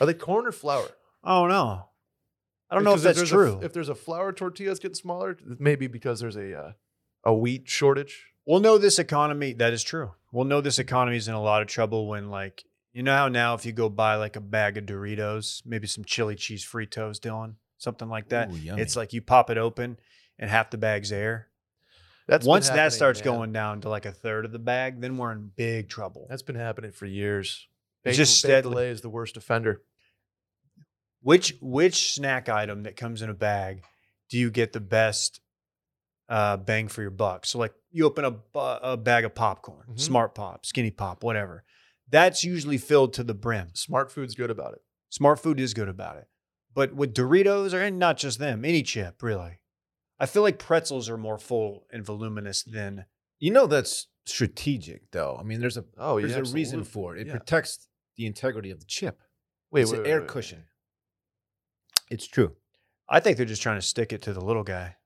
Speaker 4: Are they corn or flour?
Speaker 1: I don't know. I don't know if
Speaker 4: Because
Speaker 1: that's
Speaker 4: there's a-
Speaker 1: true.
Speaker 4: if there's a flour tortilla that's getting smaller, maybe because there's a uh, a wheat shortage.
Speaker 1: we'll know this economy. That is true. We'll know this economy is in a lot of trouble when, like, you know how now if you go buy like a bag of Doritos, maybe some chili cheese Fritos, Dylan, something like that,
Speaker 3: Ooh, yummy.
Speaker 1: it's like you pop it open and half the bag's air.
Speaker 4: That's been
Speaker 1: Once that
Speaker 4: happening,
Speaker 1: starts
Speaker 4: man.
Speaker 1: going down to like a third of the bag, then we're in big trouble.
Speaker 4: that's been happening for years.
Speaker 1: It's
Speaker 4: Baked-
Speaker 1: just
Speaker 4: baked
Speaker 1: steadily-
Speaker 4: delay is the worst offender.
Speaker 1: Which which snack item that comes in a bag do you get the best uh, bang for your buck? So like you open a, bu- a bag of popcorn,
Speaker 3: Mm-hmm.
Speaker 4: Mhm.
Speaker 1: Smart Pop, Skinny Pop, whatever. That's usually filled to the brim.
Speaker 4: Smart food's good about it.
Speaker 1: Smart food is good about it, but with Doritos or and not just them, any chip really. I feel like pretzels are more full and voluminous than
Speaker 3: you know that's strategic though. I mean, there's a
Speaker 4: Oh,
Speaker 3: there's
Speaker 4: yeah,
Speaker 3: a reason
Speaker 4: absolutely.
Speaker 3: for it. It
Speaker 4: Yeah.
Speaker 3: protects the integrity of the chip.
Speaker 4: Wait,
Speaker 3: it's
Speaker 4: wait,
Speaker 3: an
Speaker 4: wait,
Speaker 3: air
Speaker 4: wait, wait.
Speaker 3: cushion. It's true.
Speaker 1: I think they're just trying to stick it to the little guy.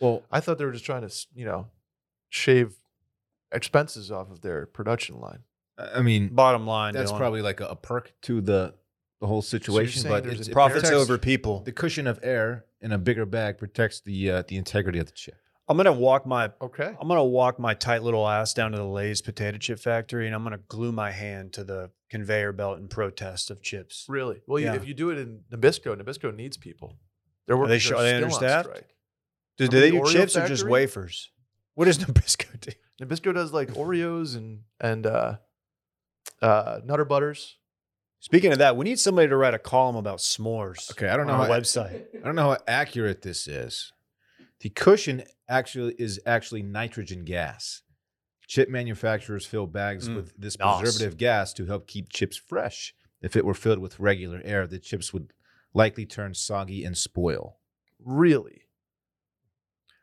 Speaker 3: Well,
Speaker 4: I thought they were just trying to, you know, shave expenses off of their production line.
Speaker 3: I I mean,
Speaker 1: Bottom line,
Speaker 3: that's
Speaker 1: Dylan,
Speaker 3: probably like a, a perk to the the whole situation.
Speaker 4: saying
Speaker 3: but
Speaker 4: there's
Speaker 3: it's-
Speaker 4: a
Speaker 3: it
Speaker 1: profits
Speaker 3: protects-
Speaker 1: over people.
Speaker 3: The cushion of air in a bigger bag protects the uh, the integrity of the chip.
Speaker 1: I'm gonna walk my
Speaker 4: Okay.
Speaker 1: I'm gonna walk my tight little ass down to the Lay's potato chip factory, and I'm gonna glue my hand to the conveyor belt in protest of chips.
Speaker 4: Really? Well,
Speaker 1: Yeah.
Speaker 4: you, if you do it in Nabisco, Nabisco needs people. They're working.
Speaker 1: they
Speaker 4: They
Speaker 1: sh-
Speaker 4: are
Speaker 1: are they
Speaker 4: still
Speaker 1: understaffed?
Speaker 4: On strike.
Speaker 1: Do, do
Speaker 4: Remember
Speaker 1: they
Speaker 4: the
Speaker 1: do
Speaker 4: Oreo
Speaker 1: chips or just
Speaker 4: factory?
Speaker 1: wafers? What does Nabisco do?
Speaker 4: Nabisco does like Oreos and and uh, uh, Nutter Butters.
Speaker 1: Speaking of that, we need somebody to write a column about s'mores.
Speaker 3: Okay, I don't
Speaker 1: on
Speaker 3: know.
Speaker 1: our
Speaker 3: How,
Speaker 1: website.
Speaker 3: I don't know how accurate this is. The cushion actually is actually nitrogen gas. Chip manufacturers fill bags
Speaker 1: Mm,
Speaker 3: with this
Speaker 1: nice.
Speaker 3: preservative gas to help keep chips fresh. If it were filled with regular air, the chips would likely turn soggy and spoil.
Speaker 4: Really?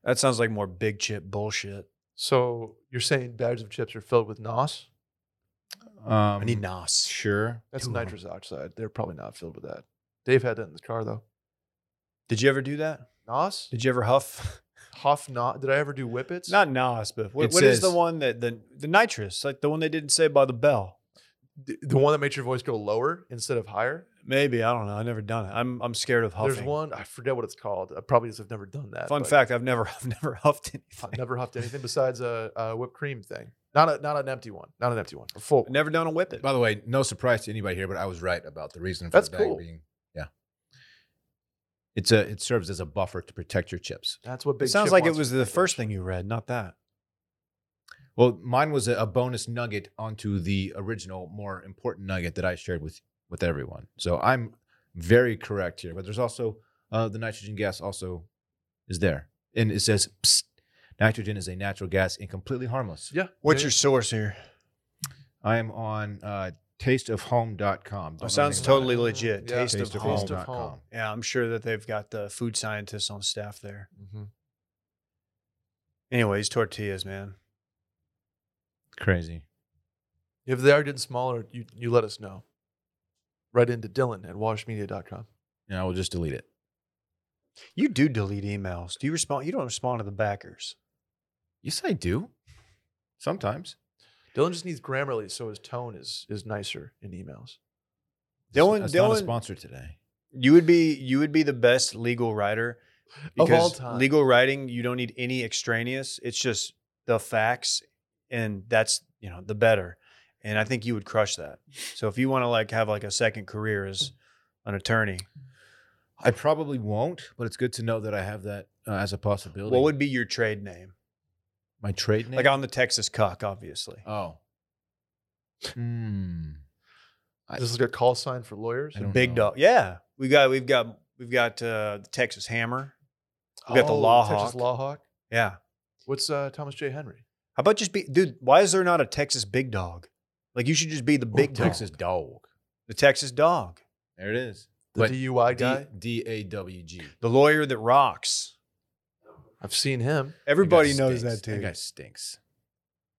Speaker 1: That sounds like more big chip bullshit.
Speaker 4: So you're saying bags of chips are filled with NOS?
Speaker 3: Um,
Speaker 1: I need nos.
Speaker 3: Sure.
Speaker 4: That's
Speaker 1: Two of 'em.
Speaker 4: nitrous oxide. They're probably not filled with that. Dave had that in the car though.
Speaker 1: Did you ever do that?
Speaker 4: NOS?
Speaker 1: Did you ever huff?
Speaker 4: Huff NOS? Did I ever do whippets?
Speaker 1: Not nos, but what,
Speaker 3: It
Speaker 1: what is the
Speaker 3: says-
Speaker 1: one that the the nitrous, like the one they didn't say by the bell?
Speaker 4: The- the one that makes your voice go lower instead of higher.
Speaker 1: Maybe I don't know. I've never done it. I'm I'm scared of huffing.
Speaker 4: There's one I forget what it's called. I probably just have never done that.
Speaker 1: Fun
Speaker 4: but
Speaker 1: fact: I've never I've never huffed anything.
Speaker 4: I've never huffed anything besides a, a whipped cream thing. Not a not an empty one. Not an empty one. A full.
Speaker 1: Never done a whippet.
Speaker 3: By the way, no surprise to anybody here, but I was right about the reason for
Speaker 4: That's
Speaker 3: the bag
Speaker 4: cool.
Speaker 3: being. Yeah. It's a it serves as a buffer to protect your chips.
Speaker 4: That's what big.
Speaker 1: It sounds
Speaker 4: Chip
Speaker 1: like it
Speaker 4: wants
Speaker 1: was
Speaker 4: from
Speaker 1: the
Speaker 4: me.
Speaker 1: first thing you read, not that.
Speaker 3: Well, mine was a, a bonus nugget onto the original, more important nugget that I shared with with everyone. So I'm very correct here. But there's also uh, the nitrogen gas also is there, and it says Psst, nitrogen is a natural gas and completely harmless.
Speaker 4: Yeah.
Speaker 1: What's
Speaker 4: yeah,
Speaker 1: your source here?
Speaker 3: I am on uh, tasteofhome.com.
Speaker 1: That Oh, sounds totally legit.
Speaker 4: Yeah.
Speaker 1: Taste, of home.
Speaker 4: Taste of home.
Speaker 1: Yeah, I'm sure that they've got the food scientists on staff there.
Speaker 4: Mhm.
Speaker 1: Anyways, tortillas, man.
Speaker 3: Crazy.
Speaker 4: If they are getting smaller, you you let us know. Right into Dylan at washmedia.com.
Speaker 3: Yeah, we'll just delete it.
Speaker 1: You do delete emails. Do you respond? You don't respond to the backers.
Speaker 3: Yes, I do. Sometimes.
Speaker 4: Dylan just needs Grammarly so his tone is is nicer in emails.
Speaker 1: Dylan,
Speaker 3: That's not a
Speaker 1: Dylan,
Speaker 3: sponsor today.
Speaker 1: you would be you would be the best legal writer
Speaker 4: Of all
Speaker 1: because
Speaker 4: time.
Speaker 1: Legal writing, you don't need any extraneous. It's just the facts, and that's you know the better. And I think you would crush that. So if you want to like have like a second career as an attorney,
Speaker 3: I probably won't, but it's good to know that I have that uh, as a possibility.
Speaker 1: what would be your trade name?
Speaker 3: my trade name?
Speaker 1: Like on the Texas Cuck, obviously.
Speaker 3: oh. Hmm. I-
Speaker 4: This is like a call sign for lawyers.
Speaker 3: I don't
Speaker 1: Big
Speaker 3: know.
Speaker 1: dog. Yeah, we got we've got we've got uh, the Texas Hammer. We got the Law
Speaker 4: Oh, Texas
Speaker 1: Hawk.
Speaker 4: Law Hawk.
Speaker 1: Yeah.
Speaker 4: What's uh, Thomas J. Henry?
Speaker 1: How about just be, dude? Why is there not a Texas Big Dog? Like you should just be the Big Dog,
Speaker 3: Texas dog.
Speaker 1: the Texas Dog,
Speaker 3: There it is.
Speaker 4: The
Speaker 3: But
Speaker 4: DUI guy.
Speaker 3: D A W G.
Speaker 1: the lawyer that rocks.
Speaker 4: I've seen him.
Speaker 1: Everybody knows that
Speaker 3: That
Speaker 1: dude.
Speaker 3: guy stinks.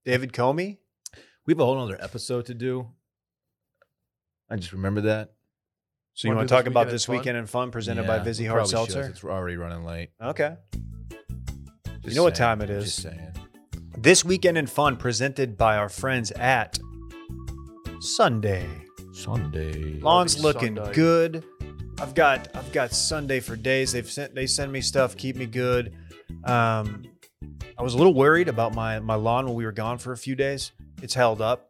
Speaker 1: David Comey.
Speaker 3: We have a whole other episode to do. I just remember that.
Speaker 1: So you
Speaker 4: Wanna
Speaker 1: want
Speaker 4: do
Speaker 1: to
Speaker 4: This
Speaker 1: talk about
Speaker 4: Weekend in
Speaker 1: this
Speaker 4: Fun?
Speaker 1: weekend and fun presented
Speaker 3: Yeah,
Speaker 1: by
Speaker 3: we
Speaker 1: Vizzy Hard
Speaker 3: probably should.
Speaker 1: Seltzer?
Speaker 3: It's already running late.
Speaker 1: Okay.
Speaker 3: Just
Speaker 1: know what
Speaker 3: saying.
Speaker 1: time it is.
Speaker 3: Just saying.
Speaker 1: This weekend and fun presented by our friends at Sunday.
Speaker 3: Sunday.
Speaker 1: Lawn's
Speaker 4: Lovely
Speaker 1: looking
Speaker 4: Sunday.
Speaker 1: good. I've got I've got Sunday for days. They've sent they send me stuff, keep me good. Um, I was a little worried about my my lawn when we were gone for a few days. It's held up.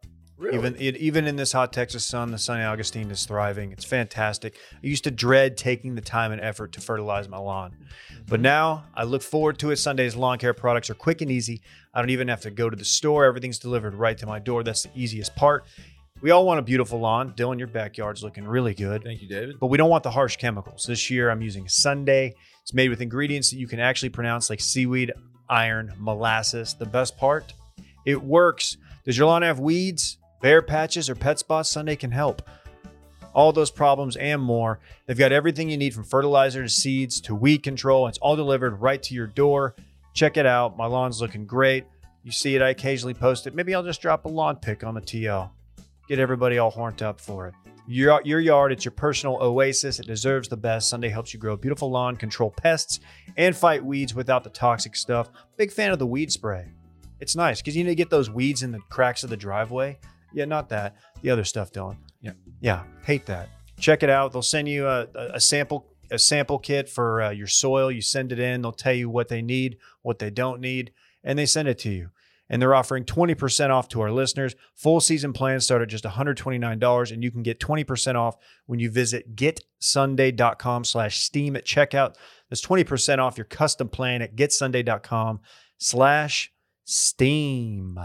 Speaker 1: Even it, even in this hot Texas sun, the sunny Augustine is thriving. It's fantastic. I used to dread taking the time and effort to fertilize my lawn, but now I look forward to it. Sunday's lawn care products are quick and easy. I don't even have to go to the store. Everything's delivered right to my door. That's the easiest part. We all want a beautiful lawn. Dylan, your backyard's looking really good
Speaker 3: Thank you, David.
Speaker 1: but we don't want the harsh chemicals. This year, I'm using Sunday. It's made with ingredients that you can actually pronounce like seaweed, iron, molasses. The best part, it works. Does your lawn have weeds, bare patches, or pet spots? Sunday can help. All those problems and more. They've got everything you need from fertilizer to seeds to weed control. It's all delivered right to your door. Check it out. My lawn's looking great. You see it, I occasionally post it. Maybe I'll just drop a lawn pic on the TL. Get everybody all horned up for it. Your, your yard, it's your personal oasis. It deserves the best. Sunday helps you grow a beautiful lawn, control pests, and fight weeds without the toxic stuff. Big fan of the weed spray. It's nice because you need to get those weeds in the cracks of the driveway. Yeah, not that. The other stuff, Dylan.
Speaker 3: Yeah.
Speaker 1: Yeah. Hate that. Check it out. They'll send you a, a a sample a sample kit for uh, your soil. You send it in. They'll tell you what they need, what they don't need, and they send it to you and they're offering 20% off to our listeners. Full season plans start at just $129, and you can get 20% off when you visit getsunday.com slash steam at checkout. That's 20% off your custom plan at getsunday.com slash steam.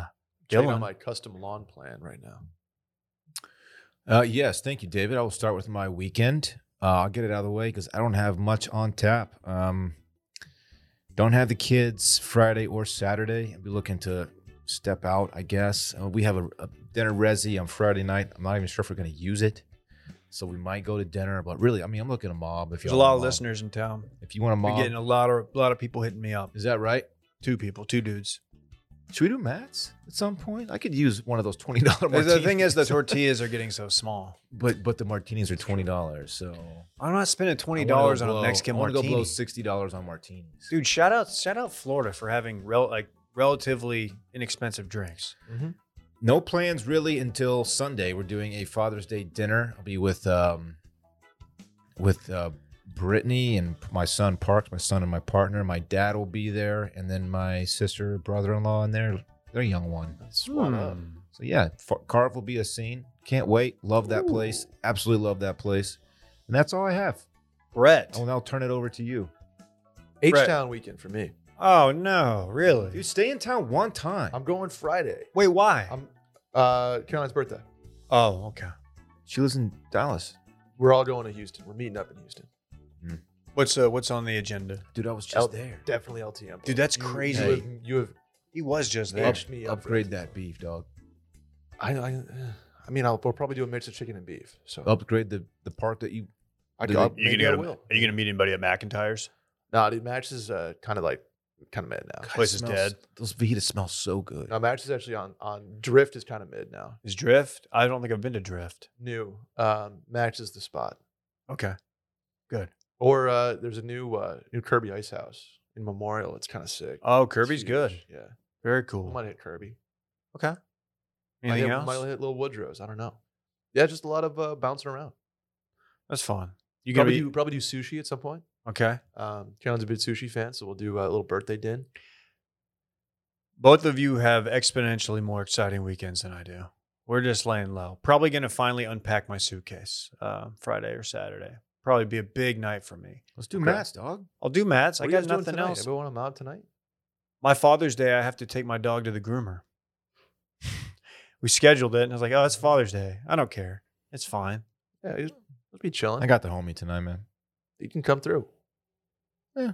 Speaker 4: Checking out
Speaker 1: Dylan.
Speaker 4: my custom lawn plan right now.
Speaker 3: Uh, yes, thank you, David. I will start with my weekend. Uh, I'll get it out of the way because I don't have much on tap. Um, don't have the kids Friday or Saturday. I'll be looking to step out, I guess. Uh, we have a, a dinner resi on Friday night. I'm not even sure if we're going to use it. So we might go to dinner, but really, I mean, I'm looking at a mob. If you
Speaker 1: There's a lot of listeners in town.
Speaker 3: if you want a
Speaker 1: We're
Speaker 3: mob,
Speaker 1: getting a lot of a lot of people hitting me up.
Speaker 3: is that right?
Speaker 1: Two people, two dudes.
Speaker 3: Should we do mats at some point? I could use one of those twenty dollar.
Speaker 1: The thing is, the tortillas are getting so small.
Speaker 3: but but the martinis are twenty dollars. So
Speaker 1: I'm not spending twenty
Speaker 3: I wanna
Speaker 1: dollars
Speaker 3: go
Speaker 1: on
Speaker 3: blow-
Speaker 1: a Mexican
Speaker 3: I wanna
Speaker 1: martini.
Speaker 3: Go blow sixty dollars on martinis.
Speaker 1: Dude, shout out shout out Florida for having rel- like relatively inexpensive drinks.
Speaker 3: No plans really until Sunday. We're doing a Father's Day dinner. I'll be with um with uh Brittany and my son Parks, my son and my partner. My dad will be there, and then my sister, brother-in-law, and their their young one.
Speaker 1: Hmm.
Speaker 4: Swat up.
Speaker 3: So yeah, F- Carve will be a scene. Can't wait. Love that place. Absolutely love that place. And that's all I have.
Speaker 1: Brett.
Speaker 3: I
Speaker 4: Oh.
Speaker 3: will now turn it over to you.
Speaker 4: H Town weekend for me.
Speaker 1: Oh no, really?
Speaker 3: Dude, stay in town one time.
Speaker 4: I'm going Friday.
Speaker 1: Wait, why?
Speaker 4: I'm uh Caroline's birthday.
Speaker 1: oh, okay.
Speaker 3: she lives in Dallas.
Speaker 4: We're all going to Houston. We're meeting up in Houston.
Speaker 1: What's uh, what's on the agenda?
Speaker 3: Dude, I was just
Speaker 4: L-
Speaker 3: there.
Speaker 4: Definitely LTM.
Speaker 1: Dude, that's
Speaker 4: You- you
Speaker 1: crazy.
Speaker 4: have- You have,
Speaker 1: He was just there.
Speaker 4: Up- Edged me up.
Speaker 3: Upgrade that beef, dog.
Speaker 4: I, I, I mean, I'll, we'll probably do a mix of chicken and beef. So
Speaker 3: Upgrade the the part that you.
Speaker 4: I,
Speaker 3: do
Speaker 4: I,
Speaker 3: they-
Speaker 1: You
Speaker 4: maybe
Speaker 1: gonna go
Speaker 4: I
Speaker 1: to-
Speaker 4: will.
Speaker 1: Are you gonna meet anybody at McIntyre's?
Speaker 4: Nah, dude, Max is uh, kind of like kind of mid now.
Speaker 1: Place is
Speaker 3: smells-
Speaker 1: dead. Oh,
Speaker 3: Those fajitas smell so good.
Speaker 4: No, Max is actually on on Drift is kind of mid now.
Speaker 1: Is Drift? I don't think I've been to Drift.
Speaker 4: New um, Max is the spot.
Speaker 1: Okay. Good.
Speaker 4: Or uh, there's a new uh, new Kirby Ice House in Memorial. It's kind of sick.
Speaker 1: Oh,
Speaker 4: It's
Speaker 1: Kirby's
Speaker 4: huge.
Speaker 1: good.
Speaker 4: Yeah,
Speaker 1: Very
Speaker 4: I
Speaker 1: cool.
Speaker 4: might hit Kirby. might
Speaker 1: Anything
Speaker 4: hit,
Speaker 1: else?
Speaker 4: Might hit Little Woodrow's. I don't know. Yeah, just a lot of uh, bouncing around.
Speaker 1: That's fun. You gonna
Speaker 4: probably
Speaker 1: be
Speaker 4: do probably do sushi at some point.
Speaker 1: okay?
Speaker 4: Um, Caroline's a big sushi fan, so we'll do a little birthday din.
Speaker 1: Both of you have exponentially more exciting weekends than I do. We're just laying low. Probably going to finally unpack my suitcase uh, Friday or Saturday. Probably be a big night for me.
Speaker 3: Let's do
Speaker 1: Okay.
Speaker 3: mats, dog.
Speaker 1: I'll do mats. I
Speaker 4: What are you
Speaker 1: got
Speaker 4: guys doing
Speaker 1: nothing
Speaker 4: tonight?
Speaker 1: else.
Speaker 4: Everyone on mob tonight?
Speaker 1: My Father's Day, I have to take my dog to the groomer. we scheduled it, and I was like, "Oh, it's Father's Day. I don't care. It's fine."
Speaker 4: Yeah, just, let's be chilling.
Speaker 3: I got the homie tonight, man.
Speaker 4: you can come through.
Speaker 3: Yeah.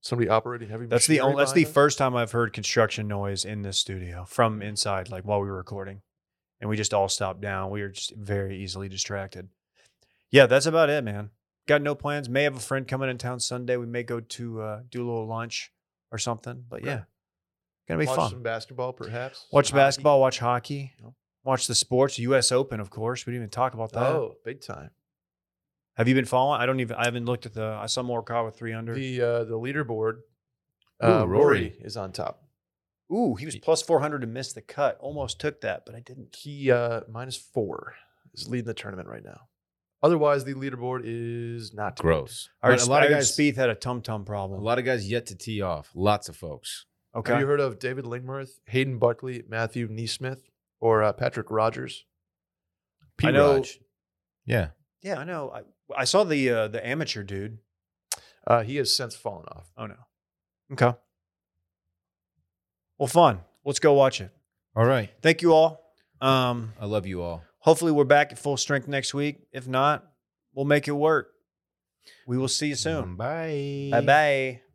Speaker 4: Somebody operating heavy.
Speaker 1: That's the
Speaker 4: machinery
Speaker 1: only. That's the
Speaker 4: behind us?
Speaker 1: first time I've heard construction noise in this studio from inside, like while we were recording, and we just all stopped down. We were just very easily distracted. Yeah, that's about it, man. Got no plans. May have a friend coming in town Sunday. We may go to uh, do a little lunch or something. But yeah, gonna be
Speaker 4: Watch
Speaker 1: fun.
Speaker 4: some basketball, perhaps.
Speaker 1: watch
Speaker 4: some hockey.
Speaker 1: basketball. Watch hockey.
Speaker 4: Yep.
Speaker 1: Watch the sports. U.S. Open, of course. We didn't even talk about that.
Speaker 4: Oh, big time.
Speaker 1: Have you been following? I don't even. I haven't looked at the. I saw Morikawa three under.
Speaker 4: The uh, the leaderboard.
Speaker 3: Ooh, Rory.
Speaker 4: Uh, Rory is on top.
Speaker 1: Ooh, he was plus four hundred to miss the cut. Almost took that, but I didn't.
Speaker 4: He uh, minus four is leading the tournament right now. Otherwise, the leaderboard is not too bad.
Speaker 3: Gross.
Speaker 1: I heard,
Speaker 3: a lot of guys.
Speaker 1: Spieth had a tum tum
Speaker 3: a
Speaker 1: problem.
Speaker 3: lot of guys yet to tee off. Lots of folks.
Speaker 1: okay.
Speaker 4: Have you heard of David Lingmerth, Hayden Buckley, Matthew Neesmith, or uh, Patrick Rogers?
Speaker 1: I know-
Speaker 3: Raj. Yeah.
Speaker 1: yeah, I know. I, I saw the uh, the amateur dude.
Speaker 4: Uh, he has since fallen off.
Speaker 1: Oh no. Okay. Well, fun. Let's go watch it.
Speaker 3: All right.
Speaker 1: Thank you all. Um,
Speaker 3: I love you all.
Speaker 1: hopefully we're back at full strength next week. If not, we'll make it work. We will see you soon.
Speaker 3: Bye.
Speaker 1: Bye bye.